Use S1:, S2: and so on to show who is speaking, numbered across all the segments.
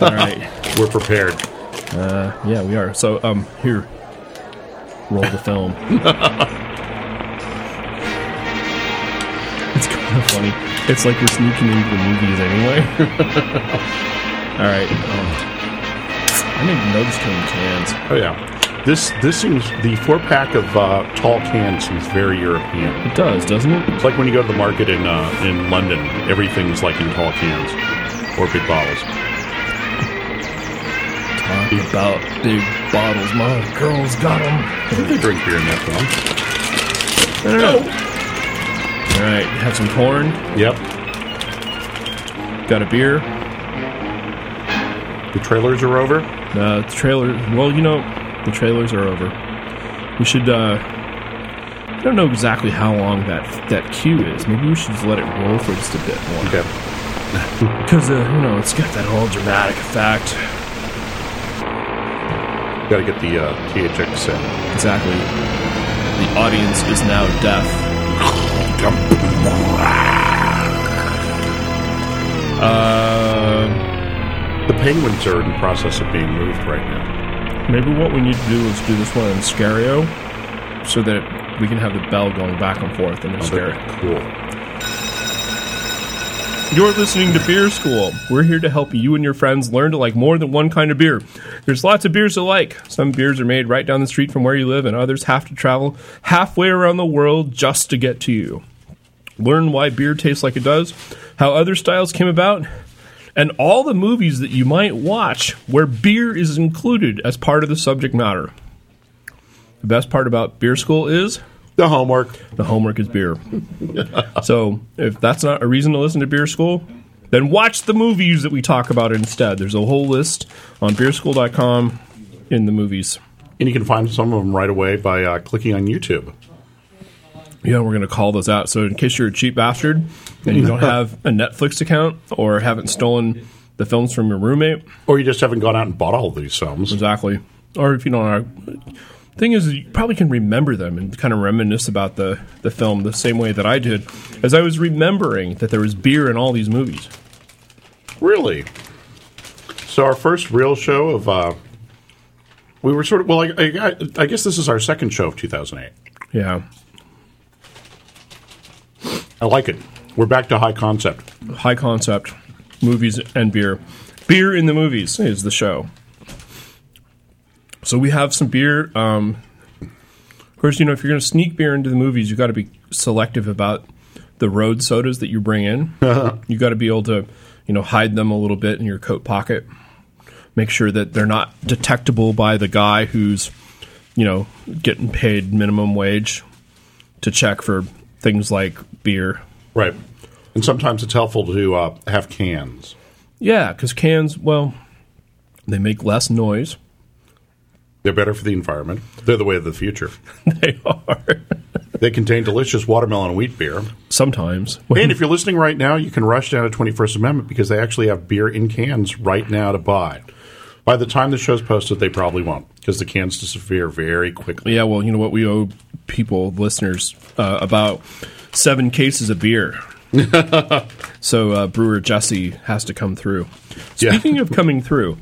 S1: All right.
S2: We're prepared.
S1: Yeah, we are. So, um, here, roll the film. it's kind of funny. It's like we're sneaking into the movies anyway. All right. Um, I need nugs cone cans.
S2: Oh yeah. This this seems the four pack of uh, tall cans seems very European.
S1: It does, doesn't it?
S2: It's like when you go to the market in uh, in London, everything's like in tall cans or big bottles.
S1: Talk about big bottles. My girls got them.
S2: I think they drink beer in that
S1: All right. Have some corn.
S2: film. Yep.
S1: Got a beer.
S2: The trailers are over.
S1: Uh, the trailer. Well, you know, the trailers are over. We should. uh I don't know exactly how long that that cue is. Maybe we should just let it roll for just a bit more.
S2: Okay.
S1: Because uh, you know, it's got that whole dramatic effect.
S2: Got to get the uh, THX in.
S1: Exactly. The audience is now deaf. Uh,
S2: The penguins are in the process of being moved right now.
S1: maybe what we need to do is do this one in stereo, so that we can have the bell going back and forth in the stereo.
S2: Cool.
S1: You're listening to Beer School. We're here to help you and your friends learn to like more than one kind of beer. There's lots of beers to like. Some beers are made right down the street from where you live, and others have to travel halfway around the world just to get to you. Learn why beer tastes like it does, how other styles came about, and all the movies that you might watch where beer is included as part of the subject matter. The best part about Beer School is
S2: The homework.
S1: the homework is beer. so if that's not a reason to listen to Beer School, then watch the movies that we talk about instead. There's a whole list on beerschool.com in the movies.
S2: And you can find some of them right away by uh, clicking on YouTube.
S1: Yeah, we're going to call those out. So in case you're a cheap bastard and you don't have a Netflix account or haven't stolen the films from your roommate,
S2: Or you just haven't gone out and bought all these films.
S1: exactly. Or if you don't are thing is you probably can remember them and kind of reminisce about the, the film the same way that I did as I was remembering that there was beer in all these movies.
S2: Really? So our first real show of uh, we were sort of well, I, I, I guess this is our second show of 2008.
S1: Yeah.
S2: I like it. We're back to high concept.
S1: high concept movies and beer. Beer in the movies is the show. So we have some beer. Um, of course, you know if you're going to sneak beer into the movies, you got to be selective about the road sodas that you bring in. you got to be able to, you know, hide them a little bit in your coat pocket. Make sure that they're not detectable by the guy who's, you know, getting paid minimum wage to check for things like beer.
S2: Right. And sometimes it's helpful to uh, have cans.
S1: Yeah, because cans, well, they make less noise.
S2: They're better for the environment. They're the way of the future.
S1: They are
S2: They contain delicious watermelon and wheat beer.
S1: sometimes.
S2: And if you're listening right now, you can rush down to 21st Amendment because they actually have beer in cans right now to buy. By the time the show's posted, they probably won't because the cans disappear very quickly.
S1: yeah, well, you know what? We owe people, listeners, uh, about seven cases of beer. so uh, brewer Jesse has to come through.
S2: Yeah.
S1: Speaking of coming through,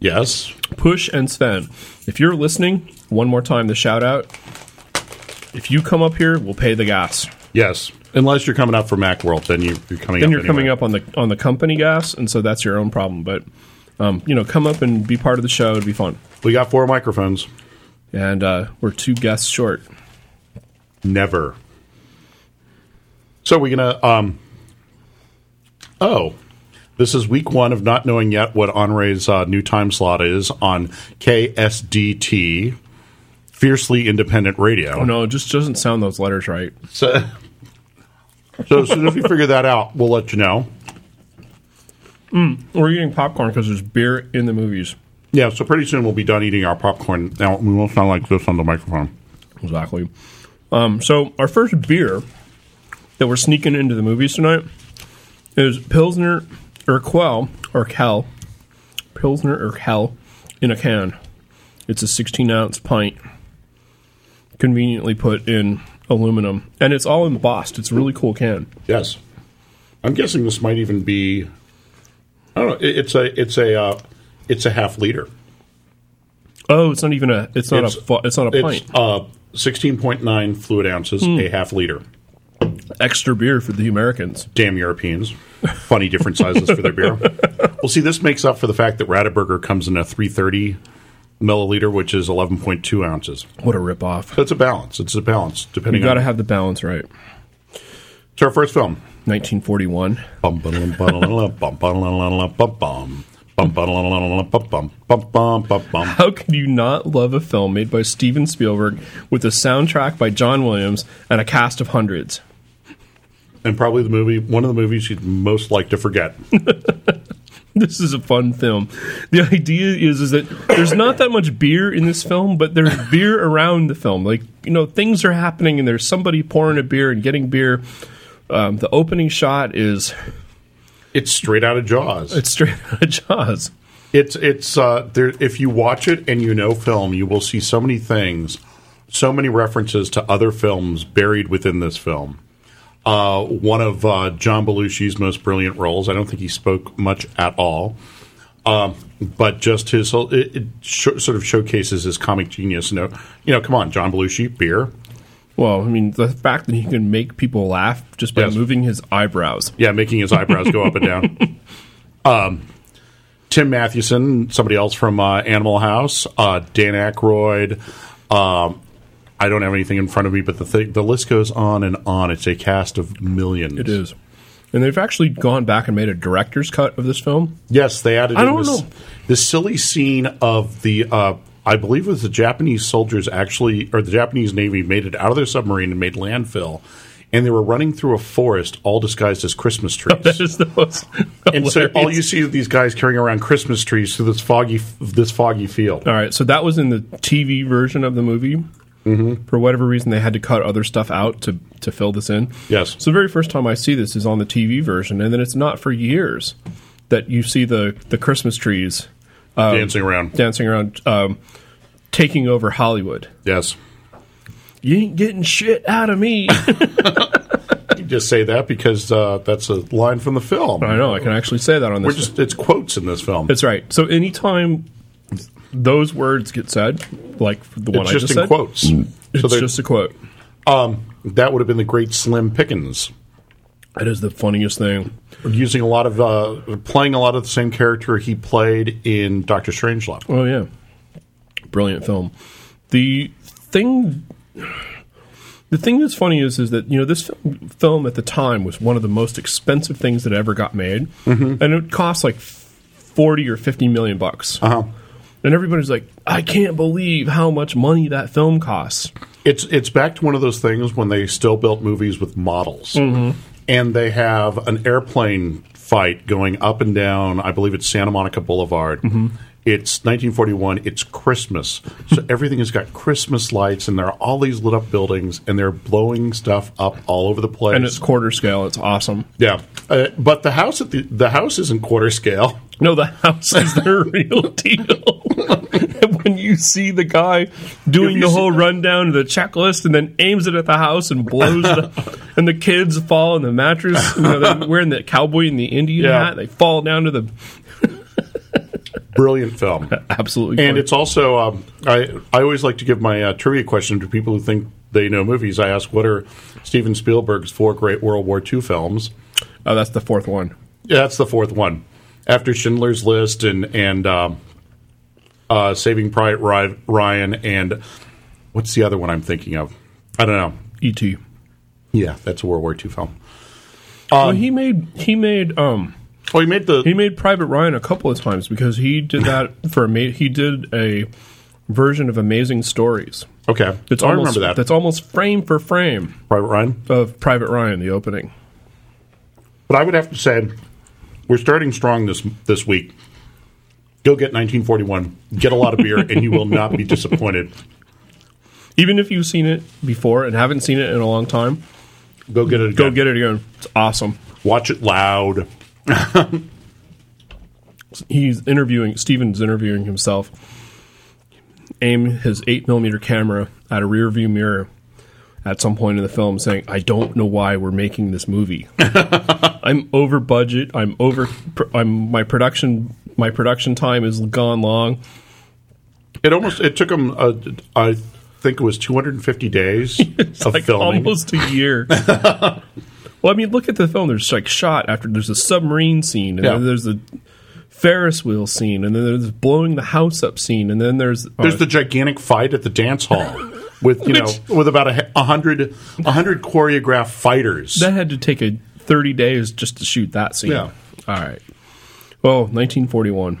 S2: Yes.
S1: Push and Sven, if you're listening, one more time the shout out. If you come up here, we'll pay the gas.
S2: Yes. Unless you're coming up for Macworld, then you, you're coming
S1: then
S2: up
S1: you're coming
S2: anyway.
S1: up on the on the company gas, and so that's your own problem. But um, you know, come up and be part of the show; it'd be fun.
S2: We got four microphones.
S1: and uh, we're two guests short.
S2: Never. So we're gonna. Um, oh, this is week one of not knowing yet what Honore's uh, new time slot is on KSDT, fiercely independent radio.
S1: Oh no, it just doesn't sound those letters right.
S2: So, so as soon as we figure that out, we'll let you know.
S1: We're eating popcorn because there's beer in the movies.
S2: Yeah. So pretty soon we'll be done eating our popcorn. Now we won't sound like this on the microphone.
S1: Exactly. Um, so our first beer that we're sneaking into the movies tonight is Pilsner Urquell or Cal Pilsner Urquell in a can. It's a 16 ounce pint, conveniently put in aluminum, and it's all embossed. It's a really cool can.
S2: Yes. I'm guessing this might even be. I don't know. it- It's a. It's a. Uh, It's a half liter.
S1: Oh, it's not even a. It's not
S2: It's-
S1: a. fu- It's not a pint.
S2: It's uh, 16.9 fluid ounces, a half liter.
S1: Extra beer for the Americans.
S2: Damn Europeans. Funny different sizes for their beer. Well, see, this makes up for the fact that Rataburger comes in a 330 milliliter, which is 11.2 ounces.
S1: What a ripoff.
S2: So it's a balance. It's a balance, depending
S1: You got to
S2: on.
S1: have the balance right.
S2: it's our first film.
S1: 1941.
S2: Bum, ba-da-lum, ba-da-lum, bum, ba-da-lum, bum, bum. Bum, ba-da-lum, bum, bum, bum, bum, bum, bum.
S1: How can you not love a film made by Steven Spielberg with a soundtrack by John Williams and a cast of hundreds?
S2: And probably the movie, one of the movies you'd most like to forget.
S1: This is a fun film. The idea is is that there's not that much beer in this film, but there's beer around the film. Like you know, things are happening, and there's somebody pouring a beer and getting beer. Um, the opening shot is
S2: It's straight out of Jaws.
S1: it's straight out of Jaws.
S2: It's it's uh, there. If you watch it and you know film, you will see so many things, so many references to other films buried within this film. Uh, one of uh, John Belushi's most brilliant roles. I don't think he spoke much at all, um, but just his whole- it, it sho sort of showcases his comic genius. You know, you know, come on, John Belushi, beer.
S1: Well, I mean, the fact that he can make people laugh just by
S2: Yes.
S1: moving his eyebrows.
S2: Yeah, making his eyebrows go up and down. Um, Tim Mathewson, somebody else from uh, Animal House, uh, Dan Aykroyd. Um, I don't have anything in front of me, but the th- the list goes on and on. It's a cast of millions.
S1: It is. And they've actually gone back and made a director's cut of this film.
S2: Yes, they added. in
S1: don't
S2: this,
S1: know.
S2: this silly scene of the. Uh, I believe it was the Japanese soldiers actually, or the Japanese Navy made it out of their submarine and made landfill, and they were running through a forest all disguised as Christmas trees.
S1: That is the most.
S2: And so all you see is these guys carrying around Christmas trees through this foggy this foggy field.
S1: All right, so that was in the TV version of the movie.
S2: Mm-hmm.
S1: For whatever reason, they had to cut other stuff out to to fill this in.
S2: Yes.
S1: So the very first time I see this is on the TV version, and then it's not for years that you see the the Christmas trees Um,
S2: dancing around.
S1: dancing around, um, taking over Hollywood.
S2: Yes.
S1: You ain't getting shit out of me.
S2: You just say that because uh, that's a line from the film.
S1: I know. I can actually say that on this.
S2: We're just it's quotes in this film.
S1: That's right. So anytime those words get said, like the one
S2: It's
S1: I
S2: just,
S1: just, said, Mm.
S2: in quotes. So
S1: it's
S2: they're-
S1: just a quote.
S2: um, that would have been the great Slim Pickens,
S1: It is the funniest thing.
S2: using a lot of uh, playing a lot of the same character he played in Doctor Strangelove.
S1: Oh yeah, brilliant film. The thing, the thing that's funny is is that you know this film, film at the time was one of the most expensive things that ever got made,
S2: Mm-hmm.
S1: and it cost like forty or fifty million bucks.
S2: Uh-huh.
S1: And everybody's like, I can't believe how much money that film costs.
S2: It's it's back to one of those things when they still built movies with models,
S1: Mm-hmm.
S2: and they have an airplane fight going up and down. I believe it's Santa Monica Boulevard.
S1: Mm-hmm.
S2: It's 1941. It's Christmas, so everything has got Christmas lights, and there are all these lit up buildings, and they're blowing stuff up all over the place.
S1: And it's quarter scale. It's awesome.
S2: yeah, uh, but the house at the the house isn't quarter scale.
S1: No, the house is the real deal. and when you see the guy doing
S2: you
S1: the
S2: see-
S1: whole rundown of the checklist and then aims it at the house and blows it up, and the kids fall on the mattress, you know, they're wearing the cowboy and the Indian
S2: Yeah.
S1: hat, they fall down to the
S2: Brilliant film.
S1: absolutely.
S2: And it's also um, I I always like to give my uh, trivia question to people who think they know movies. I ask, what are Steven Spielberg's four great World War II films?
S1: oh, that's the fourth one.
S2: Yeah, that's the fourth one, after Schindler's List and and um, uh, Saving Private Ry- Ryan and what's the other one I'm thinking of? I don't know.
S1: E.T.
S2: Yeah, that's a World War II film.
S1: well, he made he made um
S2: Oh, he made the
S1: he made Private Ryan a couple of times because he did that for a ma- he did a version of Amazing Stories.
S2: okay. Oh,
S1: That's
S2: I
S1: almost,
S2: remember that.
S1: That's almost frame for frame
S2: Private Ryan.
S1: of Private Ryan, the opening.
S2: But I would have to say, we're starting strong this this week. Go get 1941. Get a lot of beer, and you will not be disappointed.
S1: even if you've seen it before and haven't seen it in a long time,
S2: Go get it. Again.
S1: go get it again. It's awesome.
S2: Watch it loud.
S1: He's interviewing Steven's interviewing himself. Aim his eight millimeter camera at a rear view mirror at some point in the film, saying, "I don't know why we're making this movie. I'm over budget. I'm over. pr- I'm my production my production time is gone long.
S2: It almost it took them. Uh, I think it was 250 days
S1: It's
S2: of
S1: like
S2: filming.
S1: almost a year. well, I mean, look at the film. There's like shot after there's a submarine scene, and
S2: Yeah.
S1: then there's the Ferris wheel scene, and then there's blowing the house up scene, and then there's
S2: There's
S1: uh,
S2: the gigantic fight at the dance hall with you know
S1: Which-
S2: with about a h- a hundred a hundred choreographed fighters.
S1: that had to take a 30 days just to shoot that scene.
S2: Yeah.
S1: All right. Well, 1941.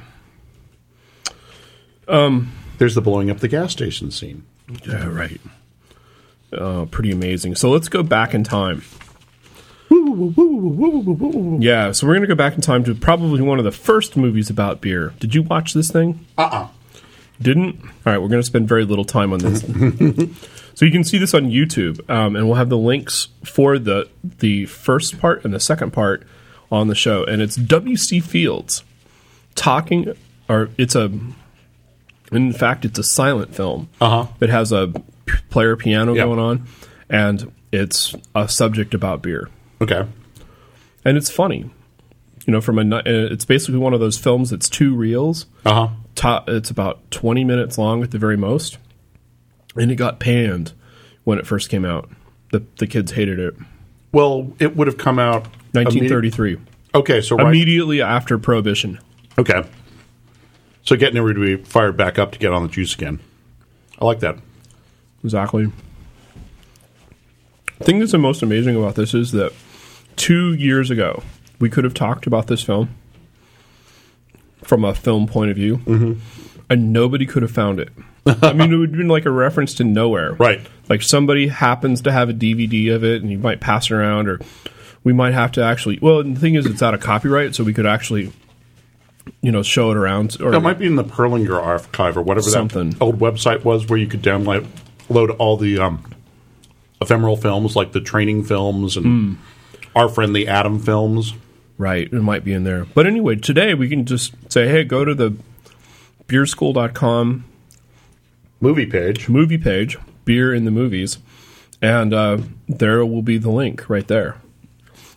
S2: There's the blowing up the gas station scene.
S1: Yeah, right. Uh, pretty amazing. So let's go back in time. Yeah, so we're going to go back in time to probably one of the first movies about beer. Did you watch this thing? Uh uh Didn't? All right, we're going to spend very little time on this. so you can see this on YouTube, um, and we'll have the links for the the first part and the second part on the show. And it's W.C. Fields talking, or it's a in fact, it's a silent film.
S2: Uh-huh.
S1: It has a p- player piano
S2: Yep.
S1: going on, and it's a subject about beer,
S2: Okay.
S1: and it's funny. You know, from a ni- uh, it's basically one of those films that's two reels.
S2: Uh huh.
S1: To- it's about twenty minutes long at the very most, and it got panned when it first came out. The the kids hated it.
S2: Well, it would have come out
S1: Nineteen thirty
S2: immedi-
S1: three,
S2: okay, so right.
S1: immediately after Prohibition.
S2: okay. So getting everybody to be fired back up to get on the juice again. I like that.
S1: Exactly. The thing that's the most amazing about this is that two years ago, we could have talked about this film from a film point of view,
S2: Mm-hmm.
S1: and nobody could have found it. I mean, it would have been like a reference to nowhere.
S2: Right.
S1: Like somebody happens to have a DVD of it, and you might pass it around, or we might have to actually. Well, and the thing is, it's out of copyright, so we could actually, you know, show it around. Or
S2: That might be in the Perlinger archive or whatever
S1: Something.
S2: that old website was where you could download load all the um, ephemeral films like the training films and
S1: Hmm.
S2: our friend the Atom films.
S1: Right. It might be in there. But anyway, today we can just say, hey, go to the beerschool.com
S2: Movie page.
S1: movie page, beer in the movies, and uh, there will be the link right there.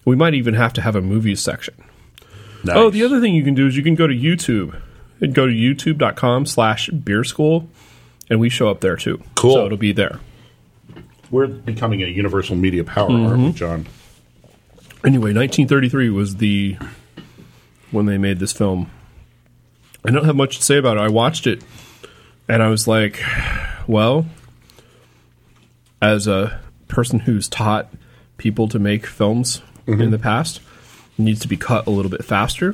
S1: We might even have to have a movies section.
S2: Nice.
S1: Oh, the other thing you can do is you can go to YouTube and go to youtube.com slash beer school, and we show up there too.
S2: Cool.
S1: So it'll be there.
S2: We're becoming a universal media power, aren't
S1: Mm-hmm.
S2: we, John?
S1: Anyway, 1933 was the when they made this film. I don't have much to say about it. I watched it and I was like, well, as a person who's taught people to make films in the past, it needs to be cut a little bit faster.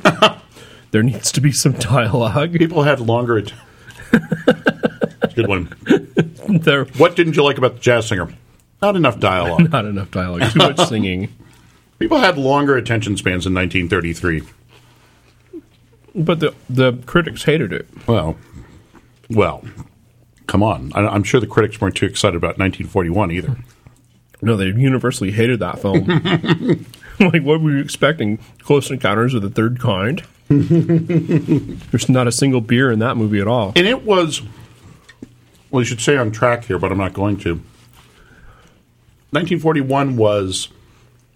S1: there needs to be some dialogue.
S2: People had longer. Att- Good one.
S1: there
S2: What didn't you like about the jazz singer? Not enough dialogue.
S1: not enough dialogue, too much singing.
S2: People had longer attention spans in 1933.
S1: But the the critics hated it.
S2: Well, well, come on. I, I'm sure the critics weren't too excited about 1941 either.
S1: No, they universally hated that film. like, what were you expecting? Close Encounters of the Third Kind? There's not a single beer in that movie at all.
S2: And it was, well, you should say on track here, but I'm not going to. 1941 was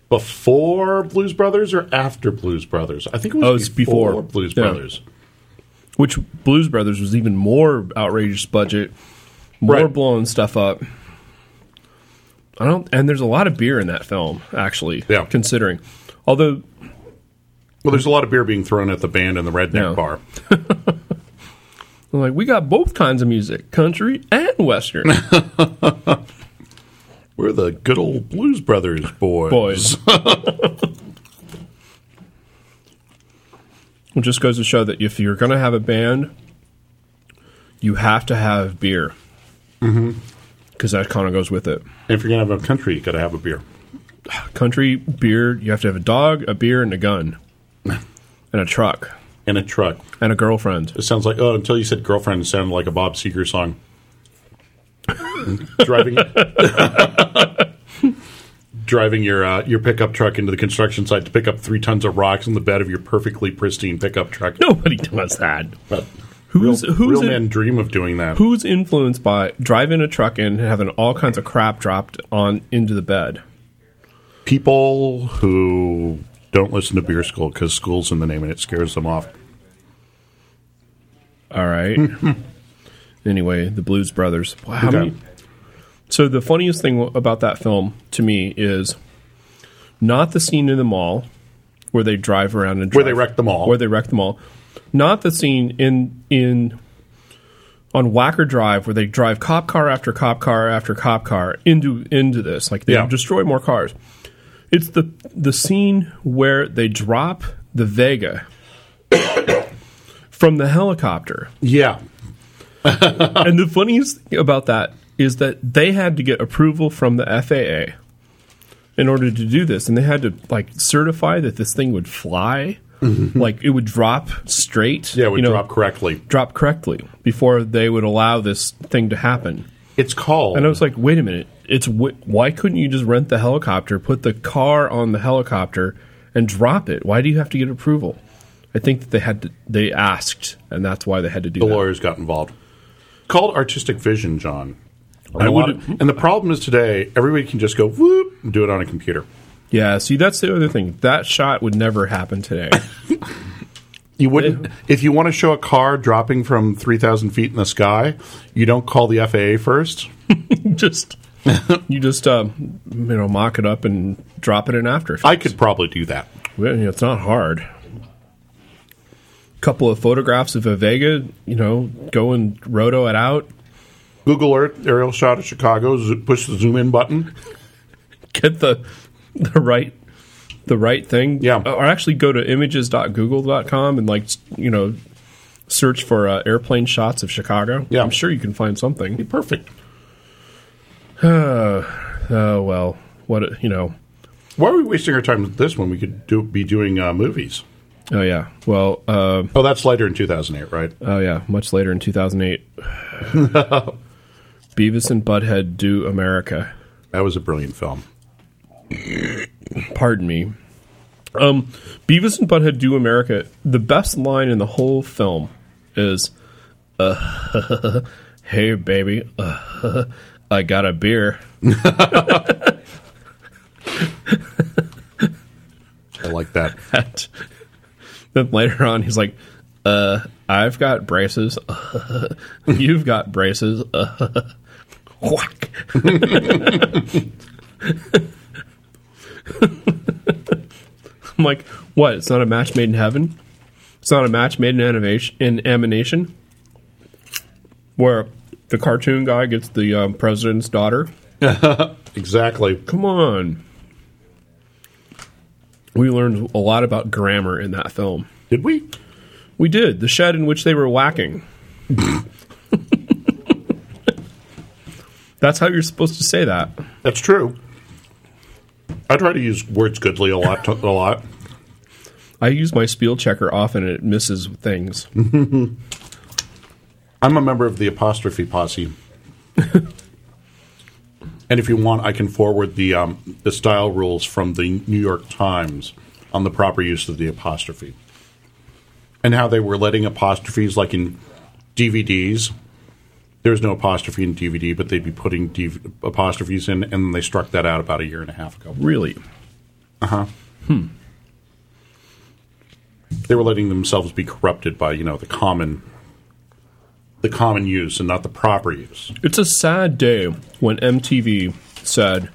S2: before Blues Brothers or after Blues Brothers? I think it was,
S1: Oh, it's before.
S2: Blues
S1: Yeah.
S2: Brothers.
S1: Which Blues Brothers was even more outrageous budget, more
S2: Right.
S1: blowing stuff up. I don't, and there's a lot of beer in that film, actually.
S2: Yeah.
S1: Considering, although
S2: Well, there's a lot of beer being thrown at the band in the Redneck
S1: Yeah.
S2: Bar.
S1: like we got both kinds of music, country and western.
S2: We're the good old Blues Brothers boys.
S1: boys. it just goes to show that if you're going to have a band, you have to have beer. Because that kind of goes with it.
S2: If you're going to have a country, you got to have a beer.
S1: Country, beer, you have to have a dog, a beer, and a gun, and a truck,
S2: And a truck.
S1: and a girlfriend.
S2: It sounds like, oh, until you said girlfriend, it sounded like a Bob Seger song. driving driving your uh, your pickup truck into the construction site to pick up three tons of rocks in the bed of your perfectly pristine pickup truck.
S1: Nobody does that.
S2: But
S1: Who's-
S2: real,
S1: who's
S2: real
S1: in-
S2: men dream of doing that.
S1: Who's influenced by driving a truck in and having all kinds of crap dropped on into the bed?
S2: People who don't listen to beer school because school's in the name and it scares them off.
S1: All right. anyway, the Blues Brothers. Wow, how
S2: Okay.
S1: many- So the funniest thing w- about that film to me is not the scene in the mall where they drive around and
S2: Where
S1: drive,
S2: they wreck the mall.
S1: where they wreck the mall, not the scene in in on Wacker Drive where they drive cop car after cop car after cop car into into this like they
S2: Yeah.
S1: destroy more cars. It's the the scene where they drop the Vega from the helicopter.
S2: yeah.
S1: And the funniest thing about that is that they had to get approval from the FAA in order to do this, and they had to like certify that this thing would fly, like it would drop straight,
S2: Mm-hmm. Yeah, it would
S1: you know,
S2: drop correctly.
S1: drop correctly before they would allow this thing to happen.
S2: It's called.
S1: And I was like, wait a minute, it's w- why couldn't you just rent the helicopter, put the car on the helicopter, and drop it? Why do you have to get approval? I think that they had to, they asked, and that's why they had to do
S2: the
S1: that.
S2: lawyers got involved. Called artistic vision, John. And,
S1: I
S2: a lot
S1: would-
S2: of- and the problem is today, everybody can just go whoop and do it on a computer.
S1: Yeah, see, that's the other thing. That shot would never happen today.
S2: You wouldn't if you want to show a car dropping from three thousand feet in the sky. You don't call the FAA first.
S1: just you just uh, you know mock it up and drop it in After Effects.
S2: I could probably do that.
S1: Well, you know, it's not hard. Couple of photographs of a Vega, you know, go and roto it out,
S2: Google Earth aerial shot of Chicago. Zo- push the zoom in button.
S1: get the the right the right thing.
S2: Yeah.
S1: Or actually go to images.google.com and like s- you know search for uh, airplane shots of Chicago.
S2: Yeah.
S1: I'm sure you can find something.
S2: Perfect.
S1: Oh well, what a- you know.
S2: Why are we wasting our time with this one? We could do, be doing uh, movies.
S1: Oh yeah. Well, uh,
S2: Oh, that's later in two thousand eight, right?
S1: Oh yeah, much later in 2008. Beavis and Butthead do America.
S2: That was a brilliant film.
S1: Pardon me. Um, Beavis and Butthead do America. The best line in the whole film is, uh, "Hey baby, uh, I got a beer."
S2: I like that.
S1: then later on, he's like, "Uh, I've got braces. you've got braces." whack. I'm like, what? It's not a match made in heaven. It's not a match made in animation. In emanation, where the cartoon guy gets the um, president's daughter.
S2: exactly.
S1: Come on. We learned a lot about grammar in that film.
S2: Did we?
S1: We did. The shed in which they were whacking. That's how you're supposed to say that.
S2: That's true. I try to use words goodly a lot. A lot.
S1: I use my spiel checker often and it misses things.
S2: I'm a member of the apostrophe posse. and if you want, I can forward the um, the style rules from the New York Times on the proper use of the apostrophe and how they were letting apostrophes like in DVDs. There's no apostrophe in DVD, but they'd be putting DV- apostrophes in, and they struck that out about a year and a half ago.
S1: Really?
S2: They were letting themselves be corrupted by you know the common the common use and not the proper use.
S1: It's a sad day when MTV said,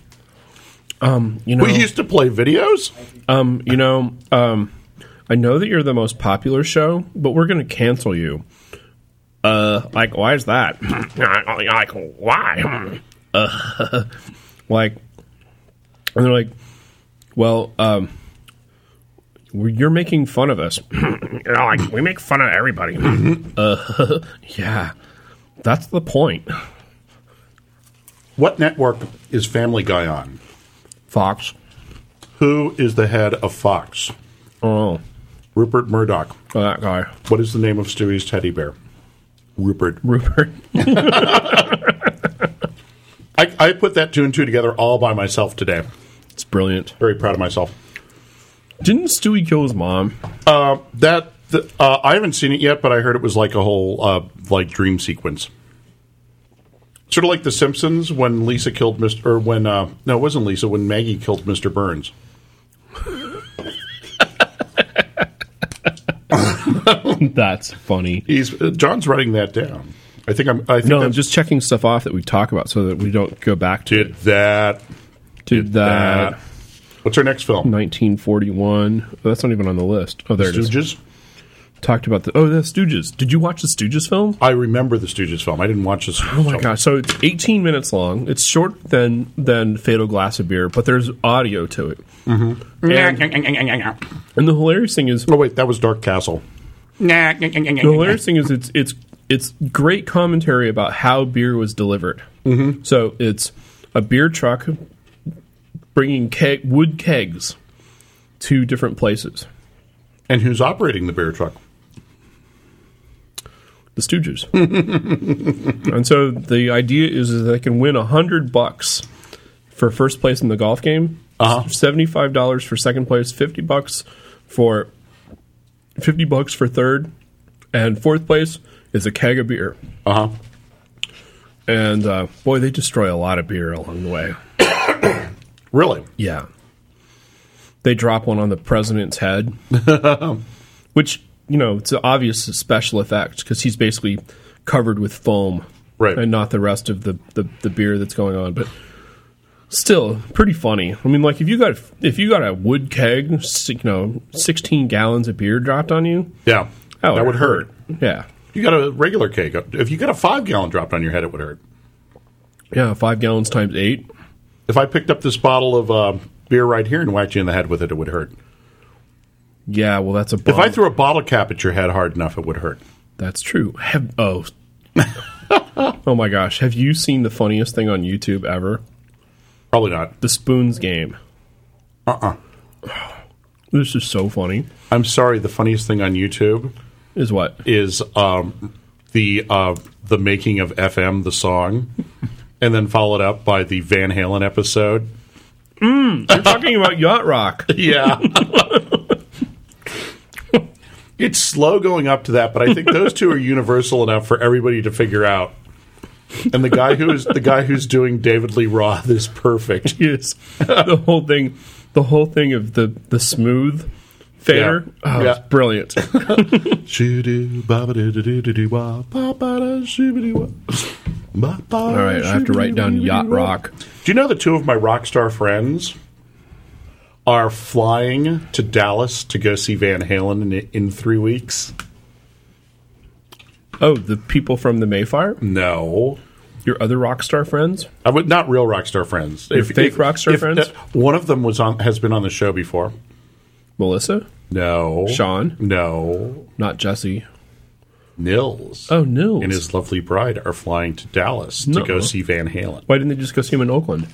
S1: um, you know,
S2: We used to play videos.
S1: um, you know, um, I know that you're the most popular show, but we're going to cancel you. Uh, like, why is that? like, why? Uh, like, and they're like, well, um, we're- you're making fun of us. like, we make fun of everybody. uh, yeah, that's the point.
S2: What network is Family Guy on?
S1: Fox.
S2: Who is the head of Fox?
S1: Oh,
S2: Rupert Murdoch.
S1: oh, that guy,
S2: What is the name of Stewie's teddy bear? Rupert.
S1: Rupert.
S2: I, I put that two and two together all by myself today.
S1: It's brilliant.
S2: Very proud of myself.
S1: Didn't Stewie kill his mom?
S2: That the, uh, I haven't seen it yet, but I heard it was like a whole uh, like dream sequence, sort of like The Simpsons when Lisa killed Mr. or when uh, no, it wasn't Lisa when Maggie killed Mr. Burns.
S1: That's funny.
S2: He's uh, John's writing that down. I think I'm. I think
S1: No, I'm
S2: that's-
S1: just checking stuff off that we talk about so that we don't go back to,
S2: did that.
S1: to that.
S2: that. What's our next film?
S1: 1941. Oh, that's not even on the list. Oh, there it is.
S2: Stooges.
S1: Talked about the oh the Stooges. Did you watch the Stooges film?
S2: I remember the Stooges film. I didn't watch this.
S1: Oh my gosh! So it's 18 minutes long. It's short than than Fatal Glass of Beer, but there's audio to it. And the hilarious thing is,
S2: Oh wait, that was Dark Castle.
S1: the hilarious thing is, it's it's it's great commentary about how beer was delivered. Mm-hmm. So it's a beer truck bringing keg, wood kegs to different places.
S2: And who's operating the beer truck?
S1: The Stooges, and so the idea is, is they can win hundred bucks for first place in the golf game,
S2: Uh-huh.
S1: seventy-five dollars for second place, fifty bucks for fifty bucks for third, and fourth place is a keg of beer.
S2: Uh huh.
S1: And uh, boy, they destroy a lot of beer along the way.
S2: Really?
S1: Yeah, they drop one on the president's head, which you know it's an obvious special effect because he's basically covered with foam,
S2: Right.
S1: and not the rest of the, the the beer that's going on, but. Still, pretty funny. I mean, like if you got if you got a wood keg, s- you know, sixteen gallons of beer dropped on you,
S2: Yeah.
S1: Oh,
S2: that
S1: it
S2: would hurt.
S1: Yeah.
S2: You got a regular cake. If you got a five gallon dropped on your head, it would hurt.
S1: Yeah, five gallons times eight.
S2: If I picked up this bottle of uh, beer right here and whacked you in the head with it, it would hurt.
S1: Yeah, well, that's a
S2: If
S1: bomb.
S2: I threw a bottle cap at your head hard enough, it would hurt.
S1: that's true. Have, oh. oh my gosh. Have you seen the funniest thing on YouTube ever?
S2: Probably not.
S1: The Spoons game. Uh uh
S2: Uh-uh.
S1: This is so funny.
S2: I'm sorry. The funniest thing on YouTube
S1: Is what?
S2: is um, the uh, the making of FM, the song, and then followed up by the Van Halen episode.
S1: You're talking about Yacht Rock.
S2: Yeah. it's slow going up to that, but I think those two are universal enough for everybody to figure out. And the guy who is the guy who's doing David Lee Roth is perfect.
S1: Yes. The whole thing, the whole thing of the, the smooth fader.
S2: Yeah.
S1: Oh,
S2: Yeah.
S1: It's brilliant.
S2: Shoo-doo, ba-ba-doo-doo-doo-doo-doo, wah, ba-ba-da, shoo-ba-doo, wah. Ba-ba-da,
S1: All right. I have to write down
S2: shoo-ba-doo-doo-doo,
S1: Yacht
S2: wah.
S1: Rock.
S2: Do you know the two of my rock star friends are flying to Dallas to go see Van Halen in, in three weeks?
S1: Oh, the people from the Mayfire?
S2: No.
S1: Your other rock star friends?
S2: I would not real rock star friends.
S1: fake rock star friends?
S2: uh, one of them was on has been on the show before.
S1: Melissa?
S2: No,
S1: Sean?
S2: No,
S1: Not Jesse.
S2: Nils.
S1: Oh, no.
S2: and his lovely bride are flying to Dallas
S1: No.
S2: to go see Van Halen
S1: Why didn't they just go see him in Oakland?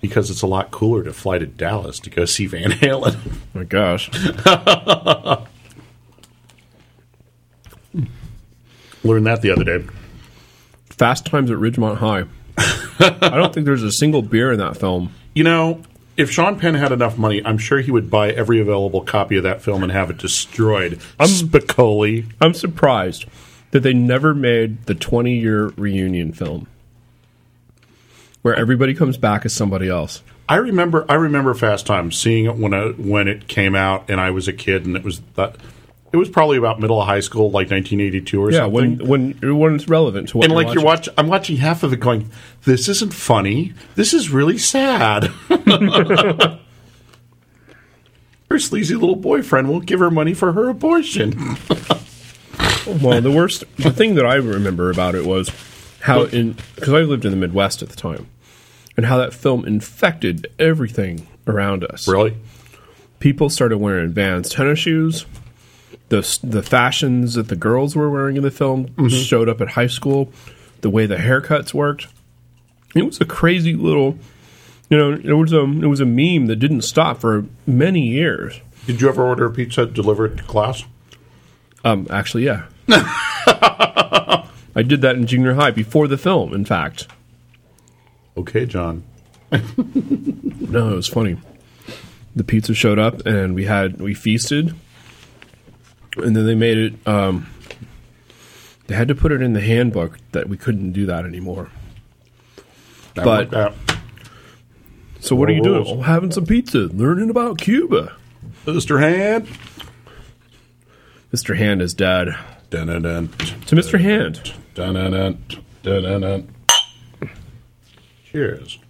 S2: because it's a lot cooler to fly to Dallas to go see Van Halen.
S1: my gosh.
S2: Learned that the other day.
S1: Fast Times at Ridgemont High. I don't think there's a single beer in that film.
S2: You know, if Sean Penn had enough money, I'm sure he would buy every available copy of that film and have it destroyed. Spicoli.
S1: I'm surprised that they never made the 20 year reunion film where everybody comes back as somebody else.
S2: I remember I remember Fast Times seeing it when I, when it came out and I was a kid and it was that it was probably about middle of high school like 1982 or
S1: Yeah,
S2: something.
S1: when when when it's relevant to what
S2: and
S1: you're
S2: like you're watch I'm watching half of it going this isn't funny. This is really sad. her sleazy little boyfriend won't give her money for her abortion.
S1: Well, the worst the thing that I remember about it was how in because I lived in the Midwest at the time, and how that film infected everything around us.
S2: Really?
S1: People started wearing Vans tennis shoes. The the fashions that the girls were wearing in the film showed up at high school. The way the haircuts worked, it was a crazy little. You know, it was a it was a meme that didn't stop for many years.
S2: Did you ever order a pizza delivered to class?
S1: Um, actually, yeah. I did that in junior high before the film. In fact,
S2: Okay, John.
S1: no, it was funny. The pizza showed up, and we had we feasted, and then they made it. Um, they had to put it in the handbook that we couldn't do that anymore.
S2: I
S1: But-
S2: want that.
S1: So what are you doing?
S2: Rules.
S1: Oh, having some pizza, learning about Cuba.
S2: Mr. Hand,
S1: Mr. Hand is dead.
S2: Dun-dun-dun.
S1: To Mr. Hand.
S2: Dun-dun-dun. Dun-dun-dun. Cheers.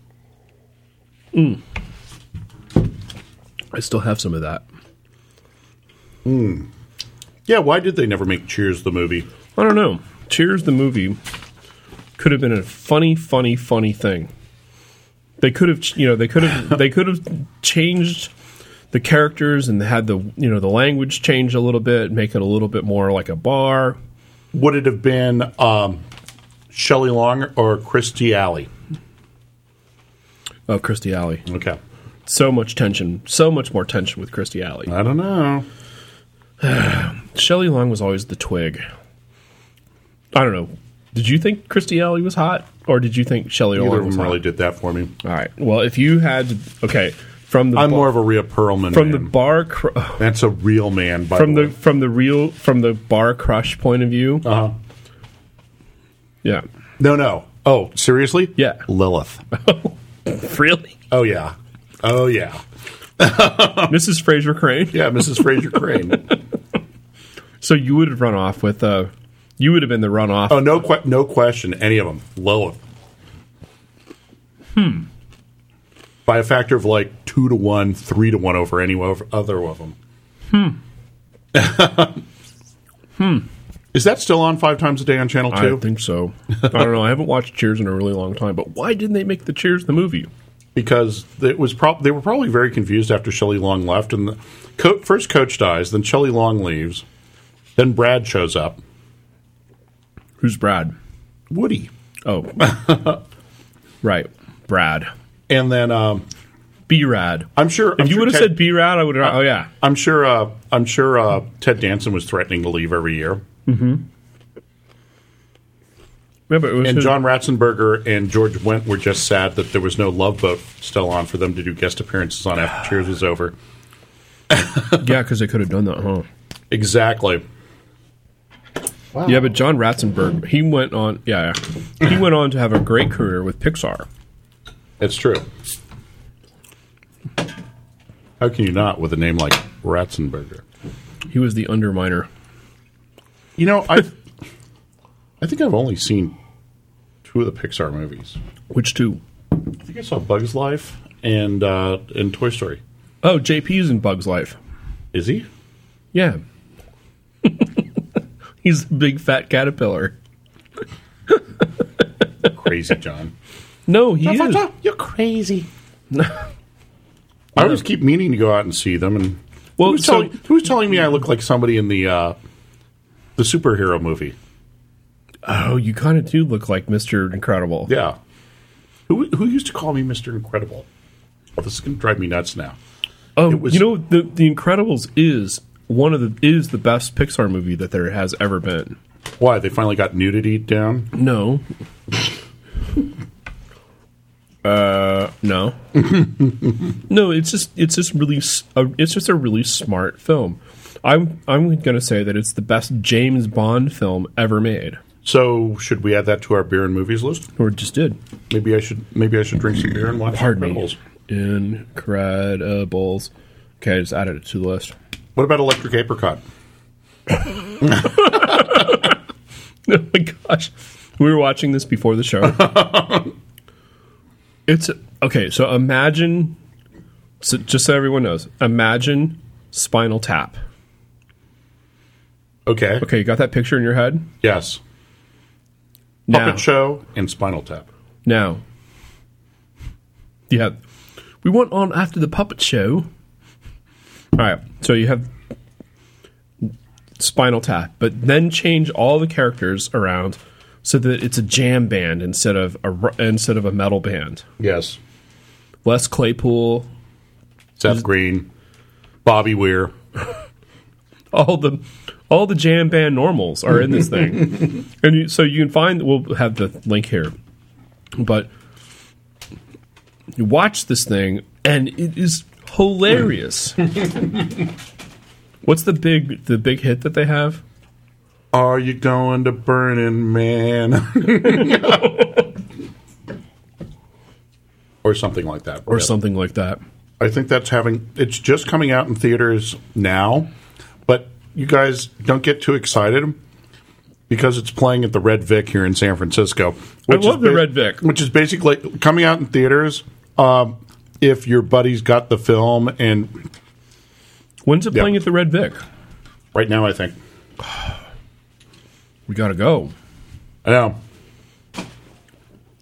S1: I still have some of that.
S2: Yeah, why did they never make Cheers the movie?
S1: I don't know. Cheers, the movie, could have been a funny, funny, funny thing. They could have, you know, they could have, they could have changed the characters and had the, you know, the language change a little bit, make it a little bit more like a bar.
S2: Would it have been um, Shelley Long or Christy Alley?
S1: Oh, Christy Alley.
S2: Okay.
S1: So much tension, so much more tension with Christy Alley.
S2: I don't know.
S1: Shelley Long was always the twig. I don't know. Did you think Christy Alley was hot, or did you think Shelley
S2: Neither
S1: Long
S2: of
S1: was
S2: them
S1: hot?
S2: really did that for me.
S1: All right. Well, if you had to, okay from the
S2: I'm
S1: bar,
S2: more of a Rhea Perlman
S1: from the
S2: man.
S1: bar cr-
S2: That's a real man, by
S1: from
S2: the
S1: the
S2: way.
S1: from the real from the bar crush point of view.
S2: Uh-huh.
S1: Yeah.
S2: No, no. Oh, seriously?
S1: Yeah.
S2: Lilith.
S1: Really,
S2: Oh, yeah. Oh, yeah.
S1: Mrs. Fraser Crane.
S2: Oh. Yeah, Mrs. Fraser Crane.
S1: So you would have run off with uh, you would have been the runoff.
S2: Oh, no, que- no question. Any of them. Lilith. Hmm.
S1: Hmm.
S2: By a factor of like two to one, three to one over any of- other of them. Hmm. hmm.
S1: Hmm.
S2: Is that still on five times a day on Channel 2?
S1: I think so. I don't know. I haven't watched Cheers in a really long time, but why didn't they make the Cheers the movie?
S2: because it was prob- they were probably very confused after Shelley Long left, and the co- first coach dies, then Shelley Long leaves, then Brad shows up,
S1: Who's Brad?
S2: Woody,
S1: Oh, right, Brad.
S2: and then um,
S1: B Rad.
S2: I'm sure I'm
S1: If you
S2: sure
S1: would have
S2: Ted-
S1: said B Rad, I would have. Oh yeah,
S2: I'm sure uh, I'm sure uh, Ted Danson was threatening to leave every year,
S1: remember it was
S2: and
S1: his-
S2: John Ratzenberger and George Wendt were just sad that there was no Love Boat still on for them to do guest appearances on after Cheers was over.
S1: Yeah, because they could have done that, huh?
S2: Exactly.
S1: Yeah, but John Ratzenberg, he went on. Yeah, yeah. he went on to have a great career with Pixar.
S2: It's true. How can you not with a name like Ratzenberger?
S1: He was the underminer.
S2: You know, I I think I've only seen two of the Pixar movies.
S1: Which two?
S2: I think I saw Bugs Life and uh, and Toy Story.
S1: Oh, JP's in Bug's Life.
S2: Is he?
S1: Yeah, he's a big fat caterpillar.
S2: Crazy John.
S1: No, he is.
S2: You're crazy. I always keep meaning to go out and see them. And
S1: Well,
S2: well, who's,
S1: so-
S2: telling, who's telling me I look like somebody in the uh, the superhero movie?
S1: Oh, you kind of do look like Mister Incredible.
S2: Yeah. Who who used to call me Mister Incredible? Oh, this is going to drive me nuts now.
S1: Oh,
S2: It was-
S1: you know the the Incredibles is one of the is the best Pixar movie that there has ever been.
S2: Why they finally got nudity down?
S1: No. Uh no. no, it's just it's just really s- a, it's just a really smart film. I'm I'm going to say that it's the best James Bond film ever made
S2: So should we add that to our beer and movies list?
S1: or just did.
S2: Maybe I should maybe I should drink some beer and watch
S1: Pardon me.
S2: Incredibles.
S1: Incredibles. Okay, I just added it to the list.
S2: What about Electric Apricot?
S1: Oh my gosh. We were watching this before the show. it's okay, so imagine so just so everyone knows, imagine Spinal Tap.
S2: Okay.
S1: Okay, you got that picture in your head?
S2: Yes.
S1: Now.
S2: Puppet Show and Spinal Tap.
S1: Now. Yeah. We went on after the puppet show. All right. So you have Spinal Tap, but then change all the characters around so that it's a jam band instead of a ro- instead of a metal band.
S2: Yes.
S1: Les Claypool,
S2: Seth Green, Bobby Weir.
S1: all the all the jam band normals are in this thing, and you, so you can find. We'll have the link here, but you watch this thing, and it is hilarious. What's the big the big hit that they have?
S2: Are you going to Burning Man? or something like that.
S1: Or something like that.
S2: I think that's having it's just coming out in theaters now, but you guys don't get too excited because it's playing at the Red Vic here in San Francisco. Which
S1: love the Red Vic.
S2: which is basically coming out in theaters. Um, if your buddy's got the film, and
S1: When's it playing at the Red Vic?
S2: right now I think
S1: We gotta go.
S2: I know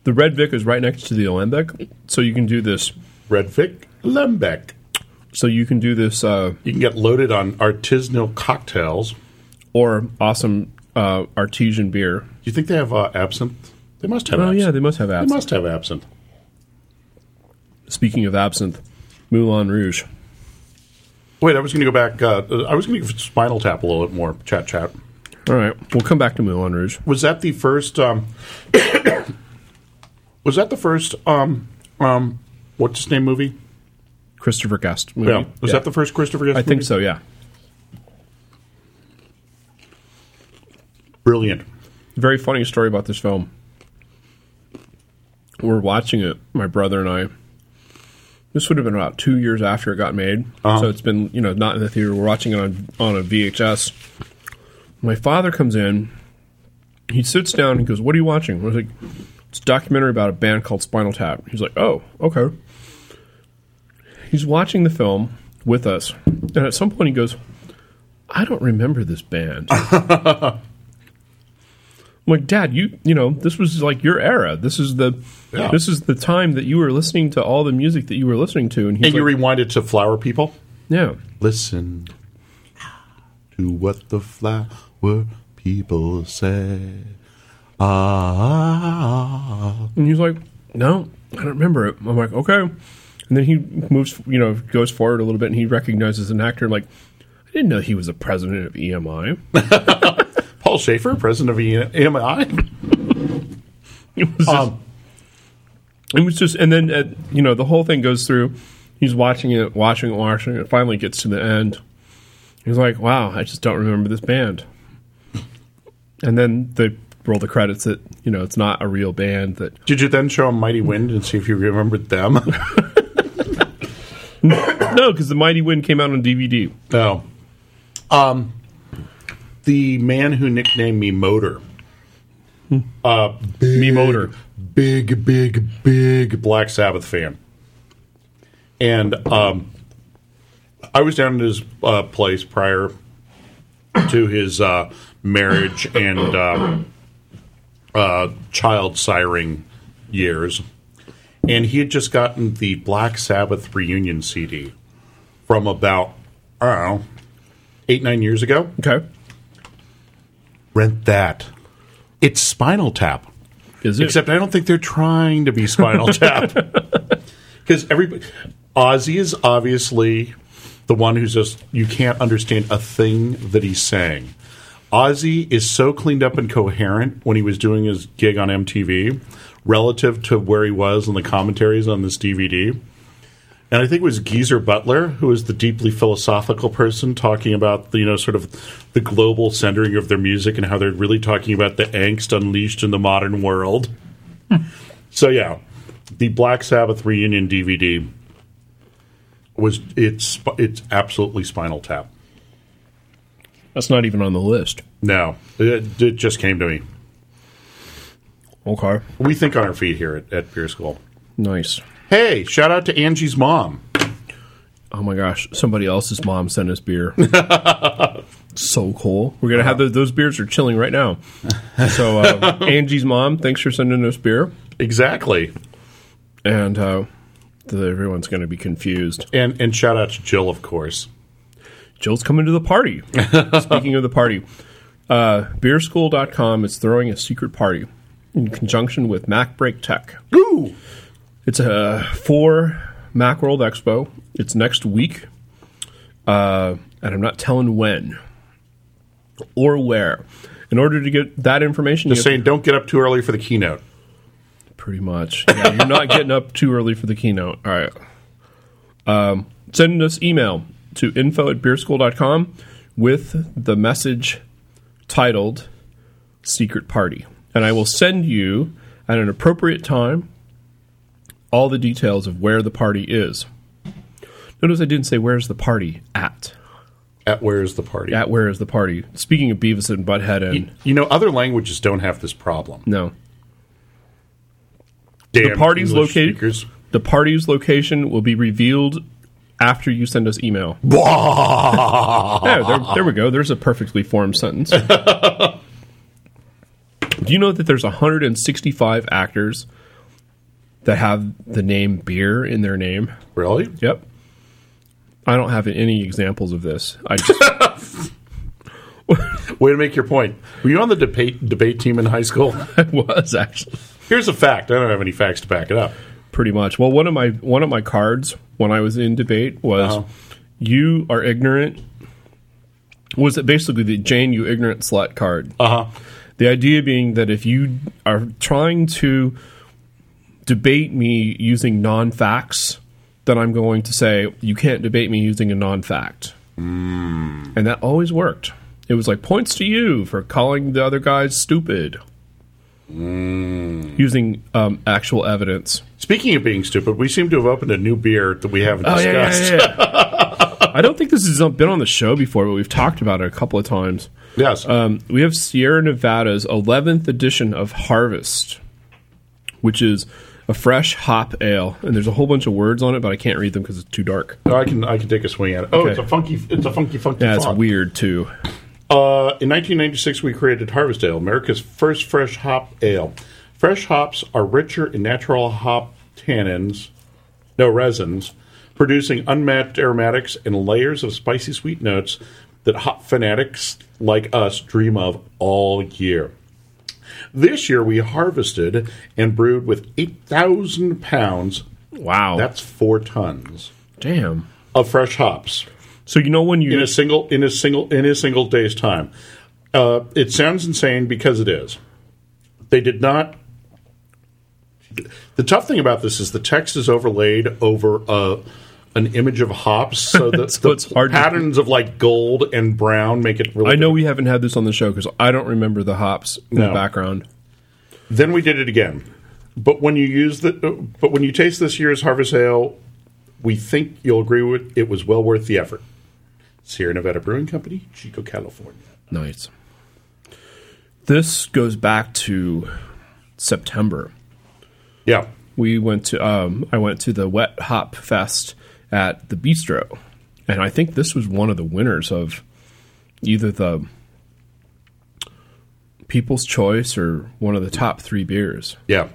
S1: The Red Vic is right next to the Olympic, so you can do this.
S2: Red Vic Lembeck.
S1: So you can do this, uh,
S2: You can get loaded on artisanal cocktails. Do
S1: or awesome uh, artesian beer.
S2: you think they have uh, absinthe? They must have.
S1: Oh
S2: absinthe.
S1: yeah, they must have
S2: they
S1: absinthe.
S2: must have absinthe.
S1: Speaking of absinthe, Moulin Rouge.
S2: Wait, I was going to go back. Uh, I was going to give Spinal Tap a little bit more. Chat, chat.
S1: All right, we'll come back to Moulin Rouge.
S2: Was that the first? Um, was that the first? Um, um, what's his name movie?
S1: Christopher Guest movie.
S2: Yeah. Was that the first Christopher Guest
S1: I think
S2: movie?
S1: so. Yeah,
S2: Brilliant.
S1: very funny story about this film. We're watching it, my brother and I. This would have been about two years after it got made, so it's been you know not in the theater. We're watching it on on a VHS. My father comes in, he sits down and goes, "What are you watching?" I was like, "It's a documentary about a band called Spinal Tap." He's like, "Oh, okay." He's watching the film with us, and at some point he goes, "I don't remember this band." I'm like, Dad, you you know, this was like your era. This is the
S2: Yeah.
S1: this is the time that you were listening to all the music that you were listening to, and he's
S2: And you
S1: like,
S2: rewind it to Flower People.
S1: yeah.
S2: Listen to what the flower people say. Ah,
S1: And he's like, no, I don't remember it. I'm like, okay. And then he moves, you know, goes forward a little bit and he recognizes an actor. like, I didn't know he was the president of E EMI.
S2: Paul Schaefer, president of E EMI.
S1: It was just,
S2: Um,
S1: it was just and then, uh, you know, the whole thing goes through. He's watching it, watching it, watching it. Finally gets to the end. He's like, wow, I just don't remember this band. And then they roll the credits that, you know, it's not a real band that
S2: did you then show him Mighty Wind and see if you remembered them?
S1: No, because the Mighty Wind came out on DVD.
S2: no. Um, the man who nicknamed me Motor. Uh,
S1: Me Motor.
S2: Hmm. big, big, big Black Sabbath fan. And um, I was down at his uh, place prior to his uh, marriage and uh, uh, child siring years. And he had just gotten the Black Sabbath reunion CD from about, I don't know, eight, nine years ago.
S1: Okay.
S2: Rent that. It's Spinal Tap.
S1: Is it?
S2: Except I don't think they're trying to be Spinal Tap. Because everybody, Ozzy is obviously the one who's just you can't understand a thing that he's saying. Ozzy is so cleaned up and coherent when he was doing his gig on MTV relative to where he was in the commentaries on this DVD. And I think it was Geezer Butler, who was the deeply philosophical person talking about the, you know sort of the global centering of their music and how they're really talking about the angst unleashed in the modern world. so yeah, the Black Sabbath reunion DVD was it's it's absolutely Spinal Tap.
S1: That's not even on the list.
S2: No, it, it just came to me.
S1: Okay.
S2: We think on our feet here at, at Beer School.
S1: Nice.
S2: Hey, shout out to Angie's mom.
S1: Oh my gosh, somebody else's mom sent us beer. so cool. We're going to have those, those beers are chilling right now. So, uh, Angie's mom, thanks for sending us beer.
S2: Exactly,
S1: And uh, the, everyone's going to be confused.
S2: and and shout out to Jill, of course.
S1: Jill's coming to the party. Speaking of the party, uh, beerschool.com is throwing a secret party in conjunction with Mac Break Tech.
S2: Ooh,
S1: It's a for Macworld Expo. It's next week, uh, and I'm not telling when or where. In order to get that information, you
S2: just
S1: have to-
S2: saying, don't get up too early for the keynote.
S1: pretty much. Yeah, you're not getting up too early for the keynote. All right. Um, send us email to info at beerschool.com with the message titled Secret Party. And I will send you at an appropriate time all the details of where the party is. Notice I didn't say where's the party at.
S2: At where is the party?
S1: At where is the party? Speaking of Beavis and Butthead, and
S2: you know, other languages don't have this problem.
S1: no,
S2: Damn
S1: the party's
S2: English
S1: located.
S2: speakers.
S1: The party's location will be revealed after you send us email. Yeah, there, there we go. There's a perfectly formed sentence. Do you know that there's 165 actors that have the name beer in their name?
S2: Really?
S1: Yep. I don't have any examples of this. I just
S2: Way to make your point. Were you on the debate debate team in high school?
S1: I was actually
S2: Here's a fact. I don't have any facts to back it up.
S1: pretty much. Well, one of my one of my cards when I was in debate was you are ignorant. Was it basically the Jane you ignorant slut card?
S2: Uh huh.
S1: The idea being that if you are trying to debate me using non facts, then I'm going to say, you can't debate me using a non fact. And that always worked. It was like points to you for calling the other guys stupid using um, actual evidence.
S2: Speaking of being stupid, we seem to have opened a new beer that we haven't
S1: Oh,
S2: discussed.
S1: I don't think this has been on the show before, but we've talked about it a couple of times.
S2: Yes.
S1: Um, we have Sierra Nevada's 11th edition of Harvest, which is a fresh hop ale. And there's a whole bunch of words on it, but I can't read them because it's too dark.
S2: No, I can I can take a swing at it. Oh,
S1: Okay.
S2: it's a funky it's a funky funky.
S1: Yeah, it's
S2: font.
S1: weird too.
S2: Uh, in 1996, we created Harvest Ale, America's first fresh hop ale. Fresh hops are richer in natural hop tannins, no resins, producing unmatched aromatics and layers of spicy sweet notes that hop fanatics like us dream of all year. This year, we harvested and brewed with 8,000 pounds.
S1: Wow.
S2: That's four tons
S1: Damn.
S2: of fresh hops
S1: So you know when you
S2: in a single in a single in a single day's time. Uh, it sounds insane because it is. They did not. The tough thing about this is the text is overlaid over uh, an image of hops, so that
S1: So
S2: the
S1: it's hard to-
S2: patterns of like gold and brown make it. Really
S1: I know we haven't had this on the show because I don't remember the hops in the
S2: No.
S1: background.
S2: Then we did it again. But when you use the, but when you taste this year's harvest ale, we think you'll agree with it was well worth the effort. Sierra Nevada Brewing Company, Chico, California.
S1: Nice. This goes back to September.
S2: Yeah,
S1: we went to um, I went to the Wet Hop Fest at the Bistro, and I think this was one of the winners of either the People's Choice or one of the top three beers.
S2: yeah.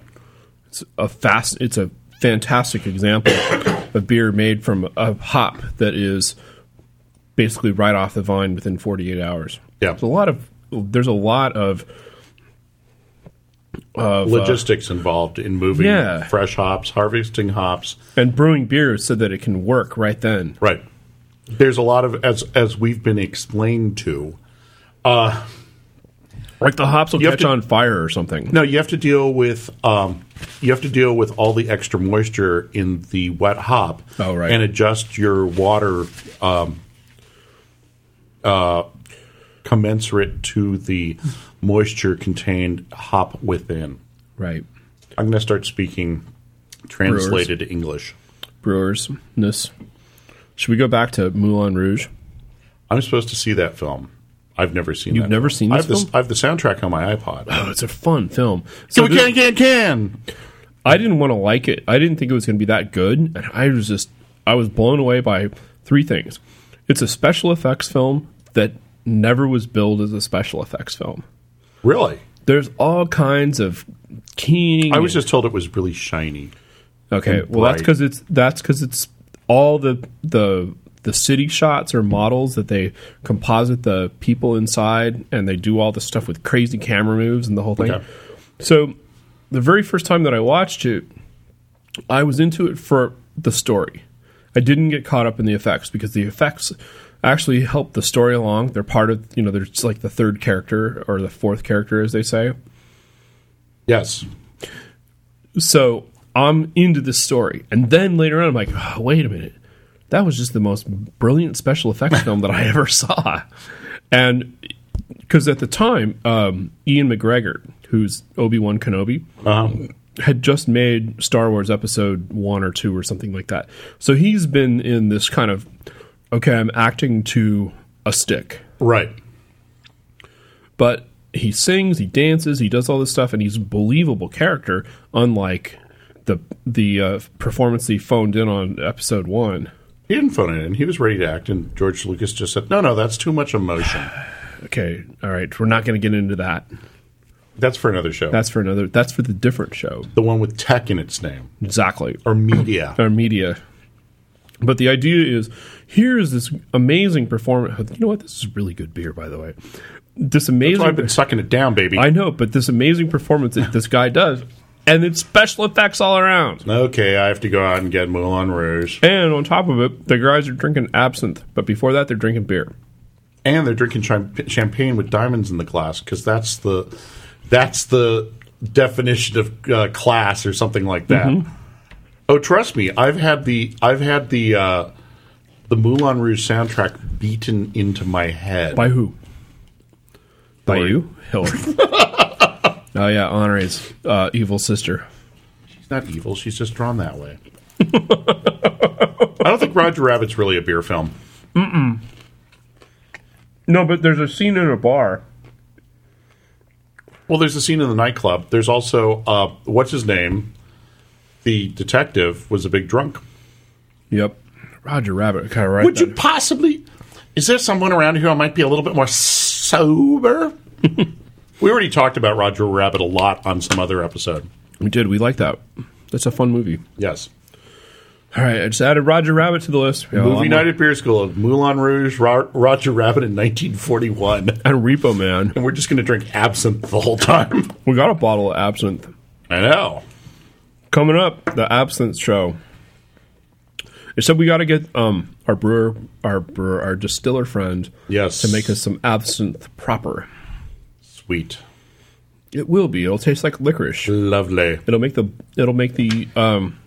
S1: It's a fast. It's a fantastic example of beer made from a hop that is basically right off the vine within 48 hours.
S2: Yeah.
S1: there's a lot of there's a lot of
S2: logistics involved in moving
S1: uh, Yeah.
S2: fresh hops, harvesting hops.
S1: and brewing beer so that it can work right then.
S2: Right. There's a lot of as as we've been explained to.
S1: Like the hops will
S2: You have
S1: catch
S2: to-
S1: on fire or something.
S2: No, you have to deal with um, you have to deal with all the extra moisture in the wet hop.
S1: Oh, right.
S2: And adjust your water um, uh, commensurate to the moisture contained hop within.
S1: Right.
S2: I'm going to start speaking translated English.
S1: brewersness. Should we go back to Moulin Rouge?
S2: I'm supposed to see that film. I've never seen.
S1: You've
S2: that
S1: never
S2: film.
S1: seen
S2: I
S1: this
S2: have the-
S1: film?
S2: I have the soundtrack on my iPod.
S1: Oh, it's a fun film. So
S2: Can we
S1: this-
S2: can can can.
S1: I didn't want to like it. I didn't think it was going to be that good, and I was just I was blown away by three things. It's a special effects film that never was billed as a special effects film.
S2: Really?
S1: There's all kinds of keying.
S2: I was just told it was really shiny.
S1: okay. Well, that's
S2: bright.
S1: because it's that's because it's all the the the city shots or models that they composite the people inside, and they do all the stuff with crazy camera moves and the whole thing.
S2: Okay.
S1: So, the very first time that I watched it, I was into it for the story. I didn't get caught up in the effects because the effects actually help the story along. They're part of you know they're just like the third character or the fourth character, as they say.
S2: Yes.
S1: So I'm into this story. And then later on, I'm like, oh, wait a minute. That was just the most brilliant special effects film that I ever saw. And because at the time, um, Ian McGregor, who's Obi Wan Kenobi,
S2: Um,
S1: had just made Star Wars episode one or two or something like that. So he's been in this kind of okay, I'm acting to a stick.
S2: Right.
S1: But he sings, he dances, he does all this stuff, and he's a believable character, unlike the the uh, performance he phoned in on episode one.
S2: He didn't phone it in. He was ready to act, and George Lucas just said, "No, no, that's too much emotion.
S1: Okay, all right, we're not going to get into that.
S2: That's for another show.
S1: That's for another. That's for the different show.
S2: the one with tech in its name
S1: Exactly.
S2: or media."
S1: our media. But the idea is here is this amazing performance. You know what? This is really good beer, by the way. This
S2: So I've
S1: amazing.
S2: been sucking it down, baby.
S1: I know, but this amazing performance that this guy does, and it's special effects all around.
S2: okay, I have to go out and get Moulin Rouge,
S1: And on top of it, the guys are drinking absinthe, but before that, they're drinking beer.
S2: and they're drinking cham- champagne with diamonds in the glass because that's the that's the definition of uh, class or something like that. Oh, trust me, I've had the I've had the uh, the Moulin Rouge soundtrack beaten into my head.
S1: By who? By
S2: Hillary.
S1: you, Hillary. oh yeah, Honore's uh, evil sister.
S2: She's not evil. She's just drawn that way. I don't think Roger Rabbit's really a beer film.
S1: No, but there's a scene in a bar.
S2: Well, there's a scene in the nightclub. There's also uh, what's his name, the detective was a big drunk.
S1: Yep, Roger Rabbit. Kind of right.
S2: Would you possibly? Is there someone around who I might be a little bit more sober? we already talked about Roger Rabbit a lot on some other episode.
S1: We did. We like that. That's a fun movie.
S2: Yes.
S1: All right, I just added Roger Rabbit to the list. We got a lot
S2: Movie
S1: more-
S2: Night at Beer School of Moulin Rouge, Ro- Roger Rabbit in 1941.
S1: and Repo Man.
S2: And we're just going to drink absinthe the whole time.
S1: We got a bottle of absinthe
S2: I know.
S1: coming up. The absinthe show. Except we got to get um, our brewer, our brewer, our distiller friend
S2: Yes.
S1: to make us some absinthe proper.
S2: sweet.
S1: It will be. It'll taste like licorice.
S2: Lovely.
S1: It'll make the it'll make the um,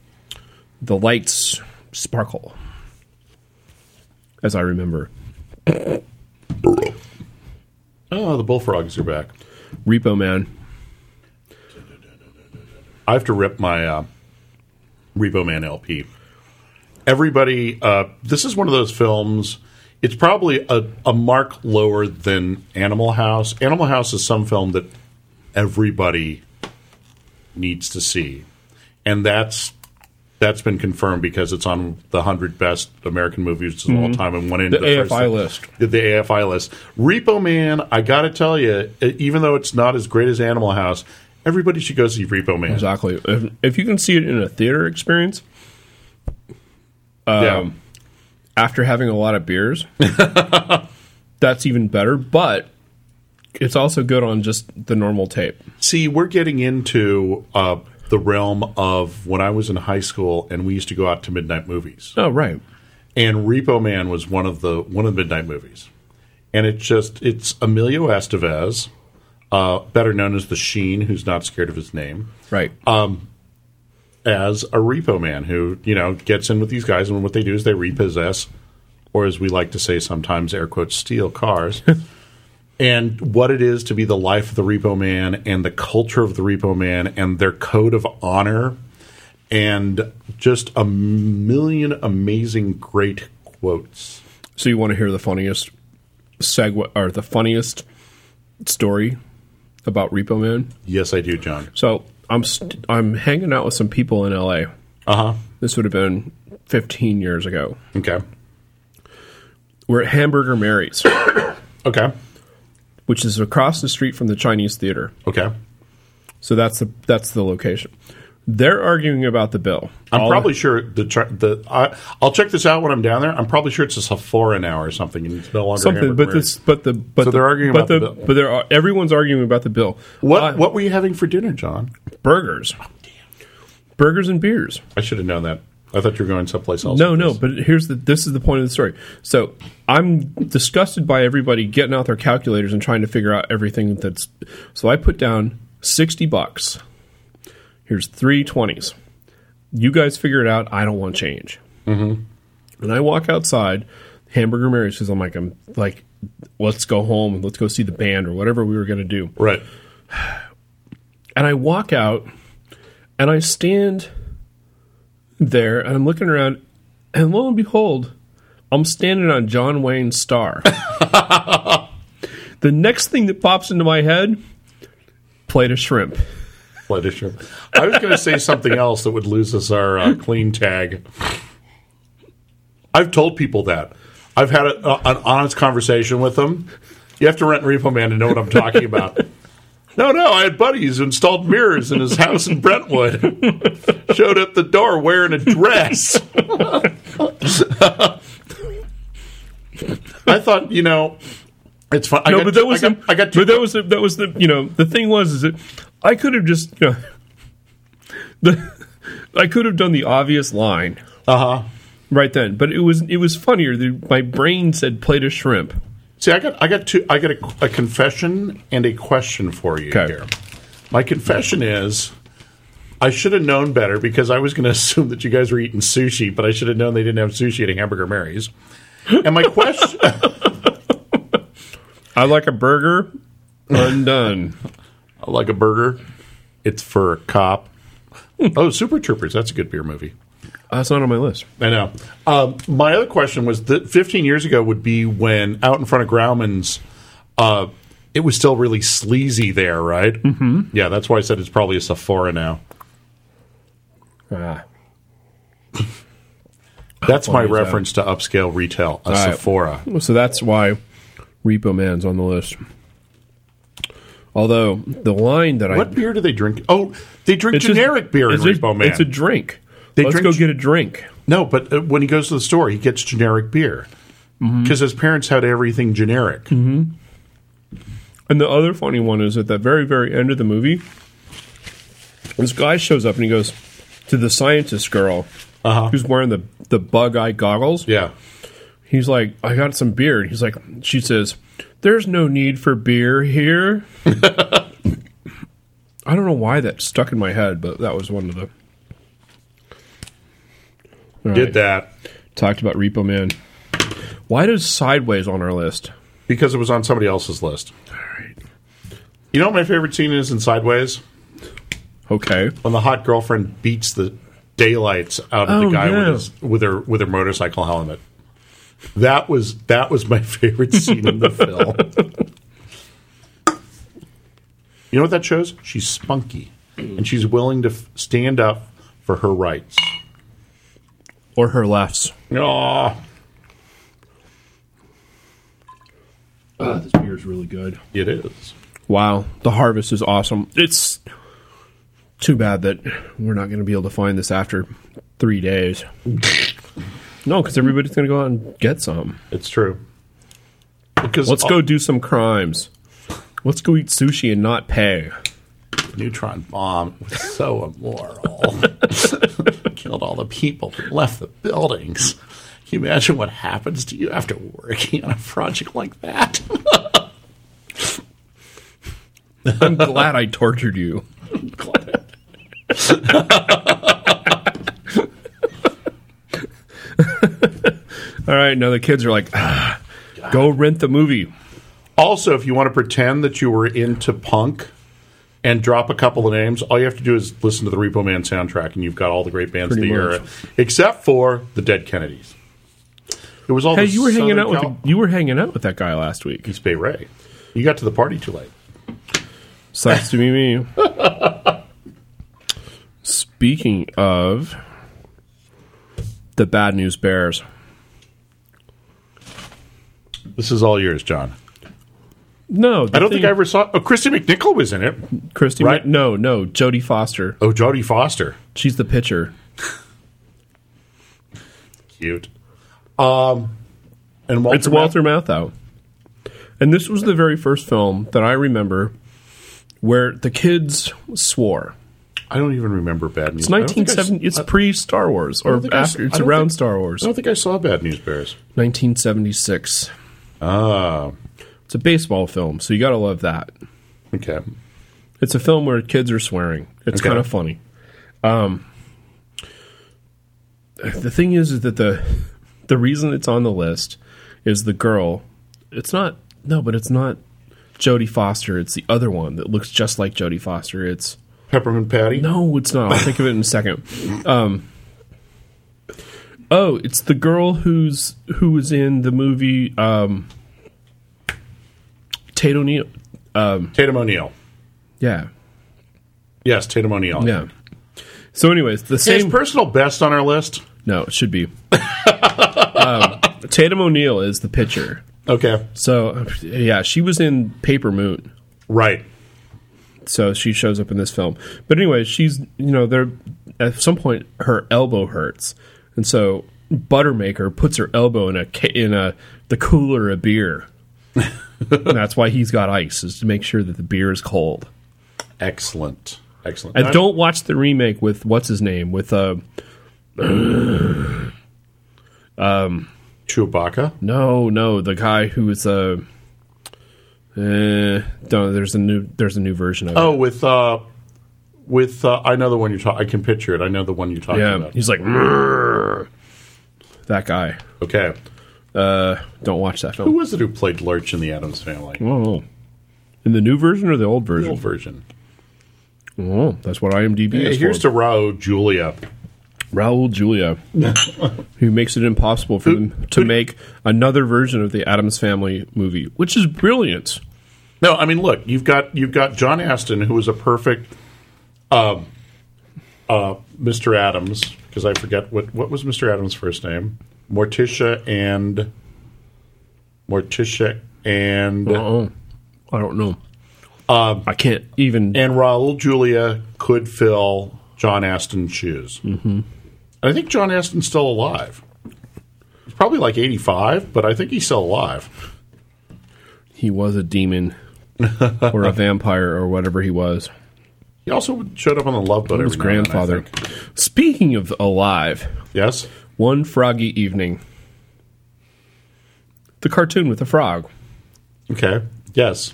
S1: the lights sparkle, as I remember.
S2: Oh, the bullfrogs are back.
S1: Repo Man.
S2: I have to rip my uh, Repo Man LP. Everybody, uh, this is one of those films. It's probably a, a mark lower than Animal House. Animal House is some film that everybody needs to see, and that's that's been confirmed because it's on the hundred best American movies of all time and went into
S1: Mm-hmm. The
S2: first-
S1: AFI list.
S2: the AFI list. Repo Man, I got to tell you, e, even though it's not as great as Animal House, everybody should go see Repo Man.
S1: Exactly. If, if you can see it in a theater experience
S2: yeah.
S1: after having a lot of beers, that's even better. But it's also good on just the normal tape.
S2: See, we're getting into uh, the realm of when I was in high school and we used to go out to midnight movies.
S1: Oh, right.
S2: And Repo Man was one of the one of the midnight movies. And it's just it's Emilio Estevez, uh, better known as the Sheen, who's not scared of his name.
S1: Right.
S2: as a repo man who you know gets in with these guys, and what they do is they repossess, or as we like to say sometimes, air quotes, steal cars. and what it is to be the life of the repo man, and the culture of the repo man, and their code of honor, and just a million amazing great quotes.
S1: so you want to hear the funniest segue or the funniest story about Repo Man?
S2: Yes, I do, John.
S1: So I'm st- I'm hanging out with some people in LA.
S2: Uh huh.
S1: This would have been 15 years ago.
S2: Okay.
S1: We're at Hamburger Mary's,
S2: Okay.
S1: which is across the street from the Chinese Theater.
S2: Okay.
S1: So that's the that's the location. They're arguing about the bill.
S2: I'm
S1: All-
S2: probably sure the tr- the I, I'll check this out when I'm down there. I'm probably sure it's a Sephora now or something, and it's no longer
S1: something,
S2: Hamburger
S1: but
S2: Mary's.
S1: this, but the, but the,
S2: So they're arguing
S1: but
S2: about the bill.
S1: but there are everyone's arguing about the bill.
S2: What Oh,
S1: Uh,
S2: what were you having for dinner, John?
S1: burgers? Burgers and beers.
S2: I should have known that. I thought you were going someplace else.
S1: No, no. But here's the this is the point of the story. So I'm disgusted by everybody getting out their calculators and trying to figure out everything that's. So I put down sixty bucks. Here's three twenties. You guys figure it out. I don't want change. Mm-hmm. And I walk outside. Hamburger Mary's because I'm like I'm like, let's go home and let's go see the band or whatever we were going to do.
S2: Right.
S1: And I walk out and I stand there and I'm looking around, and lo and behold, I'm standing on John Wayne's star. the next thing that pops into my head, plate of shrimp.
S2: Plate of shrimp. I was going to say something else that would lose us our uh, clean tag. I've told people that. I've had a, a- an honest conversation with them. You have to rent Repo Man to know what I'm talking about. No, no, I had buddies who installed mirrors in his house in Brentwood. Showed up the door wearing a dress. I thought, you know, it's fun. I
S1: No,
S2: got,
S1: but that was
S2: I got,
S1: the,
S2: I got two
S1: but that was the, that was the you know the thing was is that I could have just you know, the I could have done the obvious line
S2: Uh huh.
S1: right then, but it was it was funnier. The, my brain said plate of shrimp.
S2: See, I got, I got two. I got a, a confession and a question for you
S1: Okay.
S2: here. My confession is, I should have known better because I was going to assume that you guys were eating sushi, but I should have known they didn't have sushi at Hamburger Mary's. And my question,
S1: I like a burger undone.
S2: like a burger, it's for a cop. oh, Super Troopers. That's a good beer movie.
S1: That's not on my list.
S2: I know. Um, my other question was that 15 years ago would be when out in front of Grauman's, uh, it was still really sleazy there, right? Mm-hmm. Yeah, that's why I said it's probably a Sephora now.
S1: Ah.
S2: That's my
S1: is that?
S2: reference to upscale retail, a
S1: uh, right.
S2: Sephora.
S1: So that's why Repo Man's on the list. Although the line that I
S2: What beer do they drink? Oh, they drink
S1: It's just-
S2: generic beer in
S1: it's just-
S2: Repo Man.
S1: It's a drink.
S2: They
S1: Let's
S2: drink-
S1: go get a drink.
S2: no, but uh, when he goes to the store, he gets generic beer
S1: Mm-hmm.
S2: because his parents had everything generic.
S1: And the other funny one is at the very, very end of the movie, this guy shows up and he goes to the scientist girl
S2: Uh-huh.
S1: who's wearing the, the bug eye goggles.
S2: Yeah.
S1: He's like, I got some beer. And he's like, she says, There's no need for beer here. I don't know why that stuck in my head, but that was one of the. All
S2: Did
S1: right.
S2: that
S1: Talked about Repo Man. Why does Sideways on our list?
S2: because it was on somebody else's list. All right. You know what my favorite scene is in Sideways?
S1: Okay.
S2: when the hot girlfriend beats the daylights out of
S1: Oh,
S2: the guy
S1: yeah.
S2: with his with her with her motorcycle helmet. That was that was my favorite scene in the film. You know what that shows? She's spunky, and she's willing to f- stand up for her rights.
S1: Or her lefts.
S2: Oh,
S1: Oh, this beer is really good.
S2: it is.
S1: Wow, the harvest is awesome. It's too bad that we're not going to be able to find this after three days. no, because everybody's going to go out and get some.
S2: It's true. Because
S1: Let's go do some crimes. Let's go eat sushi and not pay.
S2: Neutron bomb was so immoral. Killed all the people and left the buildings. Can you imagine what happens to you after working on a project like that?
S1: I'm glad I tortured you. All right, now the kids are like, ah, go rent the movie.
S2: also, if you want to pretend that you were into punk and drop a couple of names, all you have to do is listen to the Repo Man soundtrack, and you've got all the great bands
S1: Pretty
S2: of the
S1: much.
S2: era, except for the Dead Kennedys. It was all.
S1: Hey,
S2: the
S1: you were hanging
S2: Southern
S1: out with
S2: Cal-
S1: the, you were hanging out with that guy last week.
S2: East Bay Ray. You got to the party too late.
S1: Sucks to be me. Speaking of the bad news bears,
S2: This is all yours, John.
S1: no, the
S2: I don't
S1: thing-
S2: think I ever saw. Oh, Christy McNichol was in it.
S1: Christy,
S2: right?
S1: no, no, Jodie Foster.
S2: Oh, Jodie Foster.
S1: She's the pitcher.
S2: Cute. Um, and Walter.
S1: It's Walter Matthau. And this was the very first film that I remember where the kids swore.
S2: I don't even remember Bad News.
S1: It's 1970. It's pre Star Wars or
S2: think I s-
S1: after.
S2: I
S1: It's
S2: don't
S1: around
S2: think-
S1: Star Wars.
S2: I don't think I saw Bad News Bears.
S1: 1976.
S2: Ah,
S1: It's a baseball film, so you gotta love that.
S2: okay.
S1: It's a film where kids are swearing. It's
S2: Okay.
S1: kind of funny. Um, the thing is, is that the the reason it's on the list is the girl. It's not no, but it's not Jodie Foster. It's the other one that looks just like Jodie Foster. It's
S2: Peppermint Patty.
S1: no, it's not. I'll think of it in a second. Um, Oh, it's the girl who's who was in the movie um, Tate O'Neill.
S2: Tatum O'Neill.
S1: Yeah,
S2: Yes, Tatum O'Neill.
S1: yeah. So, anyways, the
S2: His
S1: same.
S2: personal best on our list.
S1: no, it should be. um, Tatum O'Neill is the pitcher.
S2: Okay.
S1: So, yeah, she was in Paper Moon.
S2: Right.
S1: so she shows up in this film. But anyway, she's you know there at some point her elbow hurts, and so Buttermaker puts her elbow in a ca- in a the cooler of beer. and that's why he's got ice is to make sure that the beer is cold.
S2: Excellent. Excellent.
S1: And don't watch the remake with what's his name with uh
S2: Chewbacca.
S1: no no the guy who is uh, eh, don't there's a new there's a new version of it.
S2: Oh, with uh, with uh, I know the one you're talking. I can picture it. I know the one you're talking
S1: yeah
S2: about.
S1: he's like "Mrrr." that guy
S2: Okay.
S1: uh don't watch that film
S2: Who was it who played Lurch in the Adams Family?
S1: Oh. In the new version or the old
S2: The
S1: version?
S2: old version.
S1: Oh, that's what IMDb
S2: Hey,
S1: is
S2: here's
S1: for.
S2: to Rao Julia.
S1: Raul Julia, who makes it impossible for them to make another version of the Adams Family movie, which is brilliant.
S2: No, I mean, look, you've got you've got John Aston, who was a perfect, um, uh, Mr. Adams, because I forget what what was Mr. Adams' first name. Morticia and Morticia and
S1: Oh, I don't know. I can't even.
S2: Uh, and Raul Julia could fill John Aston's shoes. Mm-hmm. I think John Aston's still alive. He's probably like eighty five, but I think he's still alive.
S1: he was a demon or a vampire or whatever he was.
S2: He also showed up on the Love Boat.
S1: His
S2: every now and then, I
S1: grandfather.
S2: think.
S1: Speaking of alive,
S2: Yes.
S1: one froggy evening, the cartoon with the frog.
S2: Okay. Yes.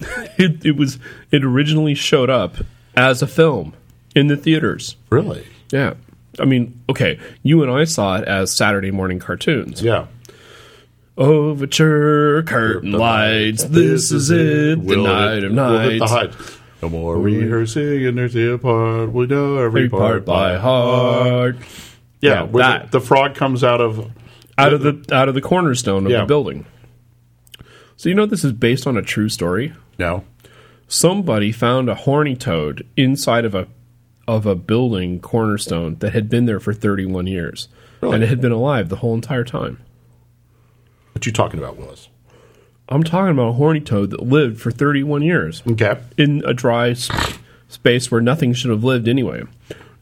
S1: it, it was it originally showed up as a film in the theaters.
S2: Really.
S1: Yeah. I mean, okay, you and I saw it as Saturday morning cartoons.
S2: Yeah.
S1: Overture, curtain lights, this is it, the
S2: Will
S1: night of
S2: will it the
S1: nights.
S2: height. No more rehearsing and there's the part. We know every
S1: Every part by heart.
S2: Yeah,
S1: Yeah,
S2: where
S1: that.
S2: The, the frog comes out of.
S1: Out of the out of the cornerstone of
S2: Yeah.
S1: the building. So you know this is based on a true story?
S2: No.
S1: somebody found a horny toad inside of a of a building cornerstone that had been there for 31 years
S2: Really?
S1: and it had been alive the whole entire time.
S2: What you talking about, Willis?
S1: I'm talking about a horny toad that lived for 31 years
S2: Okay.
S1: in a dry s- space where nothing should have lived anyway.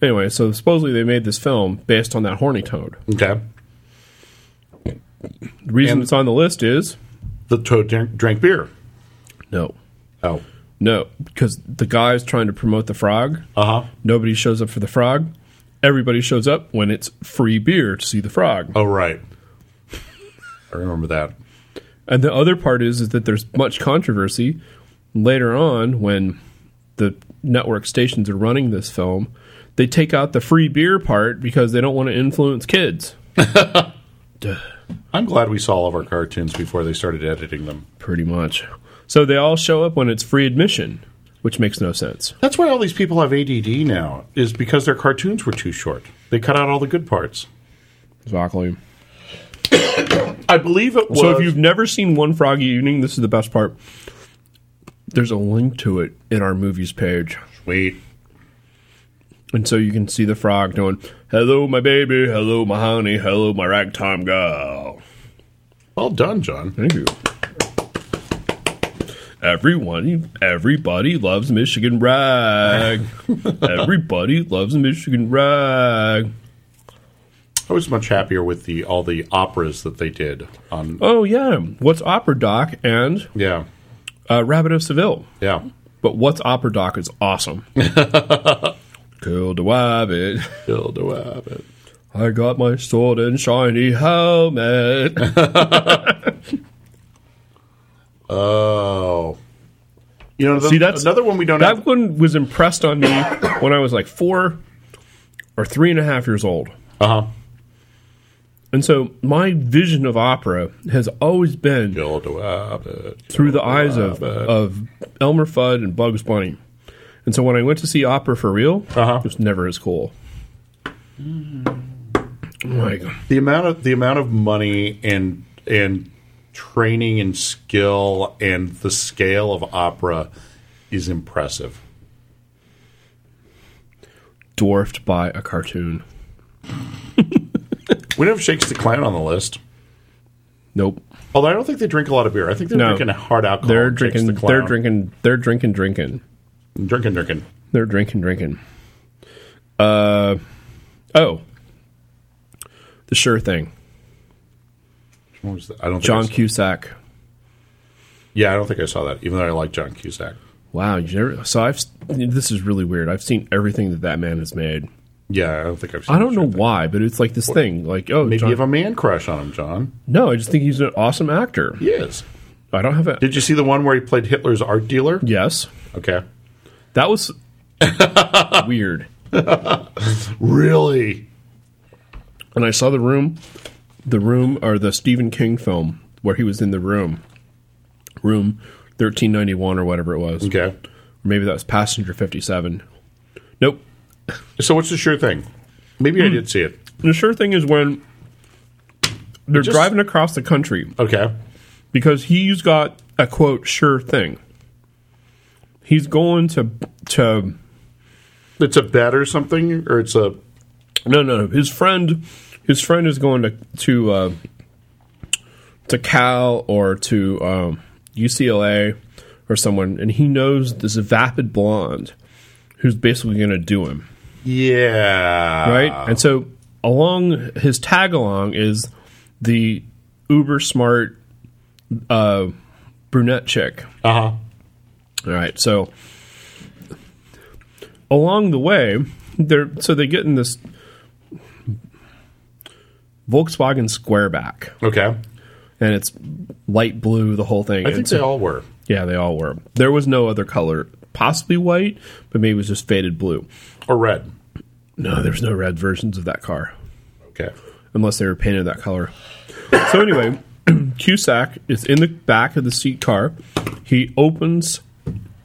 S1: Anyway, so supposedly they made this film based on that horny toad.
S2: Okay.
S1: The reason
S2: And-
S1: it's on the list is
S2: The toad drank, drank beer.
S1: no.
S2: Oh.
S1: No, because the guy's trying to promote the frog.
S2: Uh huh.
S1: Nobody shows up for the frog. Everybody shows up when it's free beer to see the frog.
S2: Oh right. I remember that.
S1: And the other part is is that there's much controversy later on when the network stations are running this film. They take out the free beer part because they don't want to influence kids.
S2: I'm glad we saw all of our cartoons before they started editing them.
S1: Pretty much. So they all show up when it's free admission, which makes no sense.
S2: That's why all these people have ADD now, is because their cartoons were too short. They cut out all the good parts.
S1: Exactly.
S2: I believe it was.
S1: So if you've never seen One Froggy Evening, this is the best part. There's a link to it in our movies page.
S2: Wait.
S1: And so you can see the frog going, Hello, my baby. Hello, my honey. Hello, my ragtime girl.
S2: Well done, John.
S1: Thank you. Everyone, everybody loves Michigan rag. everybody loves Michigan rag.
S2: I was much happier with the all the operas that they did on.
S1: Oh yeah, what's Opera Doc and
S2: Yeah,
S1: uh, Rabbit of Seville?
S2: yeah.
S1: But what's Opera Doc is awesome. Killed a rabbit.
S2: Build a rabbit.
S1: I got my sword and shiny helmet.
S2: Oh, you know, the,
S1: See, that's-
S2: another one we don't
S1: that
S2: have.
S1: one was impressed on me when I was like four or three and a half years old.
S2: Uh huh.
S1: And so my vision of opera has always been
S2: Build a rabbit.
S1: through the eyes of, of Elmer Fudd and Bugs Bunny. And so when I went to see opera for real,
S2: Uh-huh.
S1: it was never as cool. Like,
S2: the amount of the amount of money and and training and skill and the scale of opera is impressive.
S1: dwarfed by a cartoon.
S2: We don't have Shakes the Clown on the list.
S1: Nope.
S2: Although I don't think they drink a lot of beer. I think they're
S1: No.
S2: drinking hard alcohol.
S1: They're
S2: Shakes the
S1: drinking.
S2: Clown.
S1: they're drinking. They're drinking. Drinking.
S2: drinking, drinking.
S1: They're drinking. Drinking. Uh, oh. The sure thing.
S2: What was that? I don't think I
S1: John
S2: saw-
S1: Cusack.
S2: Yeah, I don't think I saw that. Even though I like John Cusack.
S1: Wow. You never. So I've. This is really weird. I've seen everything that that man has made.
S2: Yeah, I don't think I've. Seen
S1: I don't
S2: the
S1: know
S2: show.
S1: why, but it's like this thing. Like, oh,
S2: Maybe
S1: John-
S2: you have a man crush on him, John.
S1: no, I just think he's an awesome actor.
S2: He is.
S1: I don't have a.
S2: Did you see the one where he played Hitler's art dealer?
S1: yes,
S2: Okay.
S1: that was weird.
S2: Really?
S1: And I saw the room, the room or the Stephen King film where he was in the room, room thirteen ninety one or whatever it was.
S2: Okay.
S1: Or maybe that was Passenger fifty seven. Nope.
S2: So what's the sure thing? Maybe
S1: Hmm.
S2: I did see it.
S1: The sure thing is when they're
S2: Just-
S1: driving across the country
S2: Okay.
S1: because he's got a quote sure thing. He's going to to
S2: It's a bet or something, or it's a
S1: No, no, no. His friend, his friend is going to to uh, to Cal or to um, UCLA or someone, and he knows this vapid blonde who's basically going to do him,
S2: yeah.
S1: right? and so along his tag along is the uber smart uh, brunette chick.
S2: Uh huh.
S1: All right. So along the way, they're so they get in this Volkswagen Squareback,
S2: Okay.
S1: and it's light blue. The whole thing.
S2: I think
S1: It's-
S2: they all were.
S1: yeah, they all were. There was no other color, possibly white, but maybe it was just faded blue.
S2: Or red.
S1: No, there's no red versions of that car
S2: Okay.
S1: unless they were painted that color. So anyway, Cusack is in the back of the seat car. He opens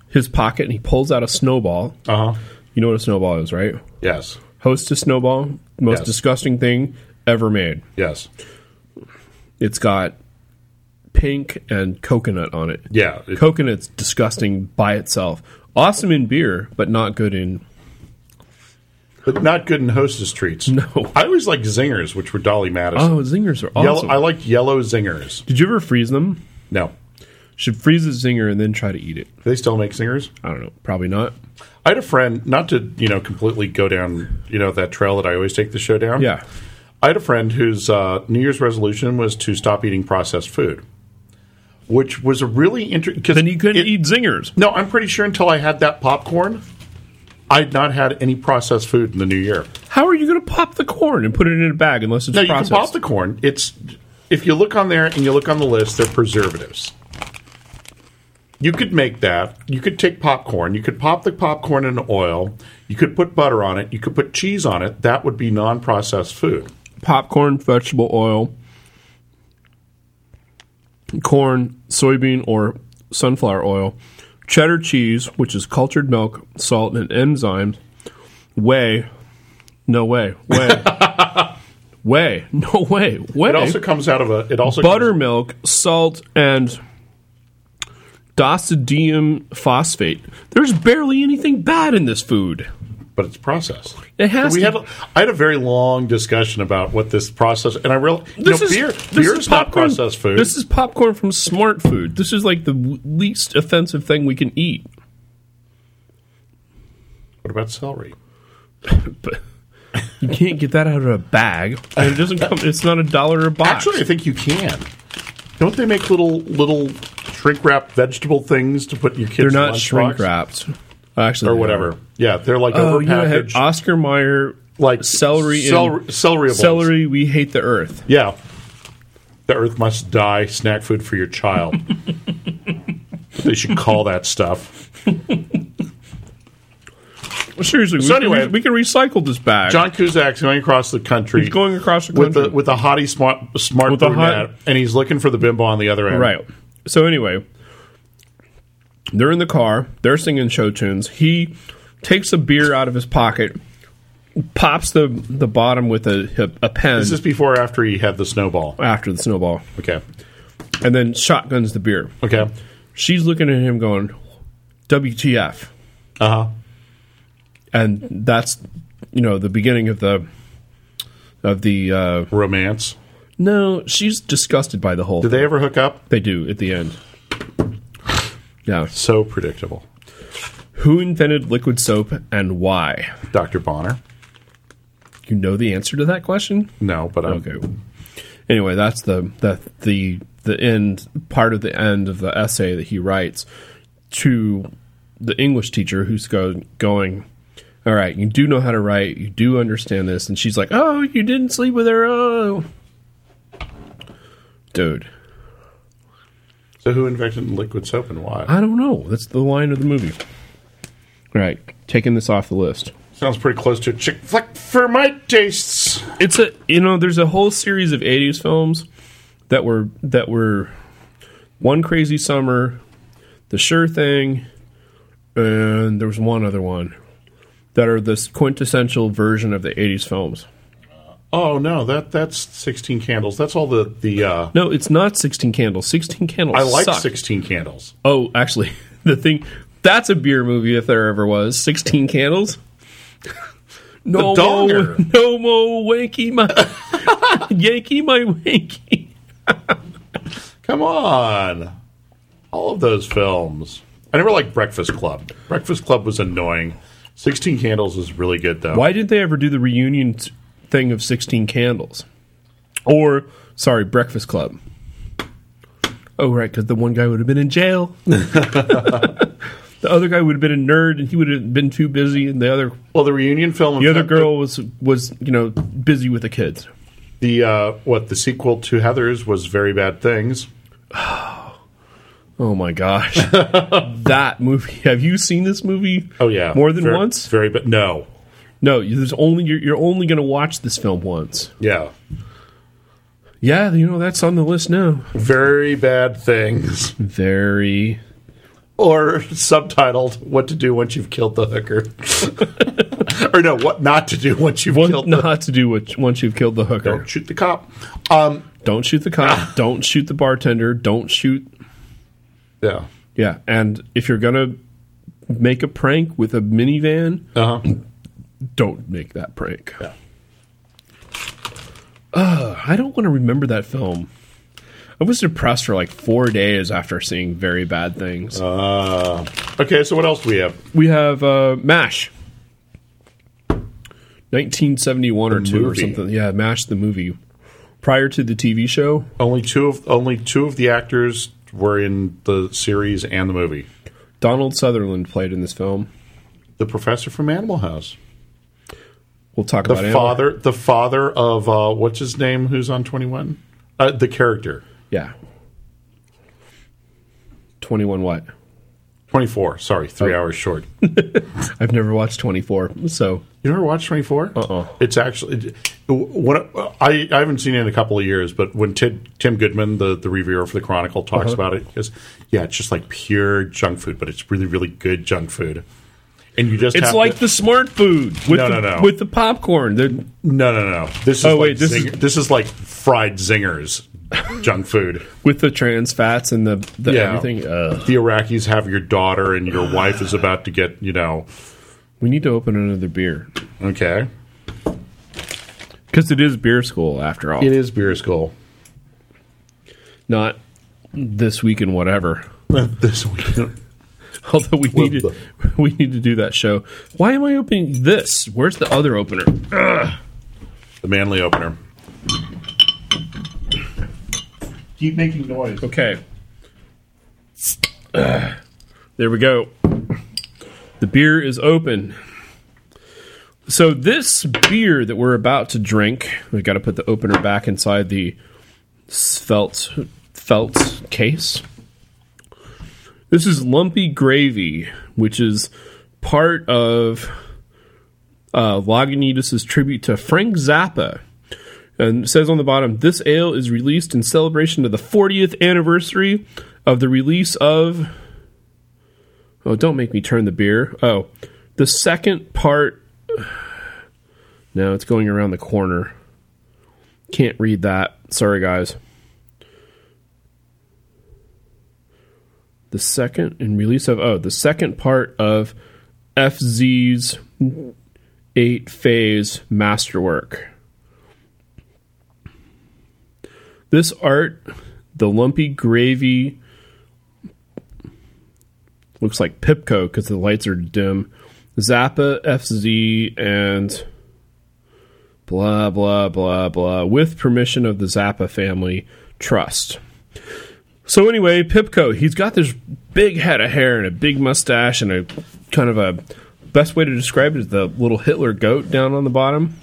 S1: his pocket and he pulls out a snowball.
S2: Uh huh.
S1: You know what a snowball is, right?
S2: Yes.
S1: Hostess snowball, most
S2: Yes.
S1: disgusting thing ever made.
S2: Yes.
S1: It's got pink and coconut on it.
S2: Yeah. It-
S1: Coconut's disgusting by itself. Awesome in beer, but not good in
S2: but not good in hostess treats.
S1: No.
S2: I always liked zingers, which were Dolly Madison.
S1: Oh, zingers are
S2: Yellow,
S1: awesome.
S2: I liked yellow zingers.
S1: Did you ever freeze them?
S2: No.
S1: Should freeze a zinger and then try to eat it.
S2: Do they still make zingers?
S1: I don't know. Probably not.
S2: I had a friend, not to, you know, completely go down, you know, that trail that I always take the show down.
S1: Yeah.
S2: I had a friend whose uh, New Year's resolution was to stop eating processed food, which was a really interesting.
S1: Then you couldn't eat zingers.
S2: No, I'm pretty sure until I had that popcorn, I'd not had any processed food in the new year.
S1: How are you going to pop the corn and put it in a bag unless it's
S2: No, you
S1: processed?
S2: can pop the corn. It's if you look on there and you look on the list, they're preservatives. You could make that. You could take popcorn. You could pop the popcorn in oil. You could put butter on it. You could put cheese on it. That would be non-processed food.
S1: popcorn, vegetable oil, corn, soybean, or sunflower oil, cheddar cheese, which is cultured milk, salt, and enzymes, whey, no way, whey, whey, no way, whey,
S2: It also comes out of a. It also comes-
S1: buttermilk, salt, and docetium phosphate. There's barely anything bad in this food.
S2: but it's processed.
S1: It has
S2: we
S1: to-
S2: had a, I had a very long discussion about what this process and I realized you know, beer beer is, not processed food.
S1: This is popcorn from Smart Food. This is like the w- least offensive thing we can eat.
S2: what about celery?
S1: But you can't get that out of a bag, and it doesn't come. It's not a dollar a box.
S2: Actually, I think you can. Don't they make little little shrink wrap vegetable things to put in your
S1: they're
S2: kids?
S1: not
S2: lunchbox?
S1: shrink wrapped. Actually,
S2: or
S1: they are.
S2: whatever. Yeah, they're like
S1: Oh, you had
S2: overpackaged,
S1: Oscar Mayer
S2: like
S1: celery and-
S2: celery, celery,
S1: celery. We hate the earth.
S2: Yeah, the earth must die. Snack food for your child. they should call that stuff.
S1: Well, seriously, we,
S2: So
S1: can
S2: anyway-
S1: re- we can recycle this bag.
S2: John Cusack's going across the country.
S1: He's going across the
S2: with
S1: country
S2: the with a hottie smart smart
S1: With a
S2: brunette,
S1: hot-
S2: and he's looking for the bimbo on the other end.
S1: Right. So anyway, they're in the car. They're singing show tunes. He takes a beer out of his pocket, pops the the bottom with a a, a pen
S2: This is before or after he had the snowball.
S1: after the snowball,
S2: Okay.
S1: and then shotguns the beer.
S2: Okay.
S1: She's looking at him, going, "WTF?"
S2: Uh huh.
S1: And that's you know the beginning of the of the uh,
S2: Romance.
S1: no. She's disgusted by the whole.
S2: Did they ever hook up?
S1: They do at the end. Yeah.
S2: So predictable.
S1: Who invented liquid soap and why?
S2: Dr. Bonner?
S1: You know the answer to that question?
S2: No, but I'm.
S1: Okay. Anyway, that's the the the the end part of the end of the essay that he writes to the English teacher who's go, going all right, you do know how to write. You do understand this. And she's like, "Oh, you didn't sleep with her." Oh, dude,
S2: So who invented liquid soap and why?
S1: I don't know. That's the line of the movie. All right, taking this off the list.
S2: Sounds pretty close to a chick flick for my tastes.
S1: it's a you know there's a whole series of 80s films that were that were one crazy summer the sure thing and there was one other one that are this quintessential version of the 80s films
S2: Oh no, that that's sixteen candles. That's all the the. Uh,
S1: no it's not 16 candles 16 candles
S2: I like
S1: suck.
S2: sixteen candles.
S1: oh actually the thing that's a beer movie if there ever was 16 candles no
S2: The
S1: mo,
S2: donger.
S1: no mo wanky my yankee my wanky
S2: Come on, all of those films. I never liked Breakfast Club. Breakfast Club was annoying. Sixteen Candles is really good though.
S1: Why didn't they ever do the reunion t- thing of 16 Candles? Or, sorry, Breakfast Club? Oh, right, because the one guy would have been in jail. the other guy would have been a nerd and he would have been too busy, and the other
S2: Well, the reunion film.
S1: the other girl was was you know busy with the kids.
S2: The uh, what the sequel to Heather's was Very Bad Things.
S1: Oh my gosh, that movie! Have you seen this movie?
S2: Oh yeah,
S1: more than
S2: Ver-
S1: once.
S2: Very but no,
S1: No, you- there's only you're, you're only going to watch this film once.
S2: yeah,
S1: Yeah, you know that's on the list now.
S2: Very Bad Things.
S1: Very
S2: or subtitled "What to Do Once You've Killed the Hooker," or no, "What Not to Do Once You've
S1: One,
S2: Killed
S1: not
S2: the."
S1: to do what once you've killed the hooker.
S2: Don't shoot the cop. Um,
S1: Don't shoot the cop. don't shoot the bartender. Don't shoot.
S2: yeah.
S1: Yeah, and if you're gonna make a prank with a minivan,
S2: Uh huh.
S1: don't make that prank.
S2: Yeah.
S1: Ugh, I don't want to remember that film. I was depressed for like four days after seeing very bad things.
S2: Uh, okay, so what else do we have?
S1: we have uh, Mash, 1971 or two or
S2: movie.
S1: something. Yeah, Mash the movie. Prior to the TV show,
S2: Only two of only two of the actors were in the series and the movie.
S1: Donald Sutherland played in this film.
S2: The professor from Animal House,
S1: We'll talk
S2: the
S1: about Animal-
S2: father, the father of uh, what's his name? Who's on Twenty One? Uh, the character
S1: Yeah. 21 what?
S2: Twenty Four. Sorry, three
S1: Oh.
S2: hours short.
S1: I've never watched 24, so
S2: You never watched 24?
S1: Uh-uh.
S2: It's actually what I, I haven't seen it in a couple of years, but when Tim, Tim Goodman, the, the reviewer for the Chronicle, talks
S1: Uh-huh.
S2: about it, he goes, yeah, it's just like pure junk food, but it's really really good junk food. And you just
S1: it's
S2: have
S1: like
S2: to,
S1: the smart food with
S2: No,
S1: the,
S2: no, no.
S1: with the popcorn. The,
S2: no no no this is
S1: Oh,
S2: like
S1: wait, this
S2: zing-
S1: is-
S2: this is like fried zingers junk food.
S1: with the trans fats and the, the
S2: Yeah.
S1: everything. Ugh.
S2: The Iraqis have your daughter, and your wife is about to get you know
S1: we need to open another beer
S2: okay.
S1: because it is beer school after all.
S2: It is beer school
S1: Not this week and whatever.
S2: this week.
S1: Although we
S2: Well,
S1: need to, we need to do that show. Why am I opening this? Where's the other opener?
S2: The manly opener. Keep making noise.
S1: Okay. Ugh. Uh, there we go. The beer is open. So this beer that we're about to drink, we got to put the opener back inside the felt felt case. This is lumpy gravy, which is part of uh, Lagunitas' tribute to Frank Zappa, and it says on the bottom, this ale is released in celebration of the 40th anniversary of the release of. Oh, don't make me turn the beer. Oh, the second part. No, it's going around the corner. Can't read that. Sorry, guys. The second and release of oh, the second part of FZ's eight phase masterwork. This art, the lumpy gravy, looks like Pipco because the lights are dim. Zappa, FZ, and blah, blah, blah, blah, with permission of the Zappa family trust. So, anyway, Pipco, he's got this big head of hair and a big mustache and a kind of a best way to describe it is the little Hitler goat down on the bottom.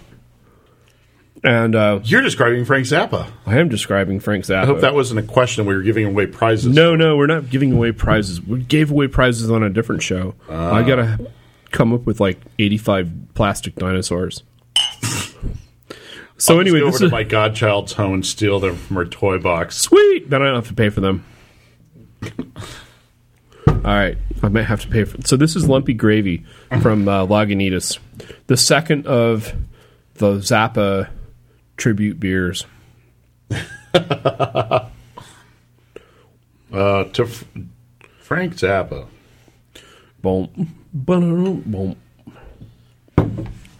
S1: And uh,
S2: You're describing Frank Zappa.
S1: I am describing Frank Zappa.
S2: I hope that wasn't a question. We were giving away prizes.
S1: No, no, we're not giving away prizes. We gave away prizes on a different show.
S2: Ah.
S1: I gotta come up with like eighty-five plastic dinosaurs. so
S2: I'll just
S1: anyway,
S2: go
S1: this
S2: over to
S1: is
S2: my godchild's home and steal them from her toy box.
S1: sweet. Then I don't have to pay for them. All right, I might have to pay for. So this is Lumpy Gravy from uh, Lagunitas, the second of the Zappa tribute beers.
S2: Uh, to F- Frank Zappa.
S1: Boom, boom, boom.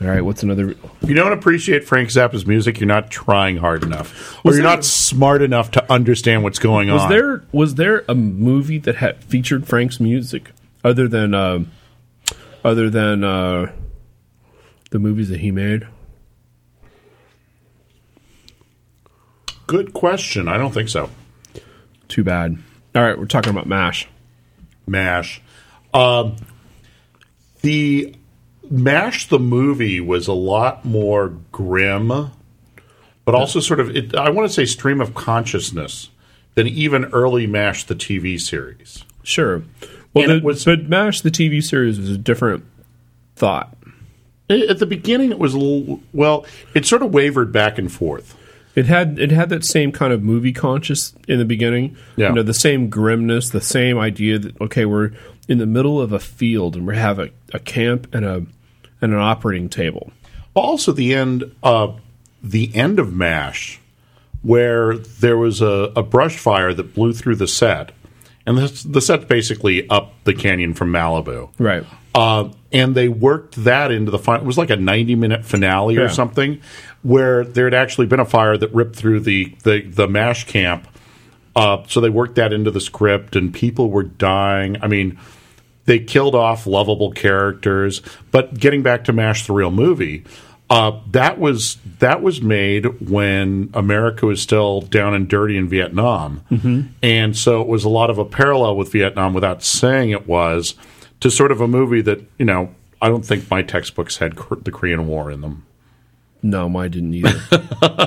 S1: All right, what's another?
S2: If you don't appreciate Frank Zappa's music, you're not trying hard enough, or
S1: Was
S2: you're
S1: there-
S2: not smart enough to understand what's going
S1: Was
S2: on.
S1: there was there a movie that had featured Frank's music other than um other than uh, the movies that he made?
S2: Good question. I don't think so.
S1: Too bad. All right, we're talking about Mash.
S2: Mash. Um, the Mash the movie was a lot more grim, but also sort of it, I want to say stream of consciousness than even early Mash the TV series.
S1: Sure. Well,
S2: And
S1: the,
S2: it was-
S1: but Mash the TV series was a different thought.
S2: I- At the beginning, it was a little well. It sort of wavered back and forth.
S1: It had it had that same kind of movie conscious in the beginning.
S2: Yeah.
S1: You know, the same grimness, the same idea that okay, we're in the middle of a field and we have a, a camp and a and an operating table.
S2: also the end uh, the end of mash where there was a, a brush fire that blew through the set and this, the set's basically up the canyon from malibu
S1: Right.
S2: uh, and they worked that into the final it was like a 90 minute finale
S1: Yeah.
S2: or something where there had actually been a fire that ripped through the the, the mash camp uh, so they worked that into the script and people were dying i mean they killed off lovable characters. But getting back to Mash the Real Movie, uh, that was that was made when America was still down and dirty in Vietnam,
S1: Mm-hmm.
S2: and so it was a lot of a parallel with Vietnam without saying it was to sort of a movie that you know I don't think my textbooks had Kor- the Korean War in them.
S1: No, mine didn't either.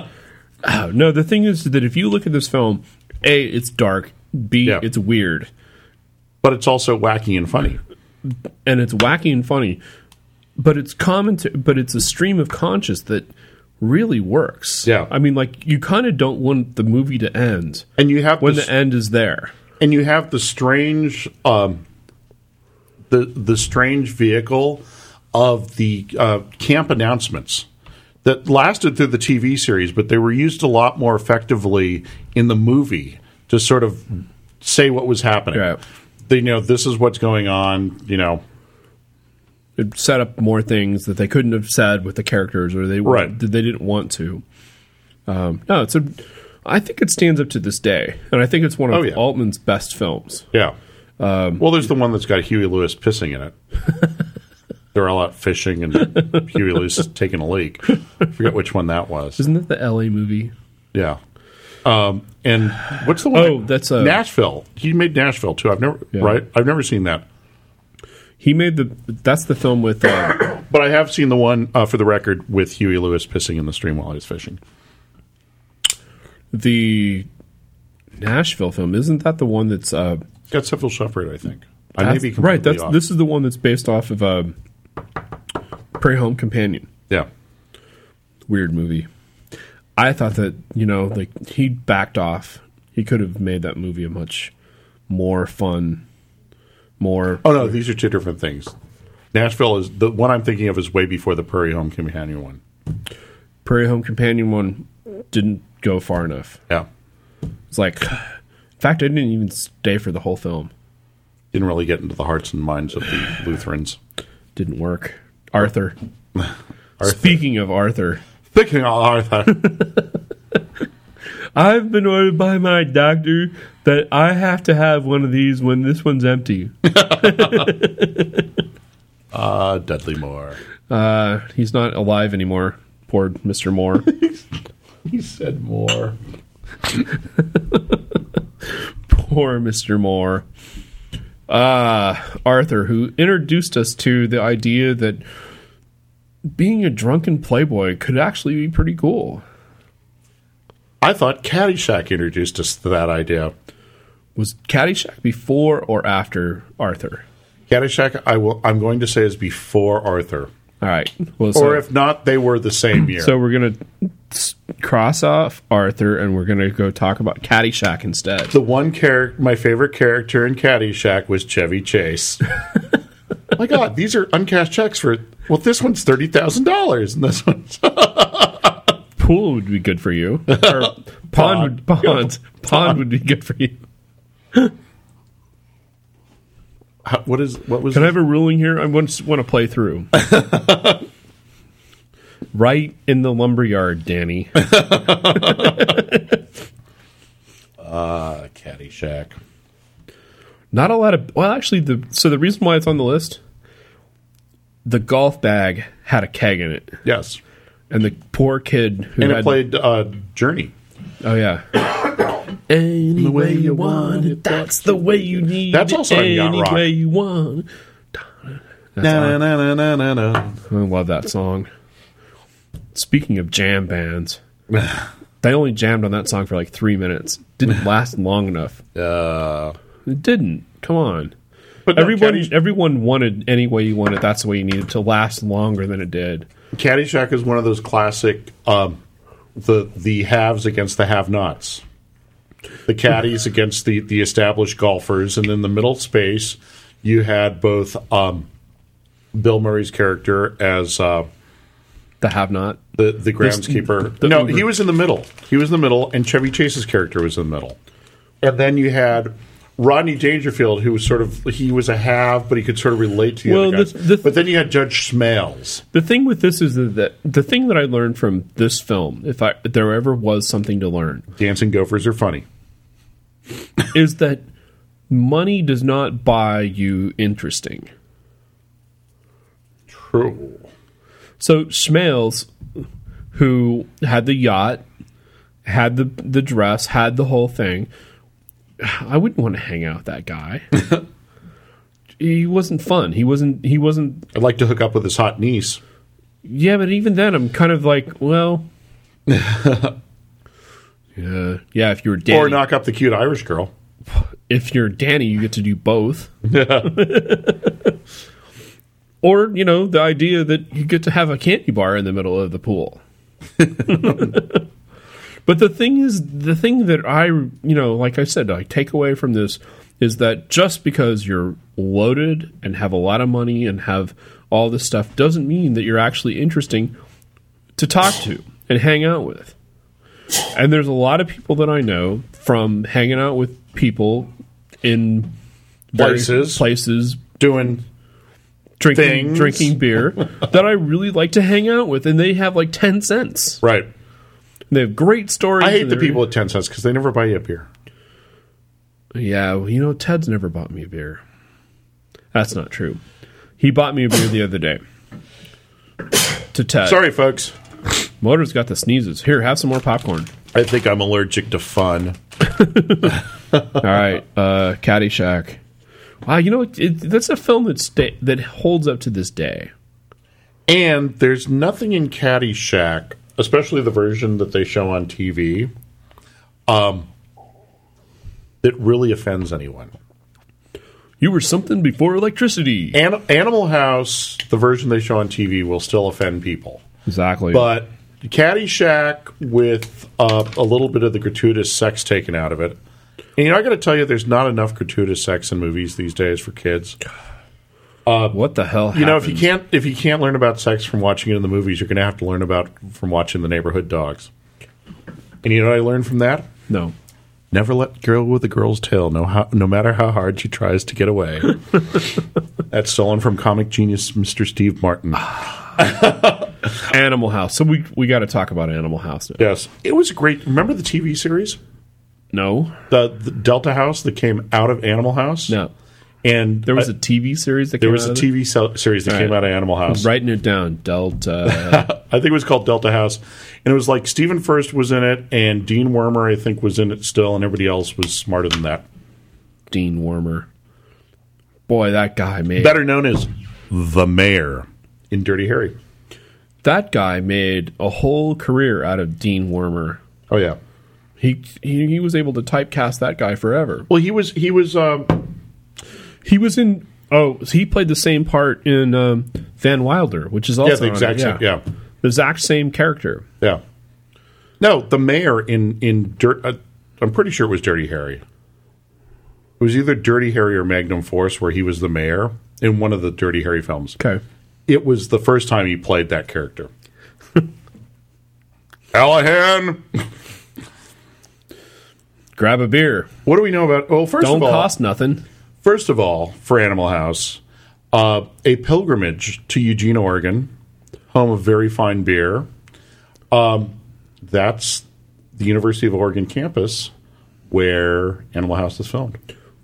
S1: Oh, no, the thing is that if you look at this film, A, it's dark, B,
S2: Yeah.
S1: it's weird,
S2: But it's also wacky and funny.
S1: and it's wacky and funny, but it's comment but it's a stream of conscious that really works.
S2: Yeah.
S1: I mean like you kind of don't want the movie to end
S2: And you have
S1: when
S2: this-
S1: the end is there.
S2: and you have the strange um, the the strange vehicle of the uh, camp announcements that lasted through the TV series, but they were used a lot more effectively in the movie to sort of say what was happening.
S1: Yeah.
S2: They, you know, this is what's going on. You know,
S1: It set up more things that they couldn't have said with the characters or they
S2: Right.
S1: that they didn't want to. Um, no, it's a I think it stands up to this day, and I think it's one of
S2: Oh, yeah.
S1: Altman's best films.
S2: yeah. well, there's the one that's got Huey Lewis pissing in it. They're all out fishing, and Huey Lewis is taking a leak. I forget which one that was.
S1: Isn't that the LA movie?
S2: Yeah. Um, and what's the one?
S1: Oh, that's, uh,
S2: Nashville. He made Nashville too. I've never right. I've never seen that,
S1: He made the. That's the film with. Uh,
S2: but I have seen the one uh, for the record with Huey Lewis pissing in the stream while he's fishing.
S1: the Nashville film. Isn't that the one that's uh,
S2: It's got Syphil Shepherd, I think. I may be
S1: that's- right?
S2: completely
S1: That's
S2: off.
S1: this is the one that's based off of um, Prairie Home Companion.
S2: Yeah.
S1: Weird movie. I thought that you know, like he backed off. He could have made that movie a much more fun, more.
S2: Oh no, these are two different things. Nashville is the one I'm thinking of is way before the Prairie Home Companion one.
S1: Prairie Home Companion one didn't go far enough.
S2: Yeah.
S1: It's like, in fact, I didn't even stay for the whole film.
S2: Didn't really get into the hearts and minds of the Lutherans.
S1: Didn't work. Arthur. Speaking of Arthur,
S2: Thinking of Arthur.
S1: I've been ordered by my doctor that I have to have one of these when this one's empty.
S2: uh, Dudley Moore.
S1: Uh, he's not alive anymore. Poor Mr. Moore.
S2: He said more.
S1: Poor Mr. Moore. Uh, Arthur, who introduced us to the idea that being a drunken playboy could actually be pretty cool.
S2: I thought Caddyshack introduced us to that idea.
S1: Was Caddyshack before or after Arthur?
S2: Caddyshack, I will. I'm going to say is before Arthur,
S1: All right. Well, so,
S2: or if not, they were the same year.
S1: so we're going to cross off Arthur and we're going to go talk about Caddyshack instead.
S2: the one character, my favorite character in Caddyshack was Chevy Chase. my God, these are uncashed checks for. Well, this one's thirty thousand dollars, and this one's
S1: Pool would be good for you. Or pond would pond, pond would be good for you.
S2: How- what is what was
S1: Can I have a ruling here? I want want to play through. right in the lumberyard, Danny.
S2: uh, Caddyshack?
S1: Not a lot of well, actually, the so the reason why it's on the list, the golf bag had a keg in it,
S2: Yes,
S1: and the poor kid who
S2: and
S1: had
S2: it played uh, Journey.
S1: oh yeah. Any way you want it, that's the way you need
S2: That's
S1: it.
S2: also on
S1: Any
S2: Yacht Rock.
S1: way you want. it.
S2: Na, na, na, na, na, na.
S1: I love that song. Speaking of jam bands, they only jammed on that song for like three minutes. Didn't last long enough.
S2: Uh,
S1: It didn't. Come on.
S2: but no,
S1: Everyone,
S2: Caddy-
S1: everyone wanted any way you wanted. That's the way you needed to last longer than it did.
S2: Caddyshack is one of those classic um, the the haves against the have-nots. The caddies against the the established golfers, and in the middle space, you had both um, Bill Murray's character as uh,
S1: The have not.
S2: the the groundskeeper. no, he was in the middle. He was in the middle, and Chevy Chase's character was in the middle. And then you had Rodney Dangerfield, who was sort of he was a have, but he could sort of relate to the
S1: Well,
S2: other
S1: the-
S2: guys.
S1: the-
S2: but then you had Judge Smales.
S1: The thing with this is that the thing that I learned from this film, if I if there ever was something to learn,
S2: Dancing Gophers are funny.
S1: is that money does not buy you interesting.
S2: True.
S1: So Schmales, who had the yacht, had the the dress, had the whole thing. I wouldn't want to hang out with that guy. he wasn't fun. He wasn't. He wasn't.
S2: I'd like to hook up with his hot niece.
S1: Yeah, but even then, I'm kind of like, well, yeah, yeah. If you're Danny,
S2: Or knock up the cute Irish girl.
S1: if you're Danny, you get to do both. or you know the idea that you get to have a candy bar in the middle of the pool. but the thing is, the thing that I you know, like I said, I take away from this is that just because you're loaded and have a lot of money and have all this stuff doesn't mean that you're actually interesting to talk to and hang out with. And there's a lot of people that I know from hanging out with people in various
S2: Places.
S1: places
S2: Doing
S1: drinking
S2: Things.
S1: drinking beer that I really like to hang out with, and they have like ten cents.
S2: right.
S1: They have great stories.
S2: I hate
S1: and
S2: the
S1: they're-
S2: people at ten cents because they never buy you a beer.
S1: Yeah, well, you know, Ted's never bought me a beer. That's not true. He bought me a beer the other day. To Ted,
S2: Sorry, folks.
S1: Motor's got the sneezes. Here, have some more popcorn.
S2: I think I'm allergic to fun.
S1: All right, uh, Caddyshack. Wow, you know it, that's a film that sta- that holds up to this day.
S2: And there's nothing in Caddyshack, especially the version that they show on TV, um, that really offends anyone.
S1: You were something before electricity.
S2: An- Animal House, the version they show on TV, will still offend people.
S1: Exactly.
S2: But Caddyshack with uh, a little bit of the gratuitous sex taken out of it. And you know, I got to tell you, there's not enough gratuitous sex in movies these days for kids.
S1: what the hell?
S2: You know, if you
S1: happened?
S2: can't if you can't learn about sex from watching it in the movies, you're going to have to learn about from watching the neighborhood dogs. And you know what I learned from that?
S1: no.
S2: Never let girl with a girl's tail no how, no matter how hard she tries to get away. That's stolen from comic genius Mr. Steve Martin.
S1: Animal House. So we we got to talk about Animal House. now.
S2: Yes, it was great. Remember the TV series,
S1: No,
S2: the, the Delta House that came out of Animal House.
S1: no.
S2: and
S1: There was
S2: I-
S1: a TV series that
S2: there
S1: came
S2: was a
S1: out of it?
S2: TV se- series that
S1: All
S2: came
S1: right.
S2: out of Animal House.
S1: Writing it down. Delta.
S2: I think it was called Delta House, and it was like Stephen First was in it, and Dean Wormer I think was in it still, and everybody else was smarter than that.
S1: Dean Warmer. Boy, that guy made
S2: Better known as the Mayor in Dirty Harry.
S1: that guy made a whole career out of Dean Warmer.
S2: Oh yeah.
S1: He, he he was able to typecast that guy forever.
S2: Well, he was he was um,
S1: He was in oh he played the same part in um, Van Wilder, which is also
S2: yeah the
S1: on it,
S2: exact same yeah
S1: the exact same character.
S2: yeah. No, the Mayor in in Dirt. Uh, I'm pretty sure it was Dirty Harry. It was either Dirty Harry or Magnum Force, where he was the mayor in one of the Dirty Harry films.
S1: Okay,
S2: it was the first time he played that character. Allahan,
S1: grab a beer.
S2: what do we know about? Well, 1st
S1: Don't
S2: of all,
S1: cost nothing.
S2: first of all, for Animal House, uh, a pilgrimage to Eugene, Oregon, home of very fine beer. Um, that's the University of Oregon campus where Animal House is filmed.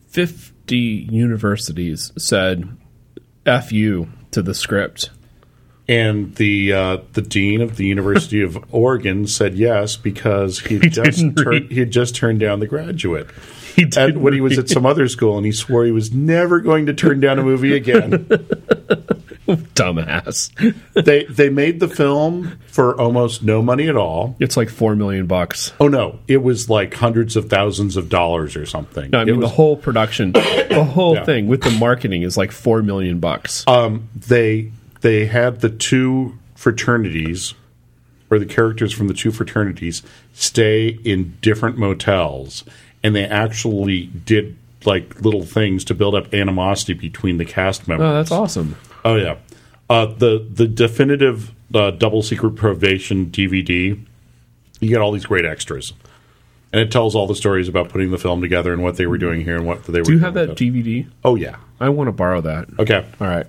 S1: 50 universities said F you to the script.
S2: And the uh, the dean of the University of Oregon said yes because he, just
S1: didn't
S2: tur-
S1: read.
S2: he had just turned down the graduate.
S1: He
S2: at, when he was at some other school, and he swore he was never going to turn down a movie again.
S1: Dumbass.
S2: they they made the film for almost no money at all.
S1: It's like 4 million bucks.
S2: Oh no, it was like hundreds of thousands of dollars or something.
S1: No, I
S2: It
S1: mean
S2: was-
S1: the whole production, the whole
S2: Yeah.
S1: thing with the marketing is like 4 million bucks.
S2: um, they they had the two fraternities or the characters from the two fraternities stay in different motels and they actually did like little things to build up animosity between the cast members.
S1: oh, that's awesome.
S2: Oh yeah, uh, the the definitive uh, double secret probation DVD. You get all these great extras, and it tells all the stories about putting the film together and what they were doing here and what they were.
S1: Do you
S2: doing
S1: have that
S2: with it.
S1: DVD?
S2: oh yeah.
S1: I want to borrow that.
S2: Okay, Um,
S1: All right.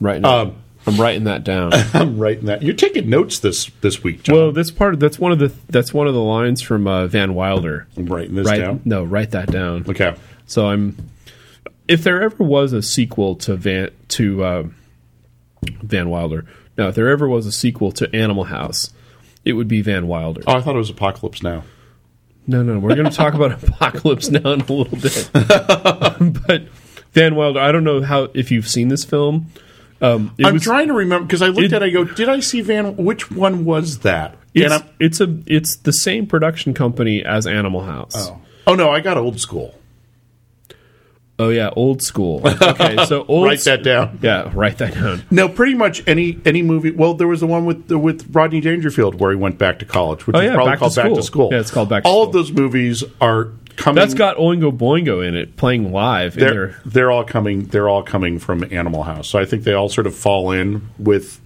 S1: Right now. I'm writing that down.
S2: I'm writing that. You're taking notes this this week, John.
S1: well, that's part of that's one of the that's one of the lines from uh, Van Wilder.
S2: I'm writing this
S1: Right?
S2: down.
S1: No, write that down.
S2: Okay.
S1: So I'm. If there ever was a sequel to Van to uh, Van Wilder, no, if there ever was a sequel to Animal House, it would be Van Wilder.
S2: Oh, I thought it was Apocalypse Now.
S1: No, no, we're going to talk about Apocalypse Now in a little bit, but Van Wilder. I don't know how if you've seen this film. Um, it
S2: I'm
S1: was,
S2: trying to remember because I looked
S1: it-
S2: at. it, I go, did I see Van? Which one was that? And
S1: it's,
S2: I'm,
S1: it's a it's the same production company as Animal House.
S2: oh no, I got old school.
S1: Oh, yeah, old school. Okay, so old.
S2: Write that down.
S1: Yeah, write that down.
S2: No, pretty much any any movie. Well, there was the one with with Rodney Dangerfield where he went back to college, which
S1: Oh,
S2: is
S1: yeah,
S2: probably
S1: Back to
S2: called Back to
S1: School.
S2: School.
S1: Yeah, it's called Back to
S2: all
S1: School.
S2: of those movies are coming.
S1: That's got Oingo Boingo in it playing live. in
S2: they're
S1: there.
S2: they're all coming. They're all coming from Animal House. So I think they all sort of fall in with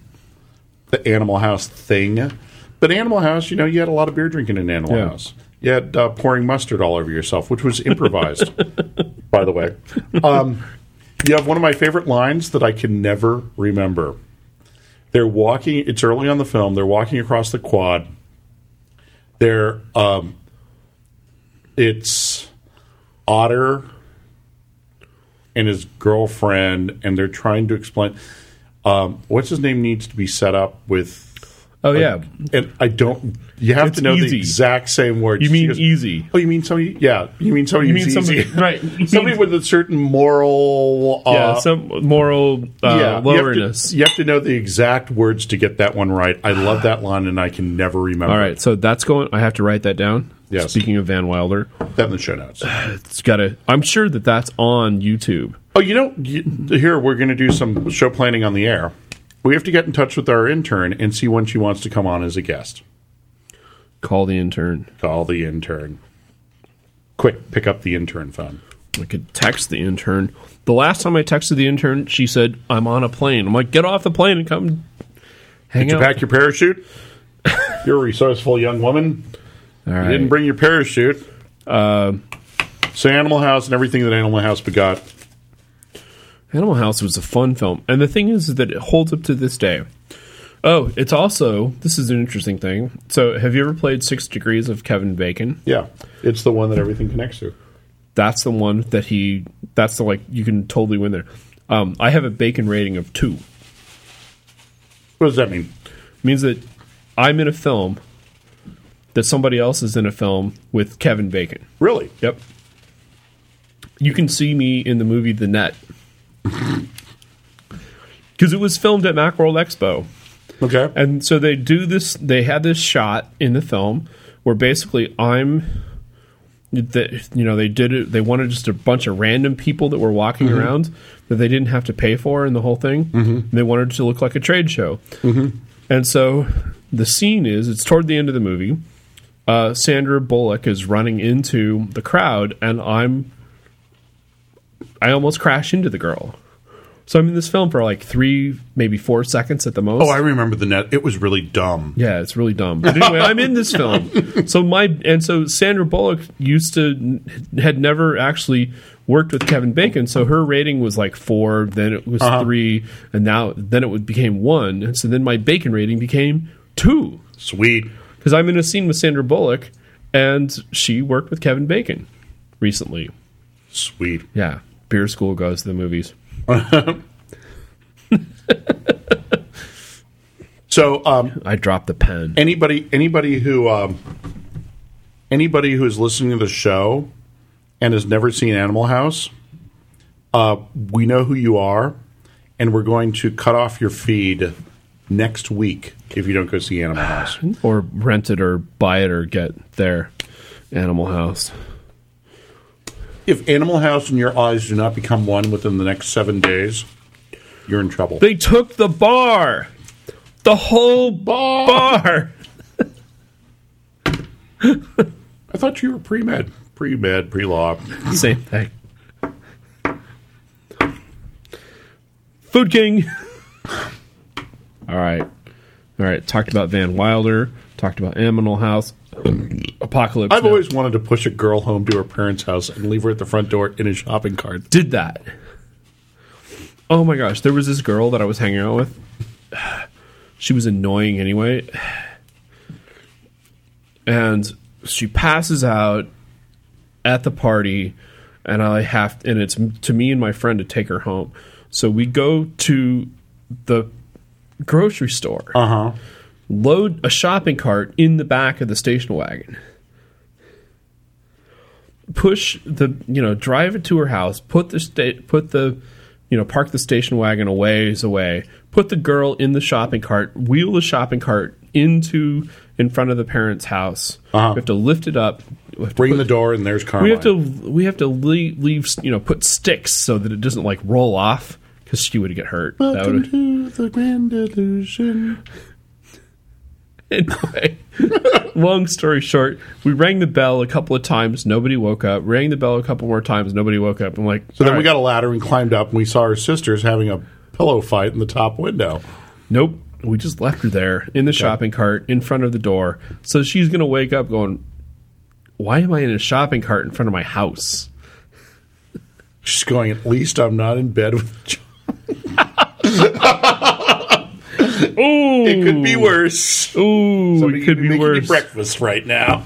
S2: the Animal House thing. But Animal House, you know, you had a lot of beer drinking in Animal
S1: Yeah.
S2: House. You had uh, pouring mustard all over yourself, which was improvised, by the way. Um, you have one of my favorite lines that I can never remember. They're walking. It's early on the film. They're walking across the quad. They're um, it's Otter and his girlfriend, and they're trying to explain um, what's his name needs to be set up with.
S1: Oh yeah,
S2: And I don't. You have
S1: It's
S2: to know the
S1: easy.
S2: exact same words.
S1: you
S2: She
S1: mean
S2: goes,
S1: easy?
S2: Oh, you mean somebody? Yeah, you mean somebody?
S1: You
S2: who's
S1: mean somebody?
S2: easy.
S1: Right. You mean-
S2: somebody with a certain moral. Uh,
S1: yeah, some moral uh,
S2: you have to-
S1: lowerness.
S2: You have, to, know the exact words to get that one right. I love that line, and I can never remember.
S1: All right, so that's going. I have to write that down.
S2: Yes.
S1: Speaking of Van Wilder,
S2: that in the show notes.
S1: it's got to. I'm sure that that's on YouTube.
S2: Oh, you know, you, here we're going to do some show planning on the air. We have to get in touch with our intern and see when she wants to come on as a guest.
S1: Call the intern.
S2: Call the intern. Quick, pick up the intern phone.
S1: I could text the intern. The last time I texted the intern, she said, I'm on a plane. I'm like, get off the plane and come hang
S2: Did you
S1: out.
S2: pack your parachute? You're a resourceful young woman.
S1: All
S2: You didn't
S1: right.
S2: bring your parachute. so Animal House and everything that Animal House begot.
S1: Animal House was a fun film. And the thing is that it holds up to this day. Oh, it's also, this is an interesting thing. So, have you ever played Six Degrees of Kevin Bacon?
S2: Yeah, it's the one that everything connects to.
S1: That's the one that he, that's the like, you can totally win there. Um, I have a Bacon rating of two.
S2: What does that mean?
S1: means that I'm in a film that somebody else is in a film with Kevin Bacon.
S2: Really?
S1: Yep. You can see me in the movie The Net. Because it was filmed at Macworld Expo.
S2: Okay.
S1: And so they do this, they had this shot in the film where basically I'm. That you know they did it. They wanted just a bunch of random people that were walking
S2: Mm-hmm.
S1: around that they didn't have to pay for, and the whole thing. They wanted it to look like a trade show,
S2: Mm-hmm.
S1: and so the scene is it's toward the end of the movie. Uh, Sandra Bullock is running into the crowd, and I'm I almost crash into the girl. So I'm in this film for like three, maybe four seconds at the most.
S2: oh, I remember the net. It was really dumb.
S1: Yeah, it's really dumb. But anyway, I'm in this film. So my and so Sandra Bullock used to had never actually worked with Kevin Bacon, so her rating was like four, then it was three, and now then it would- became one, and so then my Bacon rating became two
S2: Sweet.
S1: because I'm in a scene with Sandra Bullock, and she worked with Kevin Bacon recently.
S2: Sweet.
S1: Yeah, beer school goes to the movies.
S2: So, um,
S1: I dropped the pen.
S2: anybody anybody who um, anybody who is listening to the show and has never seen Animal House, uh, we know who you are, and we're going to cut off your feed next week if you don't go see Animal House.
S1: or rent it or buy it or get their Animal House.
S2: If Animal House and your eyes do not become one within the next seven days, you're in trouble.
S1: They took the bar. The whole bar.
S2: I thought you were pre med, pre med, pre law.
S1: Same thing. Food King. All right. All right. Talked about Van Wilder. Talked about Animal House. Apocalypse.
S2: I've
S1: Now.
S2: always wanted to push a girl home to her parents' house and leave her at the front door in a shopping cart.
S1: did that. Oh my gosh, there was this girl that I was hanging out with. She was annoying anyway. And she passes out at the party and I have and it's to me and my friend to take her home. So we go to the grocery store.
S2: Uh huh.
S1: Load a shopping cart in the back of the station wagon. Push the you know drive it to her house. Put the sta- put the you know park the station wagon a ways away. Put the girl in the shopping cart. Wheel the shopping cart into in front of the parents' house.
S2: Uh-huh.
S1: We have to lift it up. We have to
S2: Ring
S1: put-
S2: the door and there's Carmine.
S1: we have to we have to leave, leave you know put sticks so that it doesn't like roll off because she would get hurt. That
S2: Welcome
S1: would
S2: to the grand illusion.
S1: Anyway, long story short, we rang the bell a couple of times. Nobody woke up. Rang the bell a couple more times. Nobody woke up. I'm like,
S2: So then we got a ladder and climbed up and we saw our sisters having a pillow fight in the top window.
S1: nope. We just left her there in the shopping cart in front of the door. So she's gonna wake up going, why am I in a shopping cart in front of my house?
S2: She's going, at least I'm not in bed with John.
S1: Ooh,
S2: It could be worse.
S1: ooh,
S2: Somebody
S1: it could be
S2: making me
S1: worse.
S2: breakfast right now.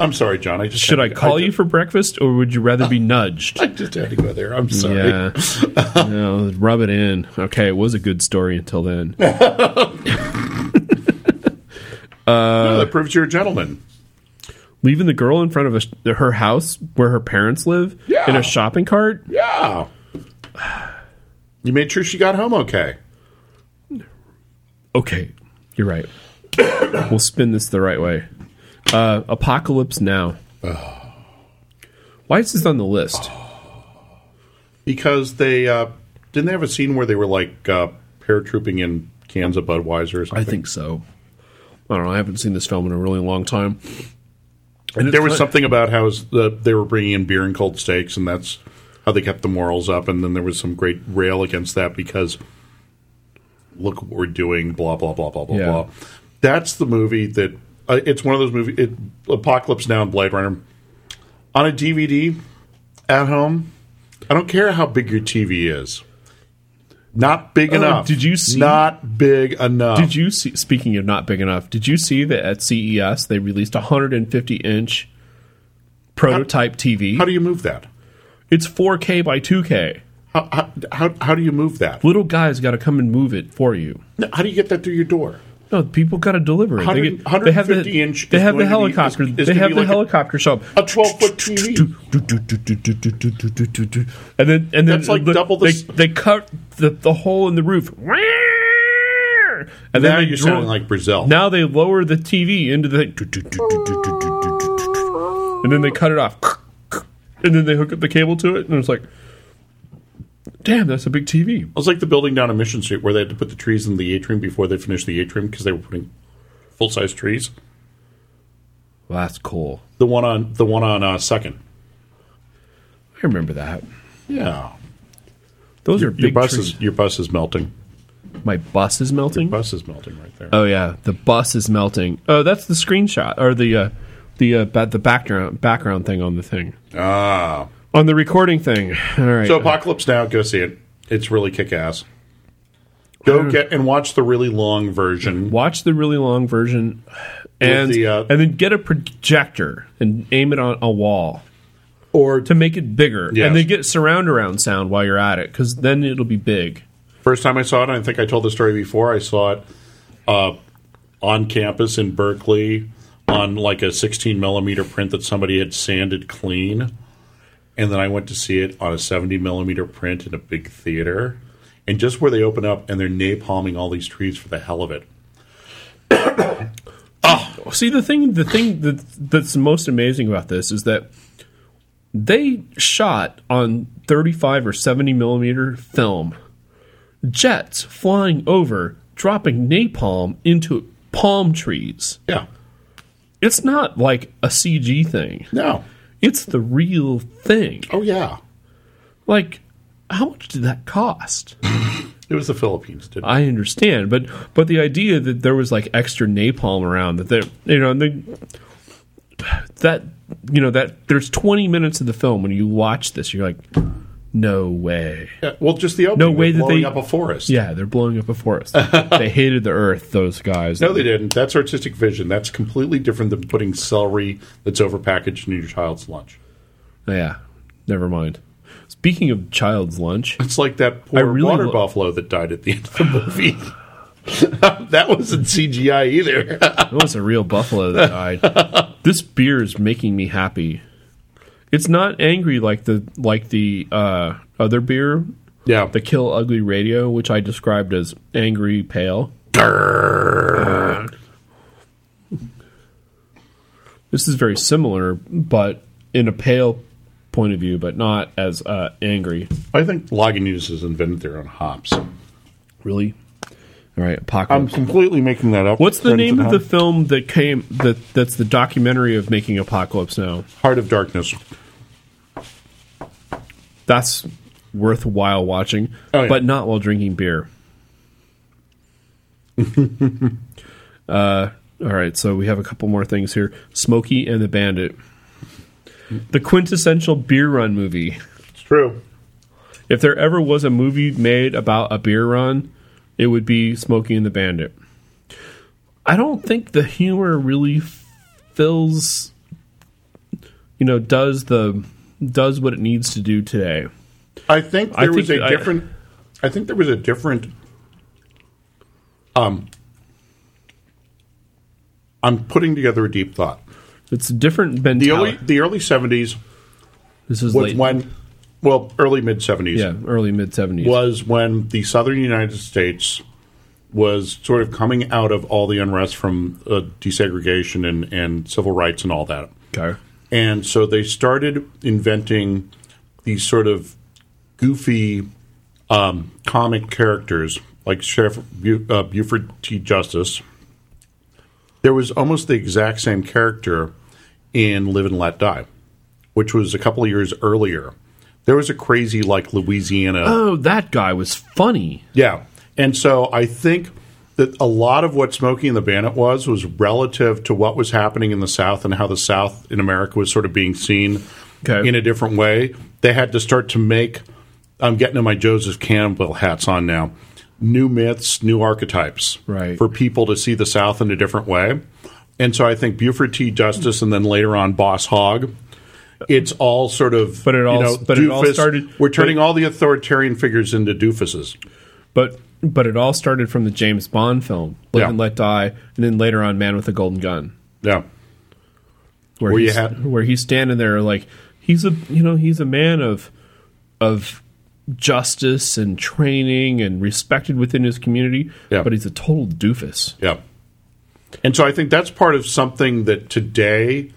S2: I'm sorry, John. I just
S1: Should I
S2: had to-
S1: call you for breakfast, or would you rather be nudged?
S2: I just had to go there. I'm sorry.
S1: Yeah. No, rub it in. Okay, it was a good story until then.
S2: No, that proves you're a gentleman.
S1: leaving the girl in front of a, sh- her house where her parents live
S2: Yeah.
S1: in a shopping cart
S2: Yeah. You made sure she got home okay.
S1: okay you're right we'll spin this the right way uh, apocalypse now why is this on the list
S2: Because they uh, didn't they have a scene where they were like uh, paratrooping in cans of Budweiser or something.
S1: i think so i don't know i haven't seen this film in a really long time And it's
S2: there was
S1: fun.
S2: something about how s- the, they were bringing in beer and cold steaks, and that's how they kept the morals up. And then there was some great rail against that because look what we're doing, blah blah blah blah blah
S1: Yeah.
S2: blah. That's the movie that uh, it's one of those movies. It, Apocalypse Now and Blade Runner on a DVD at home. I don't care how big your TV is. Not big enough.
S1: Oh, did you see-
S2: Not big enough.
S1: Did you see? Speaking of not big enough, did you see that at CES they released a 150 inch prototype TV?
S2: how do you move that?
S1: it's 4K by 2K.
S2: How, how, how, how do you move that?
S1: Little guys got to come and move it for you.
S2: No, How do you get that through your door?
S1: No, people got to deliver it. They,
S2: 100
S1: get, they have the
S2: 150 inch
S1: They
S2: is
S1: have the
S2: going to be- is-
S1: helicopter.
S2: is
S1: they
S2: to
S1: have
S2: be
S1: the
S2: like a-
S1: helicopter shop.
S2: A 12 foot TV.
S1: And then and then
S2: That's like
S1: the-
S2: double the
S1: they,
S2: s-
S1: they cut the, the hole in the roof. And
S2: Now
S1: then they
S2: you're
S1: draw-
S2: sounding like Brazil.
S1: Now they lower the TV into the and then they cut it off. And then they hook up the cable to it and it's like Damn, that's a big TV.
S2: It was like the building down on Mission Street where they had to put the trees in the atrium before they finished the atrium because they were putting full size trees.
S1: Well, that's cool.
S2: The one on the one on uh, Second.
S1: I remember that.
S2: Yeah,
S1: Those are
S2: your
S1: big
S2: bus
S1: trees.
S2: is your bus is melting.
S1: My bus is melting.
S2: Bus is melting right there.
S1: Oh yeah, the bus is melting. Oh, that's the screenshot or the uh, the uh, ba- the background background thing on the thing
S2: ah,
S1: on the recording thing. All right.
S2: so Apocalypse Now, go see it. It's really kick ass. Go get and watch the really long version.
S1: watch the really long version, and
S2: the, uh,
S1: and then get a projector and aim it on a wall
S2: Or
S1: to make it bigger,
S2: Yes.
S1: and then get surround around sound while you're at it because then it'll be big.
S2: First time I saw it, I think I told the story before. I saw it uh, on campus in Berkeley on like a 16 millimeter print that somebody had sanded clean, and then I went to see it on a 70 millimeter print in a big theater, and just where they open up and they're napalming all these trees for the hell of it.
S1: See the thing the thing that that's most amazing about this is that they shot on 35 or 70 millimeter film jets flying over dropping napalm into palm trees.
S2: Yeah,
S1: It's not like a CG thing.
S2: no,
S1: It's the real thing.
S2: oh yeah,
S1: Like how much did that cost?
S2: it was the Philippines, didn't
S1: I understand, but but the idea that there was like extra napalm around that they you know and they, that you know that there's 20 minutes of the film when you watch this you're like no way
S2: it? Yeah, well, just the opening,
S1: way
S2: they're
S1: that
S2: blowing
S1: they-
S2: up a forest.
S1: yeah they're blowing up a forest they hated the earth those guys
S2: No, they didn't. That's artistic vision. That's completely different than putting celery that's overpackaged in your child's lunch.
S1: yeah never mind speaking of child's lunch
S2: It's like that poor
S1: really
S2: water
S1: lo-
S2: buffalo that died at the end of the movie. that wasn't CGI either.
S1: That was a real buffalo that died. this beer is making me happy. It's not angry like the like the uh, other beer,
S2: Yeah.
S1: the Kill Ugly Radio, which I described as angry pale. This is very similar, but in a pale point of view, but not as uh, angry.
S2: I think Lagunitas has invented their own hops.
S1: Really. All right,
S2: I'm
S1: apocalypse.
S2: completely making that up.
S1: What's the
S2: Friends
S1: name
S2: at
S1: of the
S2: home.
S1: film that came that that's the documentary of making apocalypse now?
S2: Heart of Darkness?
S1: that's worthwhile watching,
S2: Oh, yeah.
S1: but not while drinking beer. uh, all right, so we have a couple more things here Smokey and the Bandit. The quintessential beer run movie.
S2: It's true.
S1: If there ever was a movie made about a beer run, it would be Smokey and the Bandit. I don't think the humor really f- fills, you know, does the does what it needs to do today.
S2: I think there
S1: I
S2: was
S1: think
S2: a
S1: I-
S2: different. I think there was a different. Um, I'm putting together a deep thought.
S1: It's a different
S2: The
S1: mentality.
S2: early the early 70s
S1: this is
S2: was
S1: late,
S2: when, well, early mid 70s.
S1: yeah, early mid seventies.
S2: was when the southern United States was sort of coming out of all the unrest from uh, desegregation and, and civil rights and all that.
S1: Okay.
S2: And so they started inventing these sort of goofy um, comic characters like Sheriff Bu- uh, Buford T. Justice. There was almost the exact same character in Live and Let Die, which was a couple of years earlier. There was a crazy like Louisiana
S1: Oh, that guy was funny.
S2: yeah. And so I think that a lot of what Smoking and the Bandit was was relative to what was happening in the South and how the South in America was sort of being seen
S1: Okay.
S2: in a different way. They had to start to make I'm getting to my Joseph Campbell hats on now. New myths, new archetypes
S1: Right.
S2: for people to see the South in a different way. And so I think Buford T. Justice and then later on Boss Hogg. It's all sort of,
S1: But it all-
S2: you know,
S1: but it all
S2: doofus.
S1: started-
S2: We're turning all the authoritarian figures into doofuses.
S1: But but it all started from the James Bond film, Live
S2: Yeah.
S1: and Let Die, and then later on Man with a Golden Gun.
S2: Yeah.
S1: Where,
S2: Where you
S1: he's,
S2: had-
S1: where he's standing there like he's a you know, he's a man of of justice and training and respected within his community.
S2: Yeah.
S1: But he's a total doofus.
S2: Yeah. And so I think that's part of something that today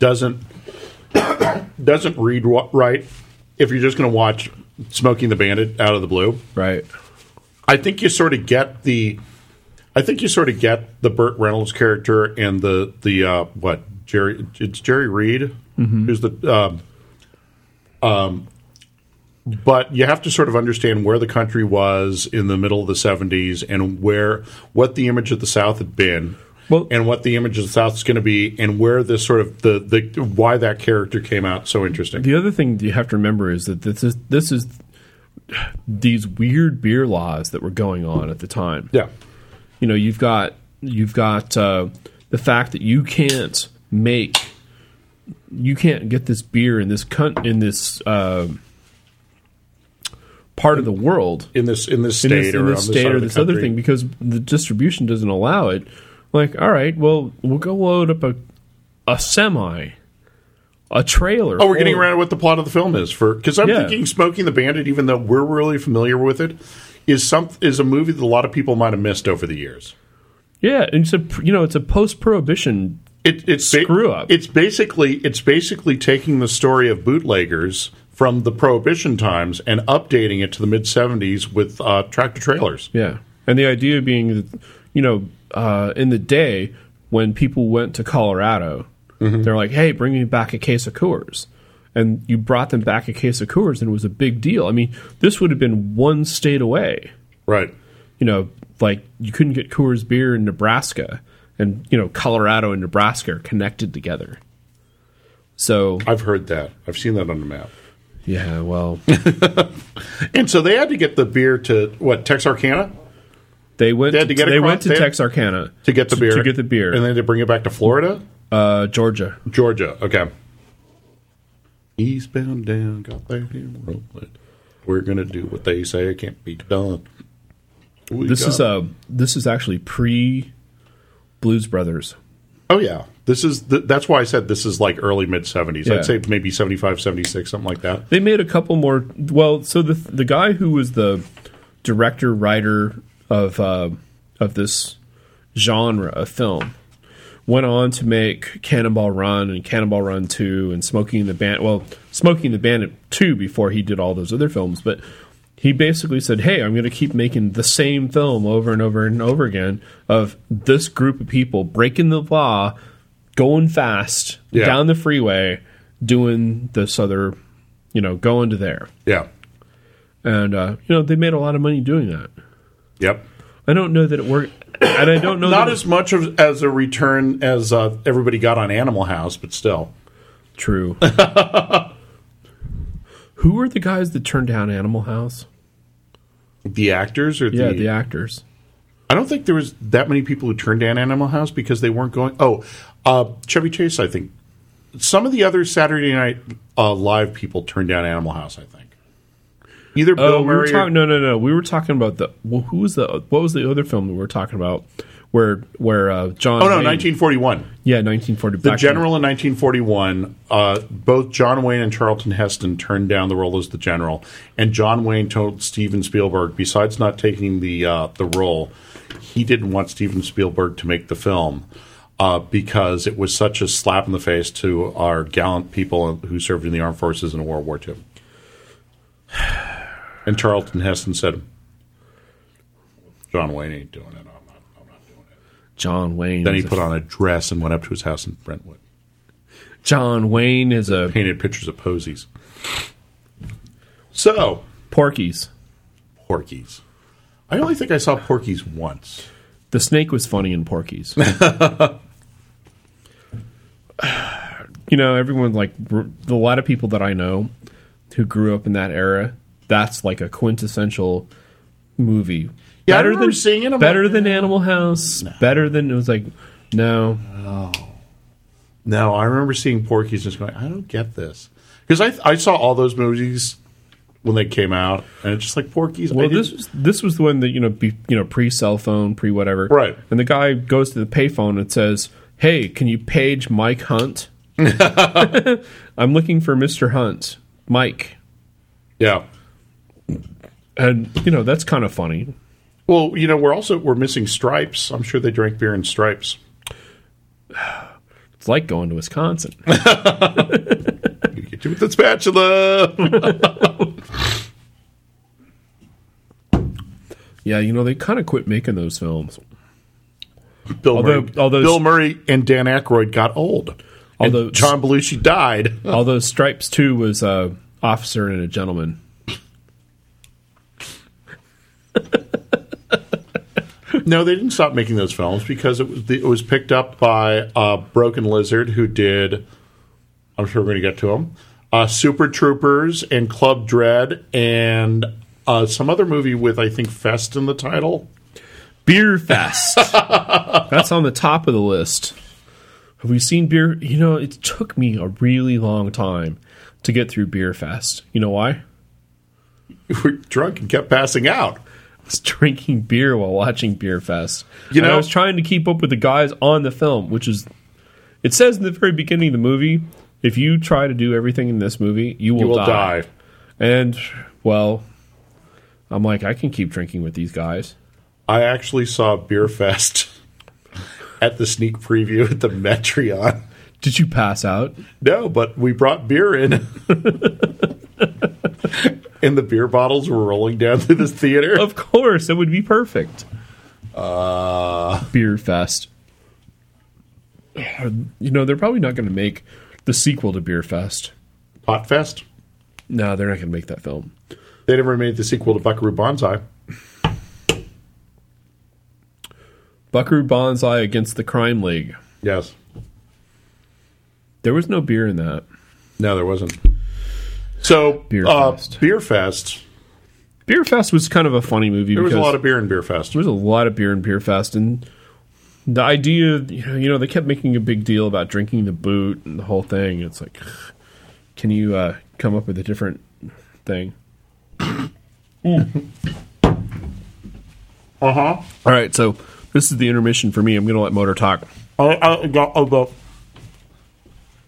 S2: doesn't doesn't read wa- right if you're just going to watch Smoking the Bandit out of the blue.
S1: Right.
S2: I think you sort of get the I think you sort of get the Burt Reynolds character and the the uh, what Jerry it's Jerry Reed
S1: Mm-hmm.
S2: who's the um, um, but you have to sort of understand where the country was in the middle of the 70s and where what the image of the South had been
S1: Well-
S2: and what the image of the South is going to be and where this sort of the, the why that character came out so interesting
S1: The other thing you have to remember is that this is this is these weird beer laws that were going on at the time.
S2: yeah
S1: You know, you've got you've got uh, the fact that you can't make you can't get this beer in this cunt in this um part of the world
S2: in this in this
S1: in
S2: state
S1: this, in
S2: or
S1: this
S2: on
S1: state
S2: side
S1: or
S2: of the
S1: this other
S2: country.
S1: thing because the distribution doesn't allow it. Like, all right, well, we'll go load up a a semi, a trailer.
S2: Oh, we're getting
S1: full-
S2: around to what the plot of the film is for because I'm
S1: Yeah.
S2: thinking Smoking the Bandit, even though we're really familiar with it, is some is a movie that a lot of people might have missed over the years.
S1: Yeah, and it's a you know it's a post prohibition.
S2: It, it's ba-
S1: Screw up.
S2: It's basically it's basically taking the story of bootleggers from the Prohibition times and updating it to the mid '70s with uh, tractor trailers.
S1: Yeah, and the idea being that you know uh, in the day when people went to Colorado, they're like, hey, bring me back a case of Coors. And you brought them back a case of Coors, and it was a big deal. I mean, this would have been one state away.
S2: Right.
S1: You know, like you couldn't get Coors beer in Nebraska, and you know, Colorado and Nebraska are connected together. So
S2: I've heard that. I've seen that on the map.
S1: yeah, well,
S2: And so they had to get the beer to what Texarkana
S1: they went.
S2: They had
S1: to,
S2: to get
S1: they
S2: across-
S1: went to
S2: they had-
S1: Texarkana
S2: to get the beer
S1: to get the beer,
S2: and then to bring it back to Florida.
S1: uh, Georgia.
S2: Georgia. Okay. Eastbound down, got there and rolling. We're gonna do what they say it can't be done. We
S1: This
S2: got-
S1: is a this is actually pre Blues Brothers.
S2: oh yeah. This is th- that's why I said this is like early mid seventies.
S1: Yeah.
S2: I'd say maybe 75, 76, something like that.
S1: They made a couple more. Well, so the the guy who was the director writer of uh, of this genre of film went on to make Cannonball Run and Cannonball Run Two and Smoking the Bandit. Well, Smoking the Bandit Two before he did all those other films, but he basically said, "Hey, I'm going to keep making the same film over and over and over again of this group of people breaking the law, going fast
S2: Yeah.
S1: down the freeway, doing this other, you know, going to there."
S2: Yeah.
S1: And uh, you know, they made a lot of money doing that.
S2: Yep.
S1: I don't know that it worked, and I don't know
S2: Not
S1: that it-
S2: as much of, as a return as uh, everybody got on Animal House, but still.
S1: True. Who were the guys that turned down Animal House?
S2: The actors or
S1: Yeah, the actors.
S2: I don't think there was that many people who turned down Animal House because they weren't going. Oh, uh, Chevy Chase, I think. Some of the other Saturday Night uh, Live people turned down Animal House. I think either Bill
S1: Oh, we were
S2: Murray.
S1: talking. No,
S2: or,
S1: no, no. We were talking about the well, who was the what was the other film that we were talking about where where uh, John.
S2: oh no,
S1: Wayne-
S2: 1941.
S1: Yeah, nineteen forty.
S2: The General in 1941. Uh, both John Wayne and Charlton Heston turned down the role as the General, and John Wayne told Steven Spielberg, besides not taking the uh, the role, he didn't want Steven Spielberg to make the film. uh, because it was such a slap in the face to our gallant people who served in the armed forces in World War II. And Charlton Heston said, John Wayne ain't doing it. I'm not, I'm not doing it.
S1: John Wayne.
S2: Then he
S1: was a-
S2: put on a dress and went up to his house in Brentwood.
S1: John Wayne is a
S2: Painted pictures of posies. So,
S1: Porky's.
S2: Porkies. I only think I saw Porkies once.
S1: The snake was funny in Porky's. you know, everyone like r- a lot of people that I know who grew up in that era. That's like a quintessential movie.
S2: Yeah, I remember seeing it, I'm
S1: better
S2: like, "Eh."
S1: than Animal House. Better than it was like no.
S2: No, I remember seeing Porky's and just going, I don't get this. Because I, I saw all those movies when they came out, and it's just like Porky's.
S1: Well,
S2: I
S1: this
S2: didn't-
S1: was this was the one that you know be, you know pre cell phone pre whatever
S2: Right.
S1: and the guy goes to the payphone and says hey can you page Mike Hunt I'm looking for Mister Hunt Mike
S2: yeah.
S1: and you know that's kind of funny
S2: Well, you know, we're also we're missing stripes. I'm sure they drank beer in stripes.
S1: it's like going to Wisconsin
S2: Gonna get you with the spatula.
S1: yeah you know they kind of quit making those films
S2: Bill,
S1: Although-
S2: Murray,
S1: although-
S2: Bill Murray and Dan Aykroyd got old. And
S1: Although-
S2: John Belushi died.
S1: although Stripes Two was a officer and a gentleman
S2: No, they didn't stop making those films because it was it was picked up by uh, Broken Lizard, who did. I'm sure we're going to get to them. Uh, Super Troopers and Club Dread and uh, some other movie with I think Fest in the title.
S1: Beer Fest. That's on the top of the list. Have we seen beer? You know, it took me a really long time to get through Beer Fest. You know why?
S2: We were drunk and kept passing out.
S1: I was drinking beer while watching Beer Fest.
S2: You
S1: And I
S2: know-
S1: was trying to keep up with the guys on the film, which is. It says in the very beginning of the movie if you try to do everything in this movie, you will,
S2: You will
S1: die.
S2: die.
S1: And, well, I'm like, I can keep drinking with these guys.
S2: I actually saw Beer Fest at the sneak preview at the Metreon.
S1: Did you pass out?
S2: No, but we brought beer in. and the beer bottles were rolling down through the theater.
S1: Of course, it would be perfect. Uh, Beer Fest. You know, they're probably not going to make the sequel to Beer Fest.
S2: Pot Fest.
S1: No, they're not going to make that film.
S2: They never made the sequel to Buckaroo Banzai.
S1: Buckaroo Banzai against the Crime League.
S2: Yes.
S1: There was no beer in that.
S2: No, there wasn't. So
S1: Beer
S2: uh,
S1: Fest.
S2: Beer Fest.
S1: Beer Fest was kind of a funny movie.
S2: There was a
S1: because
S2: lot of beer in Beer Fest.
S1: there was a lot of beer in Beer Fest, and the idea, you know, you know, they kept making a big deal about drinking the boot and the whole thing. It's like, can you uh, come up with a different thing?
S2: Uh huh.
S1: All right, so this is the intermission for me. I'm going to let Motor talk.
S2: I, I got about.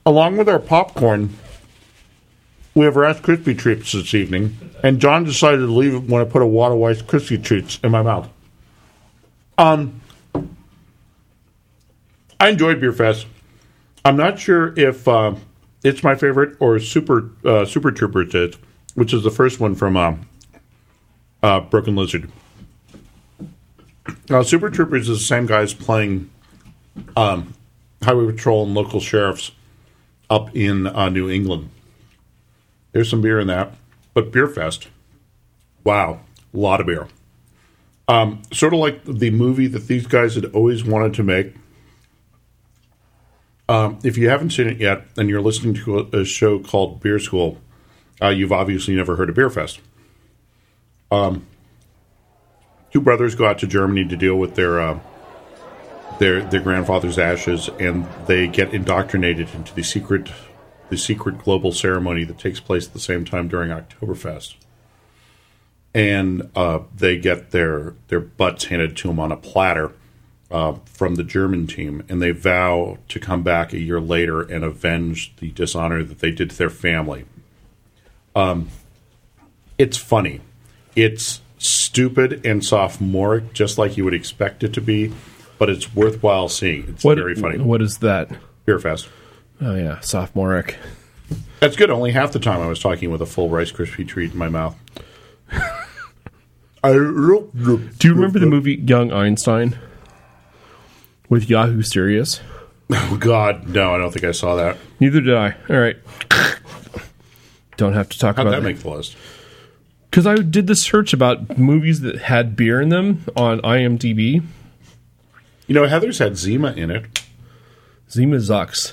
S2: Along with our popcorn, we have Rice Krispie treats this evening, and John decided to leave when I put a wad of Rice Krispie treats in my mouth. Um, I enjoyed Beer Fest. I'm not sure if uh, it's my favorite or Super uh, Super Troopers is, which is the first one from uh, uh, Broken Lizard. Now, Super Troopers is the same guys playing highway patrol and local sheriffs up in uh, New England. There's some beer in that, but Beer Fest, wow, a lot of beer. Um, sort of like the movie that these guys had always wanted to make. Um, if you haven't seen it yet, and you're listening to a, a show called Beer School, uh, you've obviously never heard of Beer Fest. Um, two brothers go out to Germany to deal with their uh, their their grandfather's ashes, and they get indoctrinated into the secret the secret global ceremony that takes place at the same time during Oktoberfest. And uh, they get their their butts handed to them on a platter uh, from the German team, and they vow to come back a year later and avenge the dishonor that they did to their family. Um, it's funny, it's stupid and sophomoric, just like you would expect it to be, but it's worthwhile seeing. It's very funny.
S1: What is that?
S2: Beer fest.
S1: Oh yeah, sophomoric.
S2: That's good. Only half the time I was talking with a full Rice Krispie treat in my mouth. I
S1: Do you remember the movie Young Einstein with Yahoo Serious?
S2: Oh God, no! I don't think I saw that.
S1: Neither did I. All right. Don't have to talk
S2: How'd
S1: about
S2: that make the list?
S1: Because I did the search about movies that had beer in them on IMDb.
S2: You know, Heather's had Zima in it.
S1: Zima Zucks.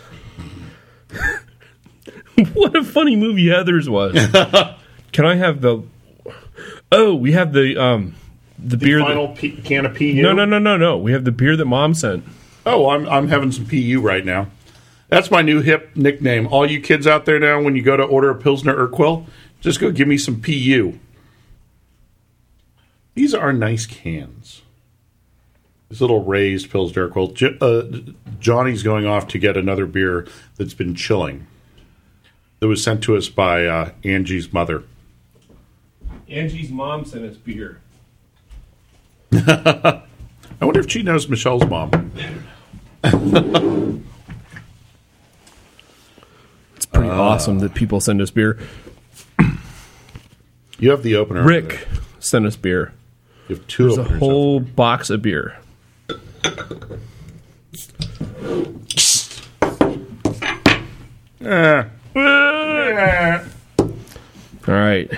S1: what a funny movie Heather's was. Can I have the? Oh, we have the um the, beer.
S2: Final P- can of PU.
S1: that, no, no, no, no, no. We have the beer that Mom sent.
S2: Oh, I'm I'm having some PU right now. That's my new hip nickname. All you kids out there now, when you go to order a Pilsner Urquell, just go give me some PU. These are nice cans. These little raised Pilsner Urquell. Jo- uh, Johnny's going off to get another beer that's been chilling. That was sent to us by uh, Angie's mother.
S1: Angie's mom sent us beer.
S2: I wonder if she knows Michelle's mom.
S1: It's pretty awesome that people send us beer.
S2: You have the opener. over there.
S1: Rick sent us beer.
S2: You have two
S1: There's a
S2: openers.
S1: whole box of beer. All right.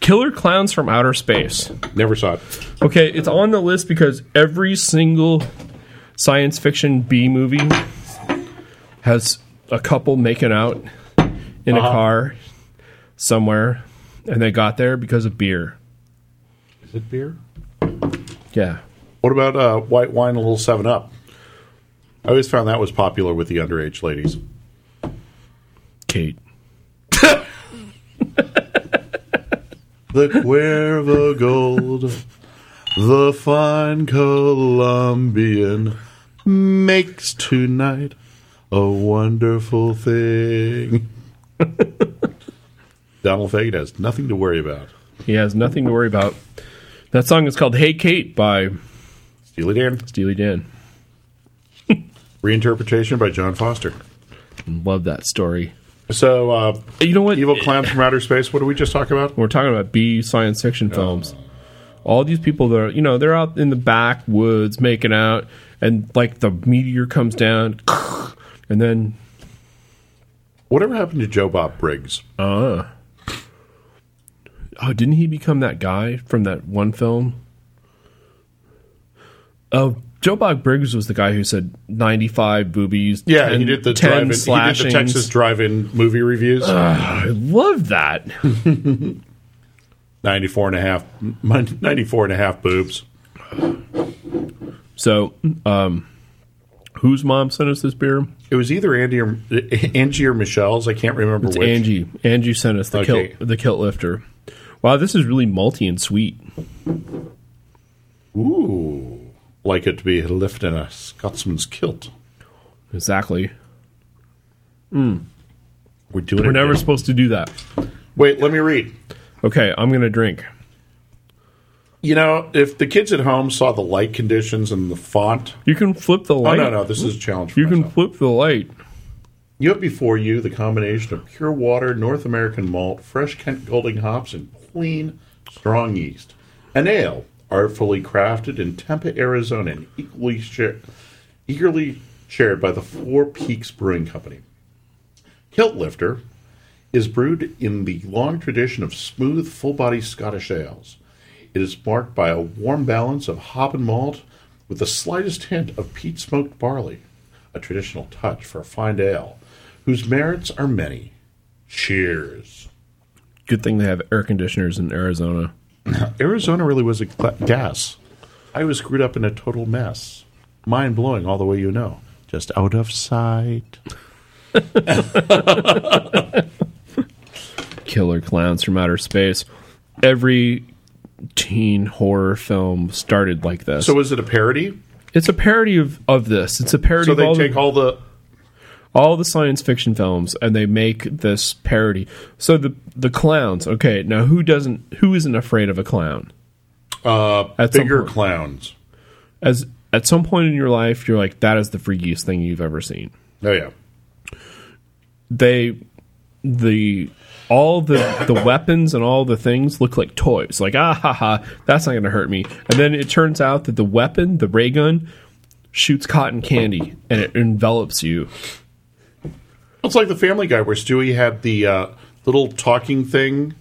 S1: Killer Clowns from Outer Space.
S2: Never saw it.
S1: Okay, it's on the list because every single science fiction B movie has a couple making out in a car somewhere, and they got there because of beer.
S2: Is it beer?
S1: Yeah.
S2: What about uh, white wine, a little Seven Up? I always found that was popular with the underage ladies.
S1: Kate.
S2: The Cuervo Gold, the fine Colombian, makes tonight a wonderful thing. Donald Fagan has nothing to worry about.
S1: He has nothing to worry about. That song is called Hey Kate by
S2: Steely Dan,
S1: Steely Dan.
S2: reinterpretation by John Foster.
S1: Love that story.
S2: So, uh,
S1: You know what?
S2: Evil Clowns from Outer Space, what did we just talk about?
S1: We're talking about B science fiction films. All these people that are, you know, they're out in the backwoods making out, and like the meteor comes down, and then
S2: Whatever happened to Joe Bob Briggs?
S1: Uh, oh, didn't he become that guy from that one film? Oh, Joe Bob Briggs was the guy who said ninety-five boobies.
S2: Yeah,
S1: 10
S2: he did the
S1: 10
S2: drive-in. He did the
S1: slashings. Uh.
S2: Texas drive-in movie reviews.
S1: I love that.
S2: 94 and a half, 94 and a half boobs.
S1: So, um, whose mom sent us this beer?
S2: It was either Andy or Angie or Michelle's. I can't remember
S1: It's
S2: which.
S1: Angie. Angie sent us the
S2: Okay.
S1: kilt, the kilt lifter. Wow, this is really malty and sweet.
S2: Ooh, like it to be left in a Scotsman's kilt.
S1: Exactly.
S2: We're doing
S1: We're
S2: it.
S1: never
S2: again.
S1: supposed to do that.
S2: Wait, let me read.
S1: Okay, I'm gonna drink.
S2: You know, if the kids at home saw the light conditions and the font.
S1: You can flip the
S2: Oh
S1: light.
S2: no, no, this is a challenge. For
S1: You can
S2: myself.
S1: flip the light.
S2: You have before you the combination of pure water, North American malt, fresh Kent Golding hops, and clean, strong yeast. An ale artfully crafted in Tempe, Arizona, and equally share, eagerly shared by the Four Peaks Brewing Company. Kilt Lifter is brewed in the long tradition of smooth, full bodied Scottish ales. It is marked by a warm balance of hop and malt with the slightest hint of peat smoked barley, a traditional touch for a fine ale, whose merits are many. Cheers.
S1: Good thing they have air conditioners in Arizona.
S2: Arizona really was a cla- gas. I was screwed up in a total mess. Mind blowing all the way you know. Just out of sight.
S1: Killer clowns from outer space. Every teen horror film started like this.
S2: So, is it a parody?
S1: it's a parody of, of this. It's a parody
S2: So,
S1: of all
S2: they
S1: the-
S2: take all the.
S1: all the science fiction films and they make this parody. So the the clowns, okay, now who doesn't who isn't afraid of a clown?
S2: Uh,
S1: At some
S2: bigger
S1: point.
S2: clowns.
S1: As at some point in your life you're like, that is the freakiest thing you've ever seen.
S2: Oh, yeah.
S1: They the all the the weapons and all the things look like toys. Like, ah ha ha, that's not gonna hurt me. And then it turns out that the weapon, the ray gun, shoots cotton candy and it envelops you.
S2: It's like the Family Guy where Stewie had the uh, little talking thing.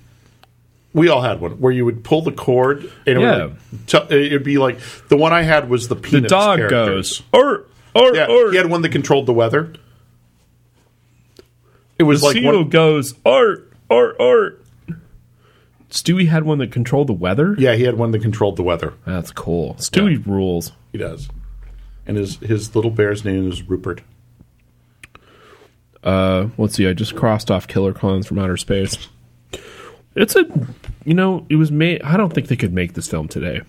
S2: We all had one where you would pull the cord and
S1: Yeah.
S2: it would tell- it'd be like the one I had was the
S1: The
S2: peanuts.
S1: dog
S2: characters.
S1: goes or or
S2: Yeah,
S1: or.
S2: he had one that controlled the weather. It was
S1: the
S2: like
S1: seal
S2: one,
S1: goes art art art. Stewie had one that controlled the weather.
S2: yeah, he had one that controlled the weather.
S1: That's cool. Stewie rules.
S2: He does, and his his little bear's name is Rupert.
S1: Uh, let's see, I just crossed off Killer Clowns from Outer Space. It's a, you know, it was made. I don't think they could make this film today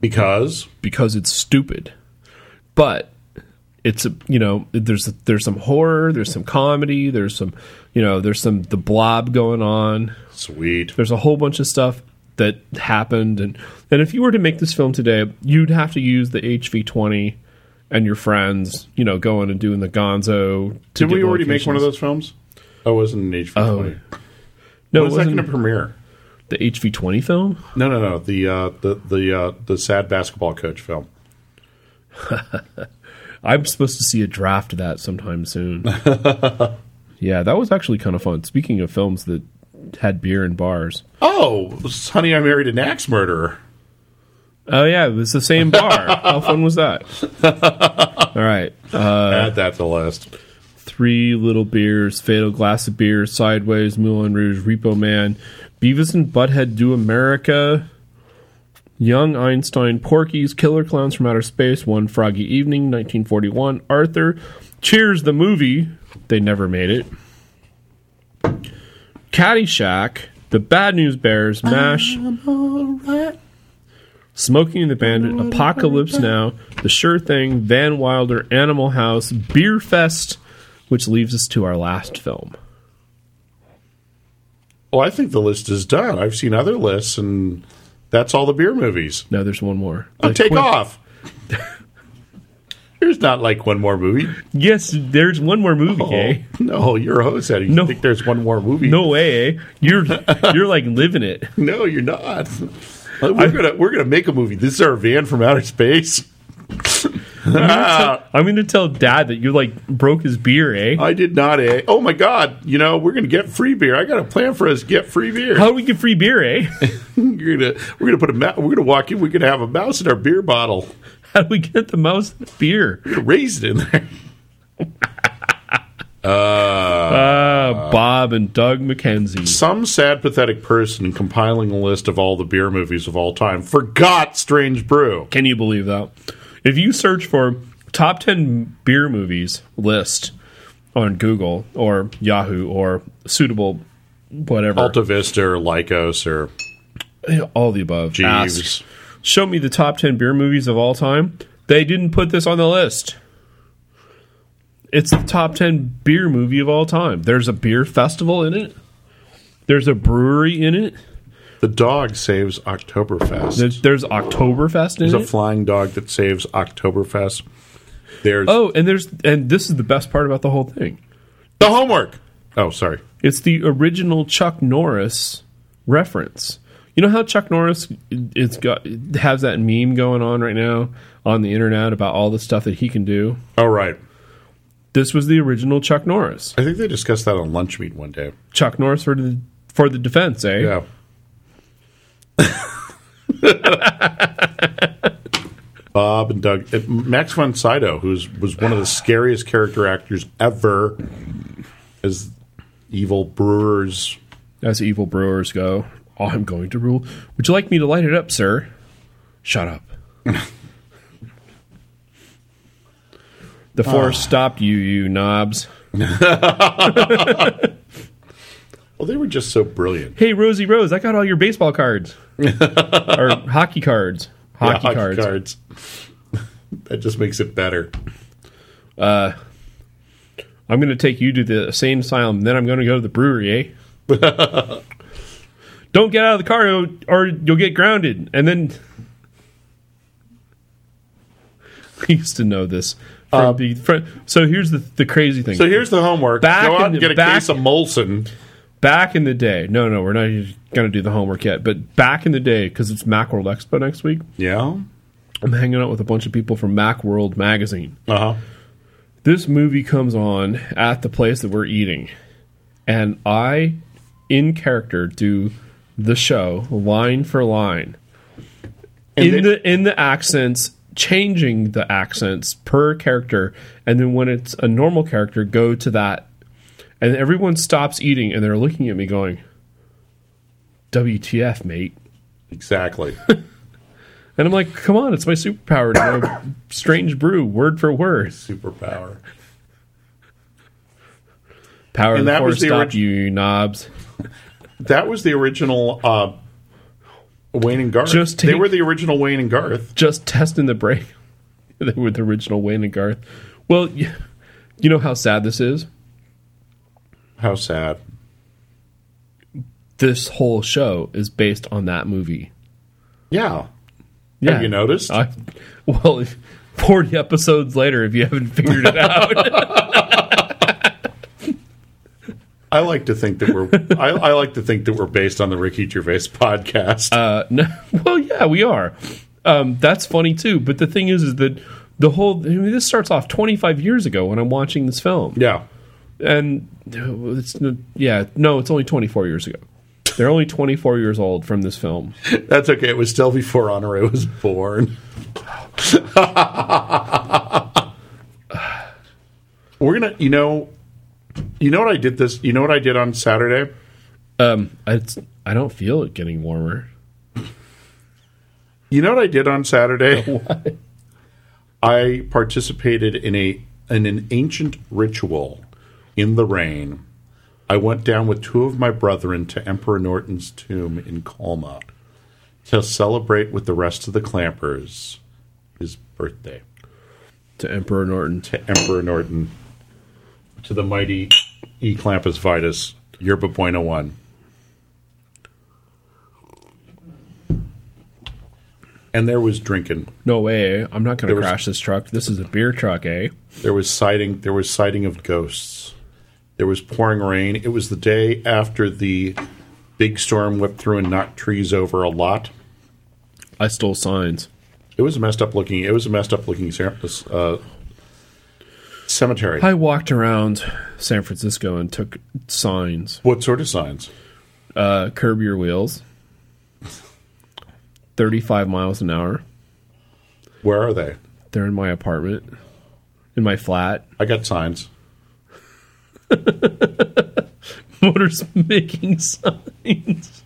S2: Because
S1: because it's stupid. But it's a, you know, there's there's some horror, there's some comedy, there's some, you know, there's some the blob going on.
S2: sweet,
S1: There's a whole bunch of stuff that happened, and and if you were to make this film today, you'd have to use the HV20 and your friends, you know, going and doing the Gonzo. to
S2: did we
S1: get
S2: already make one of
S1: locations.
S2: those films? Oh, it wasn't an HV twenty.
S1: No,
S2: was
S1: Oh. it
S2: that
S1: wasn't
S2: going to premiere?
S1: the HV20 film.
S2: No, no, no. The uh, the the uh, the sad basketball coach film.
S1: I'm supposed to see a draft of that sometime soon. yeah, that was actually kind of fun. Speaking of films that had beer in bars.
S2: Oh, honey, I married an axe murderer.
S1: Oh yeah, it was the same bar. How fun was that? All right. Uh,
S2: Add that to the list.
S1: three little beers, fatal glass of beer, sideways, Moulin Rouge, Repo Man, Beavis and Butthead Do America, Young Einstein, Porky's, Killer Clowns from Outer Space, One Froggy Evening, 1941, Arthur, Cheers the movie. They never made it. Caddyshack, The Bad News Bears, MASH, Smoking and the Bandit, Apocalypse Now, The Sure Thing, Van Wilder, Animal House, Beer Fest, which leaves us to our last film.
S2: Well, I think the list is done. I've seen other lists, and that's all the beer movies.
S1: No, there's one more.
S2: Oh,
S1: The
S2: take
S1: Quick-
S2: off. There's not like one more movie.
S1: Yes, there's one more movie. Eh?
S2: Oh, no, you're a host. Eddie. You
S1: No.
S2: think there's one more movie?
S1: No way. Eh? You're you're like living it.
S2: no, you're not. We're gonna we're gonna make a movie. This is our van from outer space.
S1: I'm going to tell Dad that you like broke his beer. Eh?
S2: I did not. Eh? Oh my God! You know we're gonna get free beer. I got a plan for us. to Get free beer.
S1: How do we get free beer? Eh?
S2: You're gonna we're gonna put a ma- we're gonna walk in. We're gonna have a mouse in our beer bottle.
S1: How do we get the mouse beer?
S2: We're gonna raise it in there.
S1: Uh, Bob and Doug McKenzie.
S2: Some sad, pathetic person compiling a list of all the beer movies of all time forgot Strange Brew.
S1: Can you believe that? If you search for top 10 beer movies list on Google or Yahoo or suitable whatever,
S2: Alta Vista or Lycos or
S1: all the above,
S2: Jeeves.
S1: ask, show me the top 10 beer movies of all time. They didn't put this on the list. It's the top 10 beer movie of all time. There's a beer festival in it, there's a brewery in it,
S2: The dog saves Oktoberfest.
S1: there's, there's Oktoberfest in
S2: There's a
S1: it.
S2: flying dog that saves Oktoberfest. There's
S1: oh, and there's and this is the best part about the whole thing.
S2: the homework. Oh, sorry.
S1: It's the original Chuck Norris reference. You know how Chuck Norris it's got has that meme going on right now on the internet about all the stuff that he can do.
S2: All Oh, right.
S1: This was the original Chuck Norris.
S2: I think they discussed that on lunch meet one day.
S1: Chuck Norris for the for the defense, eh?
S2: Yeah. Bob and Doug, uh, Max von Sydow, who's was one of the scariest character actors ever, as evil brewers.
S1: As evil brewers go, "Oh, I'm going to rule. Would you like me to light it up, sir? Shut up. the
S2: Ah.
S1: force stopped you, you knobs.
S2: Well, they were just so brilliant.
S1: Hey, Rosie Rose, I got all your baseball cards or hockey cards.
S2: Yeah,
S1: Hockey, cards.
S2: cards. that just makes it better.
S1: I'm going to take you to the same asylum, then I'm going to go to the brewery, eh? Don't get out of the car or- or you'll get grounded. And then. I used to know this. from the fr- so here's the, the crazy thing.
S2: So here's the homework.
S1: Back
S2: Go
S1: in
S2: out and
S1: the-
S2: get a
S1: back-
S2: case of Molson.
S1: back in the day, no, no, we're not going to do the homework yet, but back in the day, because it's Macworld Expo next week,
S2: Yeah.
S1: I'm hanging out with a bunch of people from Macworld magazine.
S2: Uh huh.
S1: This movie comes on at the place that we're eating, and I, in character, do the show line for line
S2: And
S1: in
S2: they-
S1: the in the accents, changing the accents per character, and then when it's a normal character, go to that, and everyone stops eating and they're looking at me going, "WTF, mate."
S2: Exactly.
S1: And I'm like, come on, it's my superpower to know strange brew word for word.
S2: Superpower.
S1: Power
S2: And
S1: and
S2: that
S1: that
S2: was the
S1: stop
S2: orig-
S1: you knobs.
S2: That was the original uh, Wayne and Garth.
S1: Just
S2: they
S1: take-
S2: were the original Wayne and Garth.
S1: Just testing the break. they were the original Wayne and Garth. Well, y- you know how sad this is.
S2: How sad.
S1: This whole show is based on that movie.
S2: Yeah.
S1: Yeah,
S2: Have you noticed?
S1: I, well, if, forty episodes later, if you haven't figured it out,
S2: I like to think that we're. I, I like to think that we're based on the Ricky Gervais podcast.
S1: uh, no, well, yeah, we are. Um, that's funny too. But the thing is, is that the whole I mean, this starts off 25 years ago when I'm watching this film.
S2: yeah.
S1: and uh, it's yeah no it's only 24 years ago they're only 24 years old from this film
S2: That's okay. It was still before Honore was born. We're gonna, you know, you know what I did this. You know what I did on Saturday.
S1: um it's i don't feel it getting warmer
S2: You know what I did on Saturday. I participated in a in an ancient ritual in the rain. I went down with two of my brethren to Emperor Norton's tomb in Colma to celebrate with the rest of the clampers his birthday.
S1: to emperor norton
S2: to Emperor Norton, to the mighty E. Clampus Vitus, Yerba Buena One. And there was drinking.
S1: no way i'm not gonna
S2: There was-
S1: crash this truck this is a beer truck eh
S2: There was sighting. There was sighting of ghosts. There was pouring rain. It was the day after the big storm whipped through and knocked trees over a lot.
S1: i stole signs
S2: It was a messed up looking. It was a messed up looking cer- uh, cemetery.
S1: i walked around san francisco and took signs
S2: What sort of signs?
S1: uh curb your wheels 35 miles an hour
S2: Where are they?
S1: they're in my apartment in my flat
S2: I got signs.
S1: motors making signs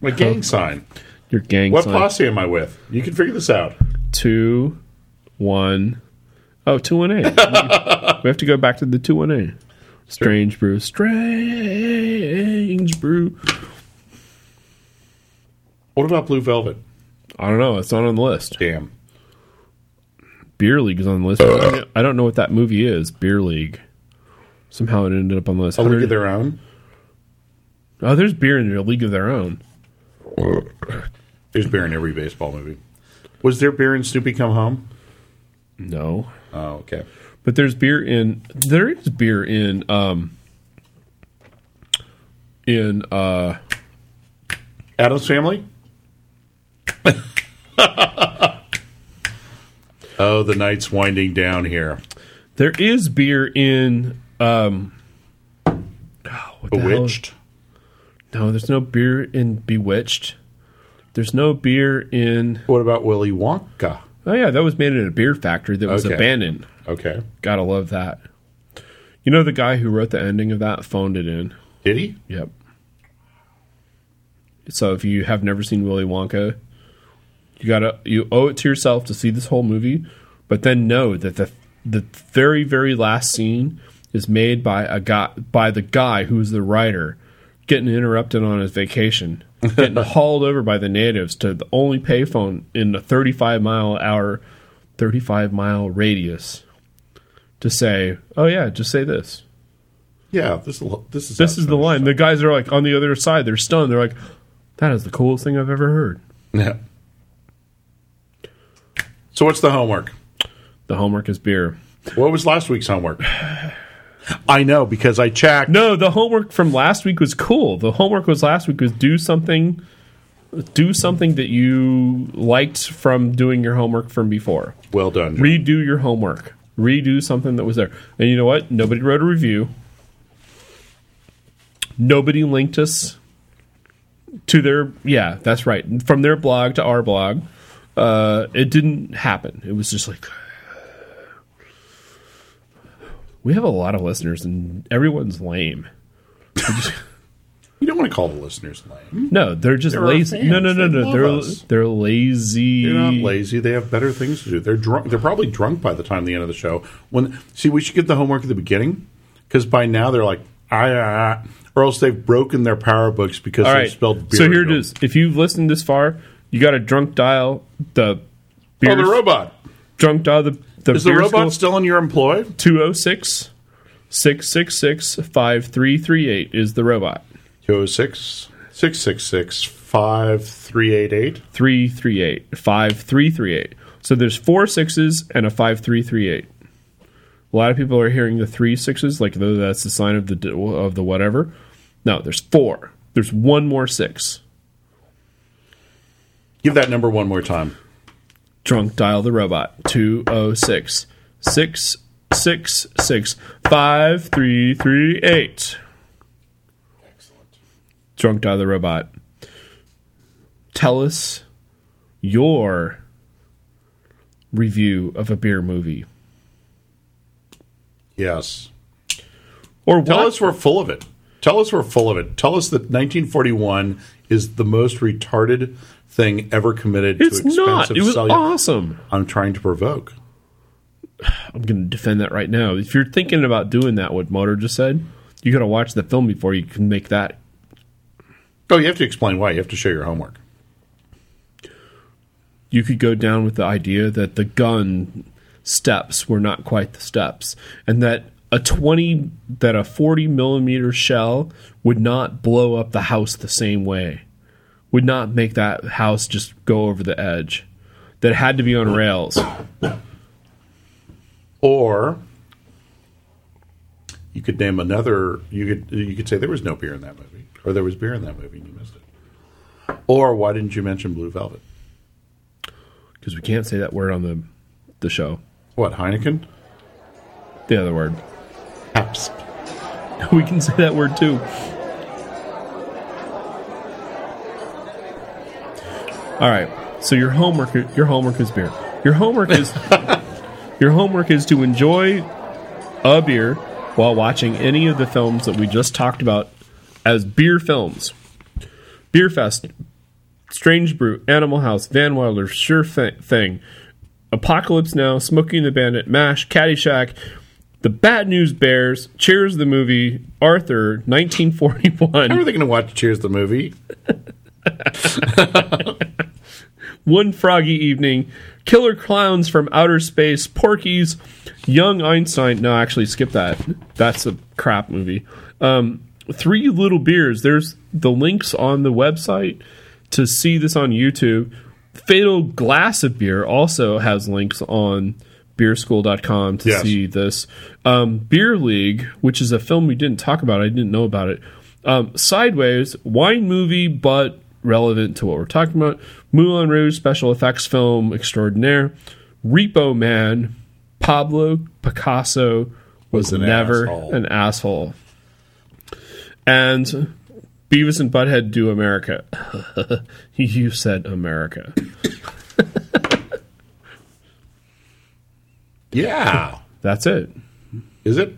S2: My gang sign.
S1: your gang
S2: What
S1: sign.
S2: posse am I with? You can figure this out.
S1: two, one, oh, two one eight. we have to go back to the two one eight. Strange brew, strange brew.
S2: What about Blue Velvet?
S1: I don't know. It's not on the list.
S2: Damn.
S1: Beer League is on the list. but I don't- I don't know what that movie is. Beer League. Somehow it ended up on the list.
S2: A League of Their Own?
S1: oh, there's beer in a league of their own.
S2: There's beer in every baseball movie. Was there beer in Snoopy Come Home?
S1: No,
S2: Oh, okay.
S1: but there's beer in there is beer in um in uh
S2: Adam's Family? oh, the night's winding down here.
S1: there is beer in um oh, what the hell is-
S2: Bewitched?
S1: No, there's no beer in Bewitched. There's no beer in.
S2: What about Willy Wonka?
S1: Oh yeah, that was made in a beer factory that was
S2: Okay.
S1: abandoned.
S2: Okay.
S1: Gotta love that. You know the guy who wrote the ending of that phoned it in.
S2: Did he?
S1: Yep. So if you have never seen Willy Wonka, you gotta you owe it to yourself to see this whole movie, but then know that the the very very last scene is made by a guy by the guy who's the writer getting interrupted on his vacation, getting hauled over by the natives to the only payphone in the 35 mile hour 35 mile radius to say, "Oh yeah, just say this."
S2: Yeah, this, l- this is
S1: This is the line. The guys are like on the other side. They're stunned. They're like, "That is the coolest thing I've ever heard."
S2: Yeah. So what's the homework?
S1: The homework is beer.
S2: What was last week's homework? I know because I checked.
S1: No, the homework from last week was cool. The homework was last week was do something do something that you liked from doing your homework from before.
S2: Well done. John.
S1: Redo your homework. Redo something that was there. And you know what? Nobody wrote a review. Nobody linked us to their yeah, that's right. From their blog to our blog. Uh, it didn't happen. It was just like we have a lot of listeners and everyone's lame.
S2: you don't want to call the listeners lame.
S1: No, they're just
S2: They're our
S1: lazy. No, no,
S2: fans.
S1: no,
S2: They
S1: no.
S2: love
S1: They're
S2: us.
S1: they're lazy.
S2: They're not lazy. They have better things to do. They're drunk. They're probably drunk by the time the end of the show. When see, we should give the homework at the beginning because by now they're like ah, ah, ah," or else they've broken their power books because
S1: All
S2: they
S1: right.
S2: spelled beer.
S1: so here
S2: in
S1: it
S2: them.
S1: is. If you've listened this far, you got to drunk dial the beer.
S2: Oh, the robot
S1: drunk dial the the
S2: is the
S1: beer
S2: robot still in your employ?
S1: 206 666 5338 is the robot.
S2: 206 666 5388.
S1: 338 5338. So there's four sixes and a 5338. A lot of people are hearing the three sixes like though that's the sign of the of the whatever. No, there's four. There's one more six.
S2: Give that number one more time.
S1: Drunk Dial the Robot 206 666 5338. Drunk Dial the Robot. Tell us your review of a beer movie.
S2: Yes.
S1: Or
S2: Tell
S1: what?
S2: us we're full of it. Tell us we're full of it. Tell us that 1941 is the most retarded thing ever committed to
S1: it's
S2: expensive
S1: not. It was
S2: cellu-
S1: awesome.
S2: I'm trying to provoke.
S1: I'm going to defend that right now. If you're thinking about doing that, what Motor just said, you got to watch the film before you can make that
S2: Oh, you have to explain why. You have to show your homework.
S1: you could go down with the idea that the gun steps were not quite the steps and that a 20 that a 40 millimeter shell would not blow up the house the same way would not make that house just go over the edge that it had to be on rails
S2: Or you could name another. You could you could say there was no beer in that movie, or there was beer in that movie and you missed it. Or why didn't you mention Blue Velvet?
S1: because we can't say that word on the the show
S2: What Heineken?
S1: the other word
S2: Haps.
S1: we can say that word too all right so your homework your homework is beer your homework is your homework is to enjoy a beer while watching any of the films that we just talked about as beer films beer fest strange brew animal house van wilder sure Thi- thing apocalypse now smoking the bandit mash caddyshack the Bad News Bears, Cheers the movie, Arthur, 1941.
S2: How are they going to watch Cheers the movie? One
S1: Froggy Evening, Killer Clowns from Outer Space, Porky's, Young Einstein. No, actually, skip that. That's a crap movie. Um, Three Little Beers. There's the links on the website to see this on YouTube. Fatal Glass of Beer also has links on beerschool.com to
S2: Yes.
S1: see this. Um, Beer League, which is a film we didn't talk about, I didn't know about it. Um, Sideways, wine movie, but relevant to what we're talking about. Moulin Rouge, special effects film extraordinaire. Repo Man, Pablo Picasso was,
S2: Was an
S1: never
S2: asshole.
S1: an asshole. And Beavis and Butthead do America. you said America.
S2: Yeah.
S1: That's it.
S2: Is it?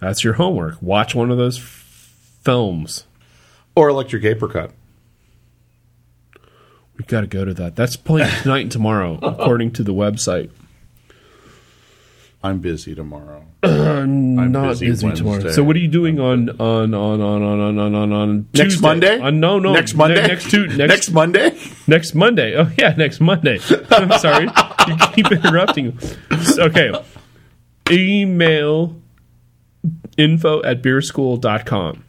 S1: That's your homework. Watch one of those f- films.
S2: Or electric apricot.
S1: We've got to go to that. That's playing tonight and tomorrow, according to the website.
S2: I'm busy tomorrow.
S1: I'm not
S2: busy
S1: busy, tomorrow.
S2: Wednesday.
S1: So what are you doing on on on on on on on on on
S2: Next
S1: Tuesday?
S2: Monday?
S1: Uh, no, no.
S2: Next Monday?
S1: Ne- next two. Next,
S2: next
S1: next Monday.
S2: Monday?
S1: Oh yeah, next Monday. I'm sorry. you keep interrupting. Okay. Email info at beerschool.com.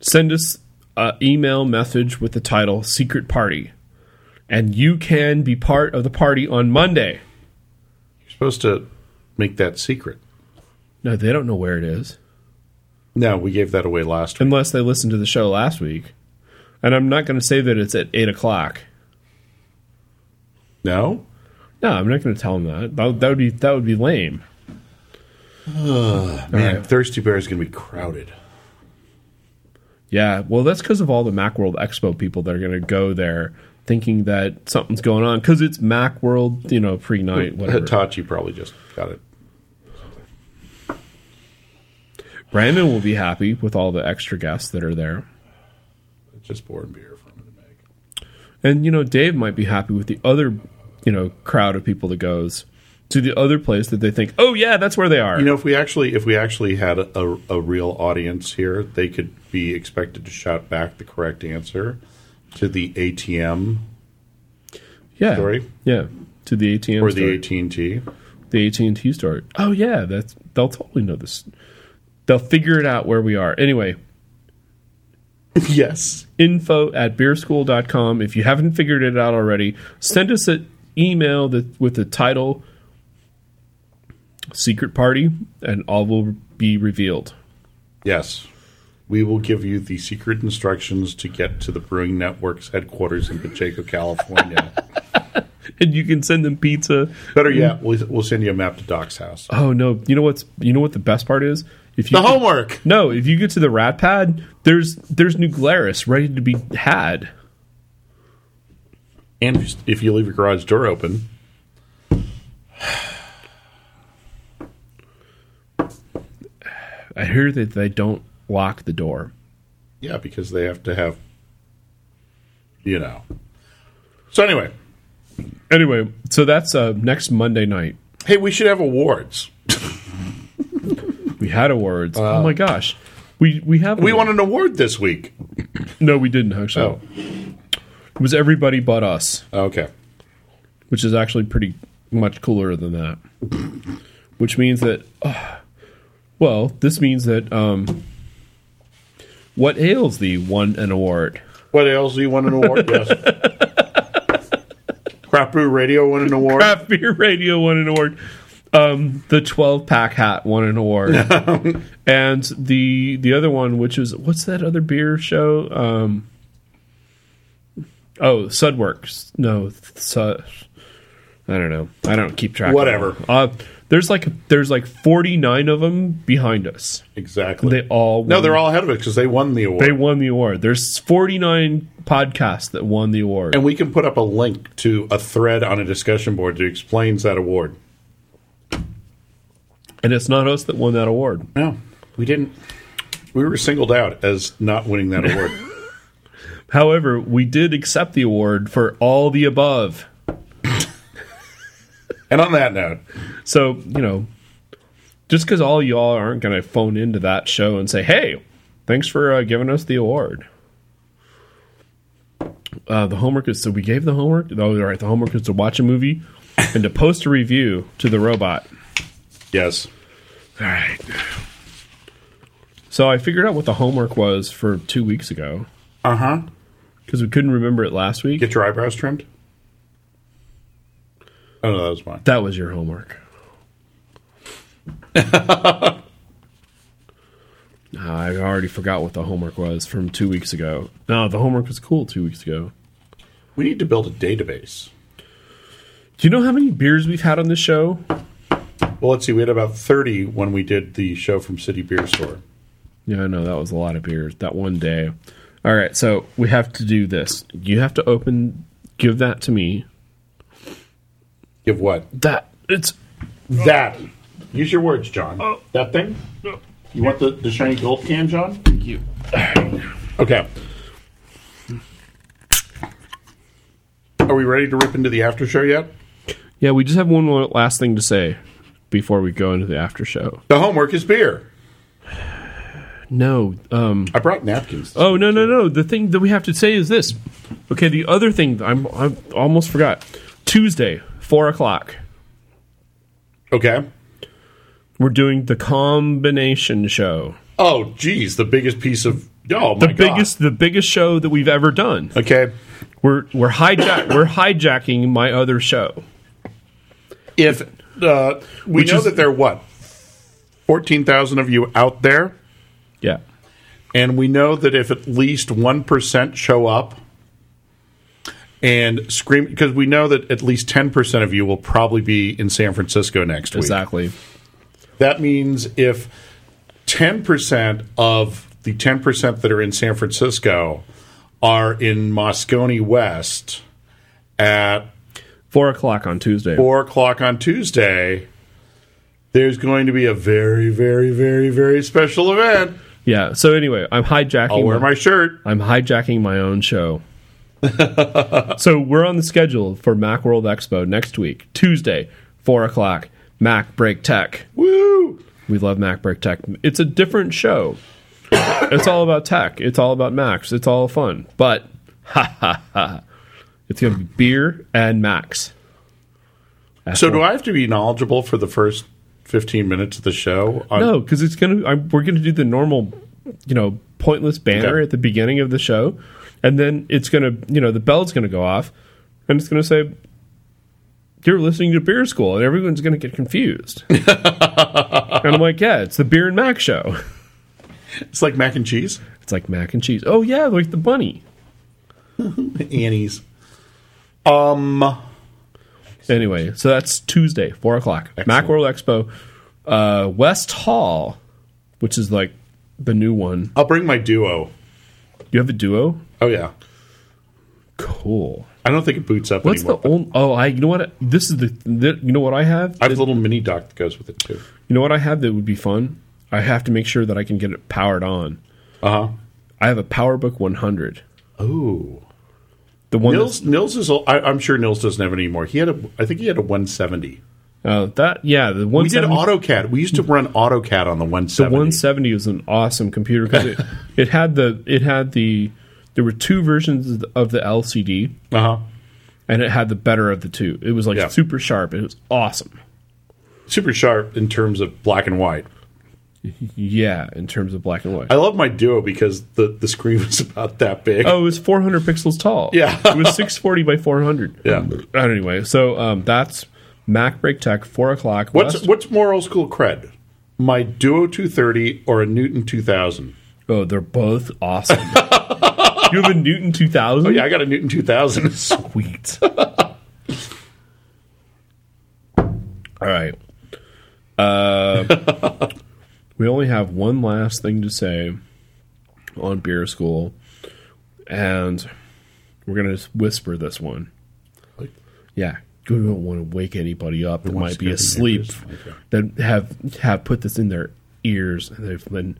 S1: Send us an email message with the title Secret Party. And you can be part of the party on Monday.
S2: You're supposed to make that secret.
S1: No, they don't know where it is.
S2: No, we gave that away last week.
S1: unless they listened to the show last week. And I'm not going to say that it's at eight o'clock.
S2: No?
S1: No, I'm not going to tell him that. that. That would be that would be lame.
S2: Man, Thirsty Bear is going to be crowded.
S1: Yeah, well, that's because of all the MacWorld Expo people that are going to go there thinking that something's going on because it's MacWorld, you know, pre night, whatever.
S2: Hitachi probably just got it.
S1: Brandon will be happy with all the extra guests that are there.
S2: Just pouring beer for him to make.
S1: And, you know, Dave might be happy with the other, you know, crowd of people that goes to the other place that they think, oh, yeah, that's where they are.
S2: You know, if we actually if we actually had a, a, a real audience here, they could be expected to shout back the correct answer to the ATM
S1: yeah.
S2: story?
S1: Yeah. To the ATM
S2: or
S1: store.
S2: the AT and T.
S1: the AT and T store. Oh yeah, that's they'll totally know this. They'll figure it out where we are. Anyway,
S2: Yes.
S1: info at beerschool.com. If you haven't figured it out already, send us an email that with the title "Secret Party" and all will be revealed.
S2: Yes. We will give you the secret instructions to get to the Brewing Network's headquarters in Pacheco, California.
S1: And you can send them pizza.
S2: Better yet, we'll, we'll send you a map to Doc's house.
S1: Oh no! You know what's you know what the best part is? If you
S2: The homework.
S1: no, if you get to the Rat Pad, there's there's New Glarus ready to be had.
S2: And if- if you leave your garage door open,
S1: I hear that they don't lock the door.
S2: yeah, because they have to have, you know. So anyway,
S1: Anyway, so that's uh, next Monday night.
S2: hey, we should have awards.
S1: We had awards. oh my gosh, we we have
S2: We won an award this week.
S1: No, we didn't actually.
S2: Oh,
S1: It was everybody but us,
S2: okay.
S1: which is actually pretty much cooler than that. which means that, ah, well, this means that um, what ails thee won an award.
S2: What else do you won an award? yes. Crap Brew Radio won an award.
S1: Craft Beer Radio won an award. Um, the twelve pack hat won an award, and the the other one, which is what's that other beer show? Um, oh, Sudworks. No, Sud. I don't know. I don't keep track. of
S2: Whatever.
S1: them. Uh, there's like there's like 49 of them behind us.
S2: Exactly.
S1: They all won,
S2: no, they're all ahead of it because they won the award.
S1: they won the award. There's 49 podcasts that won the award.
S2: and we can put up a link to a thread on a discussion board that explains that award.
S1: and it's not us that won that award.
S2: No, we didn't. We were singled out as not winning that award.
S1: However, we did accept the award for all the above.
S2: and on that note,
S1: So, you know, just because all y'all aren't going to phone into that show and say, hey, thanks for uh, giving us the award. Uh, the homework is so we gave the homework. Oh, all right, the homework is to watch a movie and to post a review to the robot.
S2: yes.
S1: All right. So I figured out what the homework was for two weeks ago
S2: Uh huh.
S1: because we couldn't remember it last week.
S2: Get your eyebrows trimmed. Oh no, that was mine.
S1: That was your homework. I already forgot what the homework was from two weeks ago. No, the homework was cool two weeks ago.
S2: We need to build a database.
S1: Do you know how many beers we've had on this show?
S2: Well, let's see. We had about thirty when we did the show from City Beer Store.
S1: Yeah, I know that was a lot of beers that one day. All right, so we have to do this. You have to open, give that to me.
S2: Give what?
S1: That it's
S2: That. Use your words, John. that thing. You want the, the shiny gold can, John?
S1: you.
S2: Okay. Are we ready to rip into the after show yet?
S1: Yeah, we just have one more last thing to say before we go into the after show.
S2: The homework is beer.
S1: No, um,
S2: I brought napkins.
S1: Oh no no no! The thing that we have to say is this. Okay, the other thing I'm I almost forgot. Tuesday, four o'clock.
S2: Okay.
S1: We're doing the combination show.
S2: Oh, geez, the biggest piece of oh my
S1: The biggest the biggest show that we've ever done.
S2: God. Okay.
S1: We're we're hijack we're hijacking my other show.
S2: If uh, we
S1: Which
S2: know
S1: is-
S2: that there are what fourteen thousand of you out there,
S1: Yeah.
S2: And we know that if at least 1% show up and scream, because we know that at least 10% of you will probably be in San Francisco next week.
S1: Exactly.
S2: That means if 10% of the 10% that are in San Francisco are in Moscone West at
S1: Four o'clock on Tuesday.
S2: four o'clock on Tuesday, there's going to be a very, very, very, very special event.
S1: Yeah. So anyway, I'm hijacking.
S2: I'll wear
S1: my-
S2: my shirt.
S1: I'm hijacking my own show. so we're on the schedule for MacWorld Expo next week, Tuesday, four o'clock. Mac Break Tech.
S2: Woo!
S1: We love Mac Break Tech. It's a different show. it's all about tech. It's all about Macs. It's all fun. But ha ha ha. It's gonna be beer and Macs.
S2: So, do I have to be knowledgeable for the first 15 minutes of the show? On-
S1: No, because it's gonna. I, we're gonna do the normal, you know, pointless banner
S2: Okay.
S1: at the beginning of the show, and then it's gonna, you know, the bell's gonna go off, and it's gonna say, "You're listening to Beer School," and everyone's gonna get confused. and I'm like, "Yeah, it's the Beer and Mac show."
S2: It's like mac and cheese.
S1: It's like mac and cheese. Oh yeah, like the bunny.
S2: Annie's. Um,
S1: Anyway, so that's Tuesday, four o'clock,
S2: Excellent.
S1: MacWorld Expo, uh, West Hall, which is like the new one.
S2: I'll bring my duo.
S1: You have a duo.
S2: Oh, yeah.
S1: Cool.
S2: I don't think it boots up
S1: What's
S2: anymore.
S1: the old? Oh, I. You know what? This is the. the you know what I have.
S2: I have a little mini dock that goes with it, too.
S1: You know what I have that would be fun. I have to make sure that I can get it powered on.
S2: Uh huh.
S1: I have a PowerBook 100.
S2: Oh.
S1: The one that's,
S2: Nils, Nils is, I, I'm sure Nils doesn't have any more. He had a, I think he had a 170.
S1: uh, that yeah the
S2: We did
S1: 170,
S2: AutoCAD. We used to run AutoCAD on the 170.
S1: 170 was an awesome computer because it, it had the it had the there were two versions of the- of the LCD
S2: uh huh.
S1: and it had the better of the two. It was like
S2: Yeah.
S1: super sharp. It was awesome.
S2: Super sharp in terms of black and white.
S1: Yeah, in terms of black and white.
S2: I love my duo because the, the screen was about that big.
S1: Oh, it was 400 pixels tall.
S2: Yeah.
S1: it was 640 by 400.
S2: Yeah.
S1: Anyway, so um, that's Mac Break Tech, 4 o'clock.
S2: What's
S1: West-
S2: what's more old school cred? My Duo 230 or a Newton 2000?
S1: Oh, they're both awesome. you have a Newton 2000?
S2: Oh yeah, I got a Newton 2000.
S1: Sweet. All right. Uh, we only have one last thing to say on Beer School, and we're going to whisper this one. Yeah, you don't want to wake anybody up that might be
S2: scare the
S1: asleep,
S2: neighbors. Okay.
S1: that have have put this in their ears, and they've been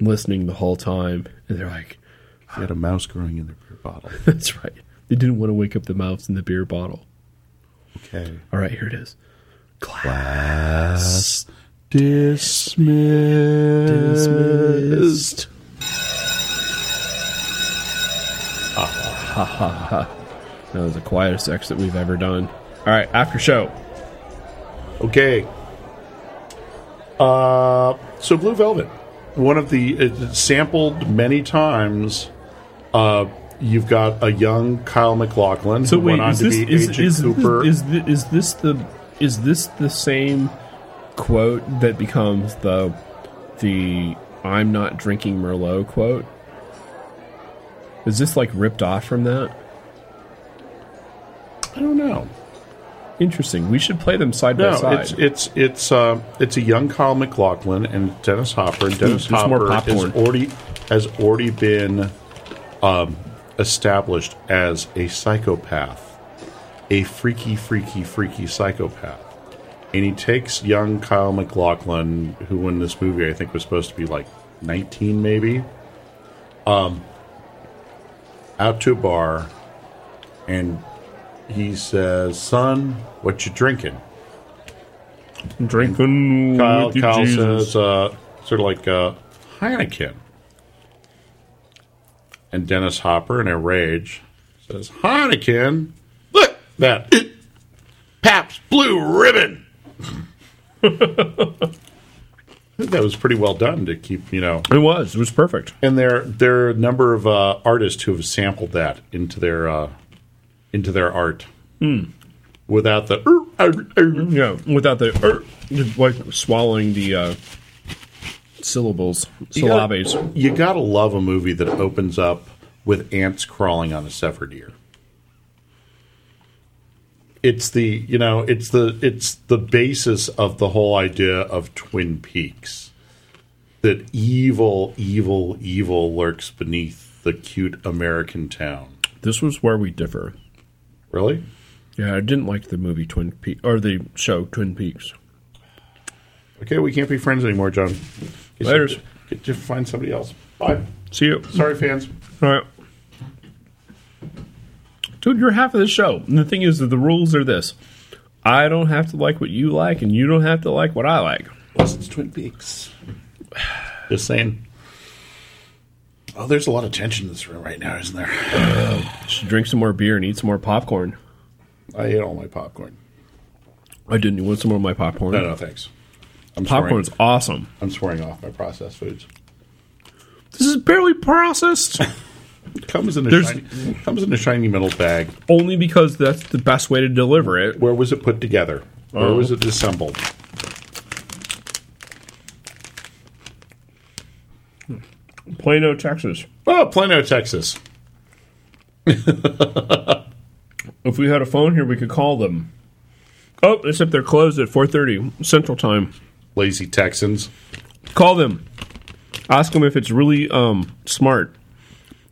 S1: listening the whole time, and they're like,
S2: I had a mouse growing in their beer bottle.
S1: "That's right." They didn't want to wake up the mouths in the beer bottle.
S2: Okay.
S1: All right, here it is. Class.
S2: Dismissed.
S1: Dismissed. That was the quietest exit we've ever done. All right, after show.
S2: Okay. Uh, so Blue Velvet, one of the it's sampled many times. Uh, you've got a young Kyle McLaughlin
S1: So
S2: who
S1: wait,
S2: went on
S1: is
S2: to
S1: this
S2: be
S1: is
S2: Agent
S1: is,
S2: Cooper.
S1: is thi- is this the is this the same quote that becomes the the I'm not drinking Merlot quote? Is this like ripped off from that?
S2: I don't know.
S1: Interesting. We should play them side by
S2: No,
S1: side.
S2: it's it's it's uh, it's a young Kyle McLaughlin and Dennis Hopper. And Dennis
S1: there's more
S2: Hopper has
S1: popcorn.
S2: already has already been um, established as a psychopath, a freaky, freaky, freaky psychopath. And he takes young Kyle McLaughlin, who in this movie I think was supposed to be like nineteen, maybe, um, out to a bar, and he says, "Son, what you drinking?"
S1: drinking
S2: Kyle,
S1: with you,
S2: Kyle
S1: Jesus.
S2: says, uh, sort of like uh, Heineken. And Dennis Hopper, in a rage, says, Heineken, look at that. Paps Blue Ribbon. I think that was pretty well done to keep, you know.
S1: It was. It was perfect.
S2: And there, there are a number of uh, artists who have sampled that into their, uh, into their art.
S1: Hmm.
S2: Without the.
S1: Yeah, without the er, like swallowing the uh, syllables,
S2: You gotta-
S1: syllables.
S2: You gotta love a movie that opens up with ants crawling on a severed ear. It's the you know it's the it's the basis of the whole idea of Twin Peaks, that evil, evil, evil lurks beneath the cute American town.
S1: This was where we differ.
S2: Really?
S1: Yeah, I didn't like the movie Twin Peaks or the show Twin Peaks.
S2: Okay, we can't be friends anymore, John. Get you-
S1: Laters.
S2: Get you find somebody else. Bye.
S1: See you.
S2: Sorry, fans.
S1: All right. Dude, you're half of the show. And the thing is that the rules are this. I don't have to like what you like, and you don't have to like what I like.
S2: Plus, it's Twin Peaks. Just saying. Oh, there's a lot of tension in this room right now, isn't there?
S1: Should drink some more beer and eat some more popcorn.
S2: I ate all my popcorn.
S1: I didn't. You want some more of my popcorn?
S2: No, no, thanks. I'm
S1: Popcorn's
S2: Swearing,
S1: awesome.
S2: I'm swearing off my processed foods.
S1: This is barely processed.
S2: Comes in a
S1: There's-
S2: shiny, comes in a shiny metal bag.
S1: Only because that's the best way to deliver it.
S2: Where was it put together? Where
S1: Oh.
S2: was it assembled?
S1: Plano, Texas.
S2: Oh, Plano, Texas.
S1: If we had a phone here, we could call them. Oh, except they're closed at 4.30 Central Time.
S2: Lazy Texans.
S1: Call them. Ask them if it's really um, smart.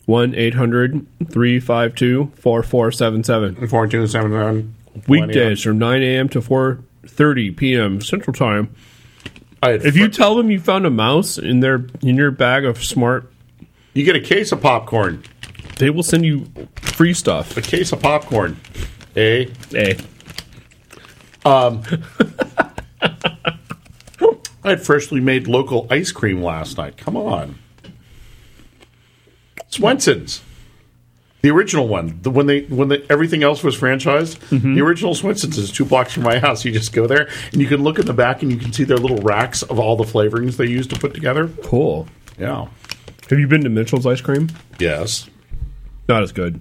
S1: 1 800 352 4477.
S2: 4279.
S1: Weekdays from 9 a.m. to 4.30 p.m. Central Time.
S2: I had
S1: If you tell them you found a mouse in their in your bag of smart,
S2: you get a case of popcorn.
S1: they will send you free stuff.
S2: A case of popcorn. Eh?
S1: Hey.
S2: I had freshly made local ice cream last night. Come on. Swenson's. The original one. The, when they when the, everything else was franchised, the original Swenson's is two blocks from my house. You just go there and you can look in the back and you can see their little racks of all the flavorings they used to put together.
S1: Cool.
S2: Yeah.
S1: Have you been to Mitchell's ice cream?
S2: Yes.
S1: Not as good.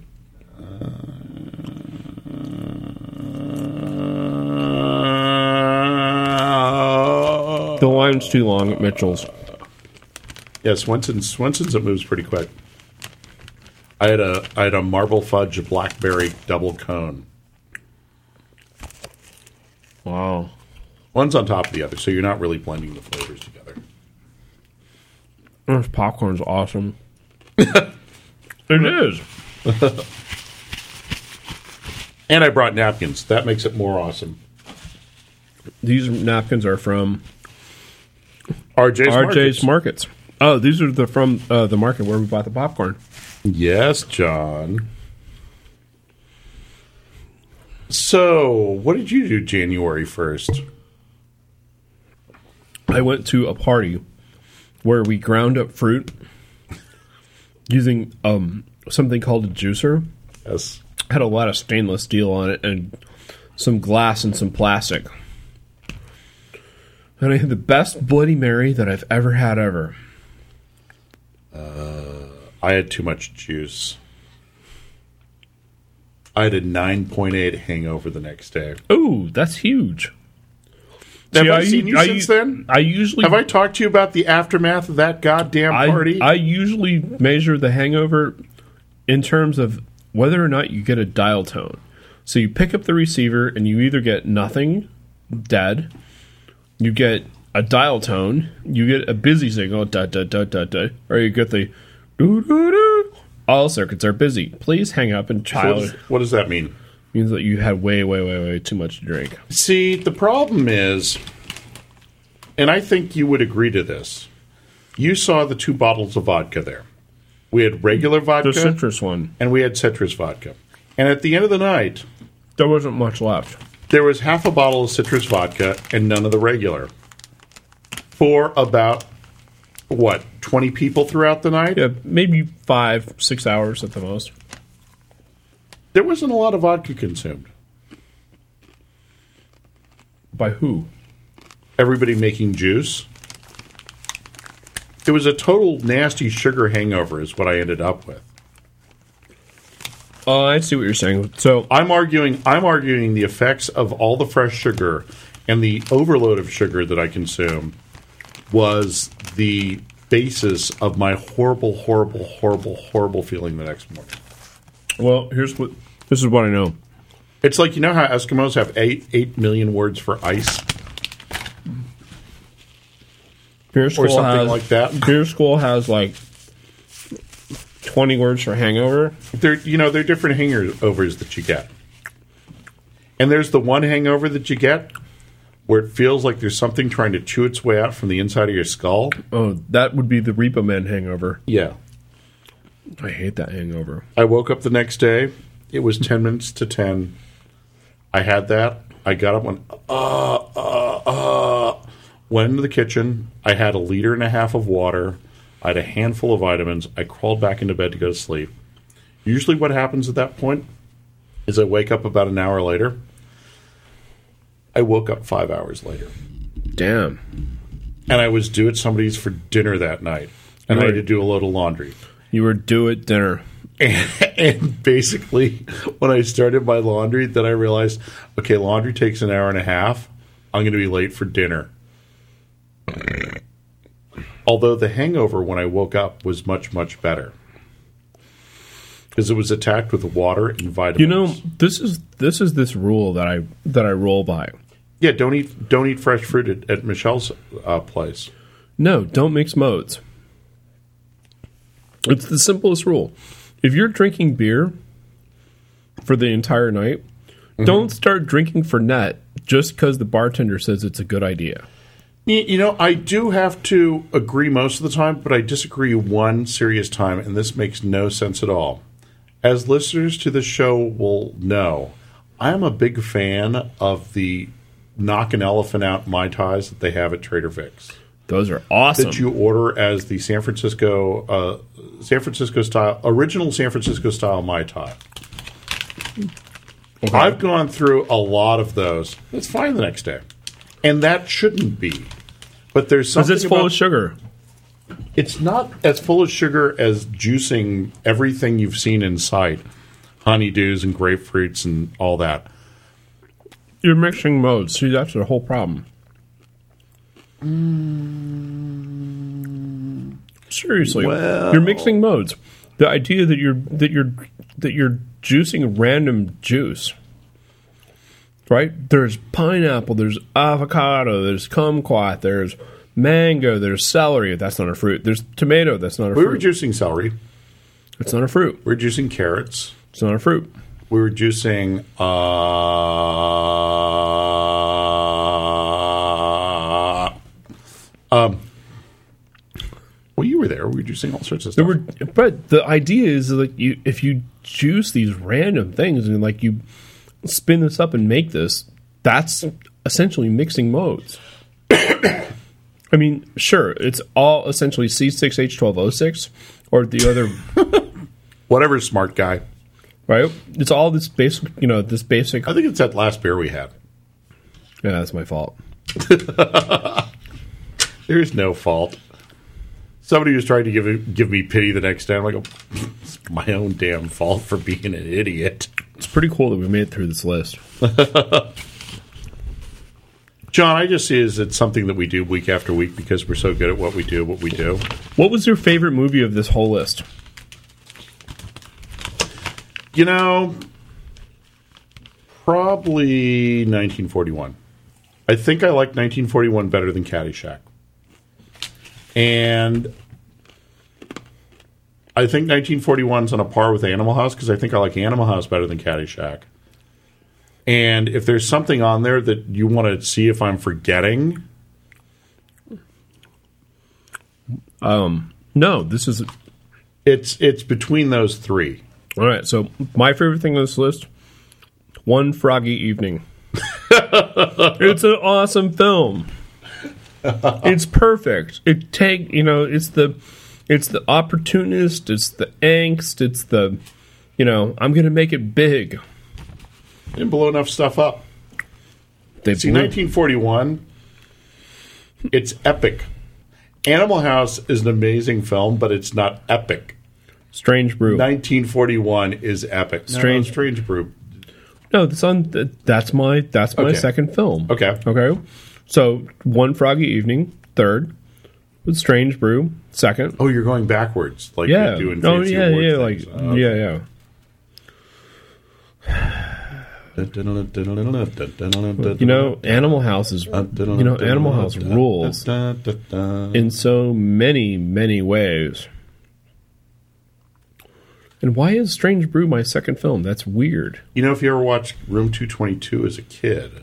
S2: Uh,
S1: The line's too long at Mitchell's.
S2: yeah, Swenson's Swenson's it moves pretty quick. I had a I had a marble fudge blackberry double cone.
S1: Wow.
S2: One's on top of the other, so you're not really blending the flavors together.
S1: This popcorn's awesome. it is.
S2: And I brought napkins. That makes it more awesome.
S1: These napkins are from
S2: RJ's,
S1: RJ's Markets.
S2: Markets.
S1: Oh, these are the from uh, the market where we bought the popcorn.
S2: yes, John. So, what did you do January 1st?
S1: I went to a party where we ground up fruit using um, something called a juicer.
S2: Yes.
S1: Had a lot of stainless steel on it and some glass and some plastic. And I had the best Bloody Mary that I've ever had ever.
S2: I had too much juice. I had a 9.8 hangover the next day.
S1: Oh, that's huge.
S2: Have
S1: See,
S2: I, seen you
S1: I-
S2: since then?
S1: I usually
S2: Have I talked to you about the aftermath of that goddamn
S1: I,
S2: party?
S1: I usually measure the hangover in terms of whether or not you get a dial tone. So you pick up the receiver and you either get nothing, dead, you get a dial tone, you get a busy signal, da da da da da, or you get the doo doo doo. All circuits are busy. Please hang up and
S2: what,
S1: child
S2: does, what does that mean?
S1: means that you had way way way way too much to drink.
S2: See, the problem is, and I think you would agree to this. You saw the two bottles of vodka there. We had regular
S1: The
S2: vodka
S1: citrus one,
S2: and we had citrus vodka. And at the end of the night,
S1: there wasn't much left.
S2: there was half a bottle of citrus vodka and none of the regular for about what, 20 people throughout the night?
S1: Yeah, maybe five six hours at the most.
S2: There wasn't a lot of vodka consumed.
S1: By who?
S2: Everybody making juice. It was a total nasty sugar hangover, is what I ended up with.
S1: Oh, I see what you're saying. So
S2: I'm arguing. I'm arguing the effects of all the fresh sugar and the overload of sugar that I consume was the basis of my horrible, horrible, horrible, horrible feeling the next morning.
S1: Well, here's what this is what I know.
S2: It's like you know how Eskimos have eight eight million words for ice.
S1: Beer school
S2: something
S1: has,
S2: like that.
S1: Beer school has like twenty words for hangover.
S2: They're you know they're different hangovers that you get, and there's the one hangover that you get where it feels like there's something trying to chew its way out from the inside of your skull.
S1: Oh, that would be the Repo Man hangover.
S2: Yeah,
S1: I hate that hangover.
S2: I woke up the next day. It was ten minutes to ten. I had that. I got up went uh uh uh. Went into the kitchen. I had a liter and a half of water. I had a handful of vitamins. I crawled back into bed to go to sleep. Usually, what happens at that point is I wake up about an hour later. I woke up five hours later,
S1: Damn.
S2: and I was due at somebody's for dinner that night, and I had to do a load of laundry.
S1: You were due at dinner.
S2: and, and basically when i started my laundry then i realized okay laundry takes an hour and a half i'm going to be late for dinner although the hangover when i woke up was much much better because it was attacked with water and vitamins
S1: You know, this is this is this rule that I that I roll by.
S2: yeah don't eat don't eat fresh fruit at, at michelle's uh, place
S1: No, don't mix modes. It's the simplest rule. If you're drinking beer for the entire night,
S2: Mm-hmm.
S1: don't start drinking for net just because the bartender says it's a good idea.
S2: Y- You know, I do have to agree most of the time, but I disagree one serious time, and this makes no sense at all. As listeners to the show will know, I am a big fan of the knock an elephant out my ties that they have at Trader Vic's
S1: Those are awesome.
S2: that you order as the San Francisco uh, San Francisco style original San Francisco style mai tai. I've gone through a lot of those. It's fine the next day, and that shouldn't be. But there's
S1: Because
S2: something
S1: it's full
S2: about-
S1: of sugar.
S2: it's not as full of sugar as juicing everything you've seen in sight, honeydews and grapefruits and all that.
S1: You're mixing modes. See, that's the whole problem.
S2: Mm.
S1: Seriously, you're mixing modes. The idea that you're that you're that you're juicing random juice, right? There's pineapple, there's avocado, there's kumquat, there's mango, there's celery. That's not a fruit. There's tomato. That's not a
S2: We were
S1: fruit.
S2: juicing celery.
S1: It's not a fruit.
S2: We were juicing carrots.
S1: It's not a fruit.
S2: We were juicing. Uh, um, well, you were there. We were juicing all sorts of
S1: There
S2: stuff.
S1: were, but the idea is that you, if you juice these random things and like you spin this up and make this, that's essentially mixing modes. I mean, sure, it's all essentially C6H1206 or the other,
S2: Whatever, smart guy.
S1: right? It's all this basic, you know, this basic.
S2: I think it's that last beer we had.
S1: Yeah, that's my fault.
S2: There is no fault. Somebody was trying to give give me pity the next day. I'm like, "Oh, it's my own damn fault for being an idiot.
S1: It's pretty cool that we made it through this list.
S2: John, I just see is it's something that we do week after week because we're so good at what we do, what we do.
S1: What was your favorite movie of this whole list?
S2: You know, probably 1941. I think I like 1941 better than Caddyshack. And I think 1941's on a par with Animal House because I think I like Animal House better than Caddyshack. And if there's something on there that you want to see if I'm forgetting,
S1: No, this is
S2: it's it's between those three.
S1: all right. So my favorite thing on this list: One Froggy Evening. it's an awesome film. It's perfect. It take you know it's the it's the opportunist. It's the angst. It's the you know I'm gonna make it big.
S2: Didn't blow enough stuff up.
S1: They
S2: See,
S1: blew-
S2: 1941, it's epic. Animal House is an amazing film, but it's not epic.
S1: strange brew.
S2: 1941 is epic. No, no,
S1: Strange-
S2: Strange Brew.
S1: No, that's on. th- That's my that's my
S2: Okay.
S1: second film.
S2: Okay.
S1: Okay. So one Froggy Evening, third. with Strange Brew second.
S2: Oh, you're going backwards, like
S1: yeah.
S2: they do in
S1: oh
S2: fancy
S1: yeah,
S2: award
S1: yeah, like
S2: things. Uh,
S1: yeah, yeah. You know, Animal House is
S2: Uh,
S1: you know Animal House rules in so many many ways. And why is Strange Brew my second film? That's weird.
S2: You know, if you ever watched Room 222 as a kid,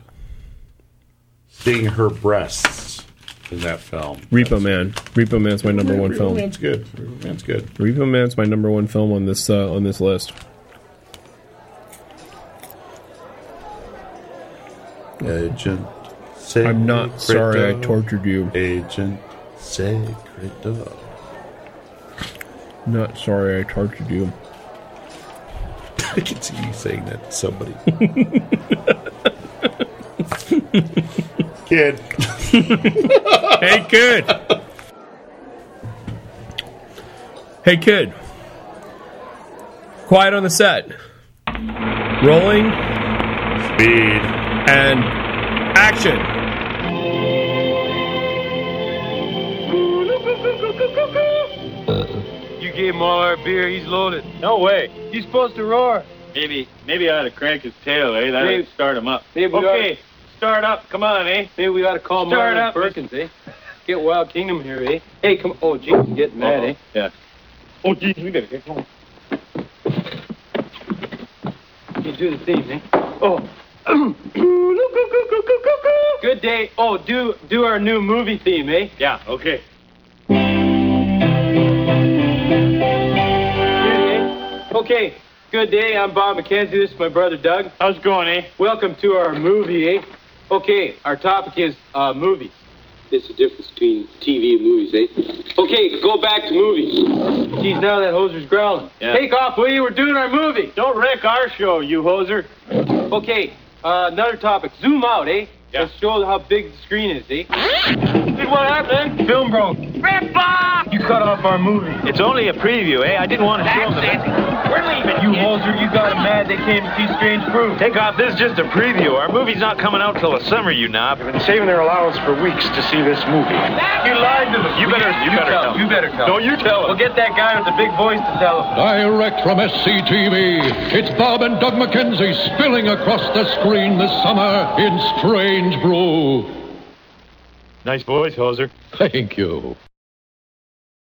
S2: seeing her breasts in that film.
S1: Repo Man. Repo Man's my number one
S2: Repo
S1: film.
S2: Man's good. Repo Man's good.
S1: Repo Man's my number one film on this uh, on this list.
S2: Agent.
S1: I'm not sorry I
S2: Secreto.
S1: tortured you.
S2: Agent Secreto.
S1: Not sorry I tortured you.
S2: I can see you saying that to somebody. Kid.
S1: Hey kid. hey kid. Quiet on the set. Rolling
S2: Speed.
S1: and action.
S3: You gave him all our beer, he's loaded. No way. He's supposed to roar.
S4: Maybe maybe I ought to crank his tail, eh? That'll
S3: Maybe-
S4: start him up.
S3: maybe we
S4: okay,
S3: oughta-
S4: start up. Come on, eh?
S3: Maybe we ought to call
S4: Start
S3: Marlon
S4: up,
S3: Perkins, eh? Get Wild Kingdom here, eh? Hey, come Oh, jeez, he's getting mad, eh?
S4: Uh-huh. Yeah. Oh, geez, we better get going.
S3: You do the same, eh? Oh. Good day. Oh, do do our new movie theme, eh?
S4: Yeah, okay.
S3: Okay. Good day. I'm Bob McKenzie. This is my brother Doug.
S4: How's it going, eh?
S3: Welcome to our movie, eh? Okay, our topic is uh, movies. It's the difference between TV and movies, eh? Okay, go back to movies. Geez, now that hoser's growling.
S4: Yeah.
S3: Take off, will you? We're doing our movie.
S4: Don't wreck our show, you hoser.
S3: Okay, uh, another topic. Zoom out, eh?
S4: Yeah.
S3: Let's show how big the screen is, eh? Hey, what happened? Film broke. Rip off! You cut off our movie.
S4: It's only a preview, eh? I didn't want to show
S3: We're leaving. You hoser, you got 'em mad. They came to see Strange Brew.
S4: Take off. This is just a preview. Our movie's not coming out till the summer, you knob. They've been saving their allowance for weeks to see this movie.
S3: You lied to them.
S4: You better- you
S3: tell
S4: better tell.
S3: them. You better tell.
S4: Don't you tell them.
S3: We'll get that guy with the big voice to tell him.
S5: Direct from SCTV, it's Bob and Doug McKenzie spilling across the screen this summer in Strange Brew.
S4: Nice voice, hoser.
S5: Thank you.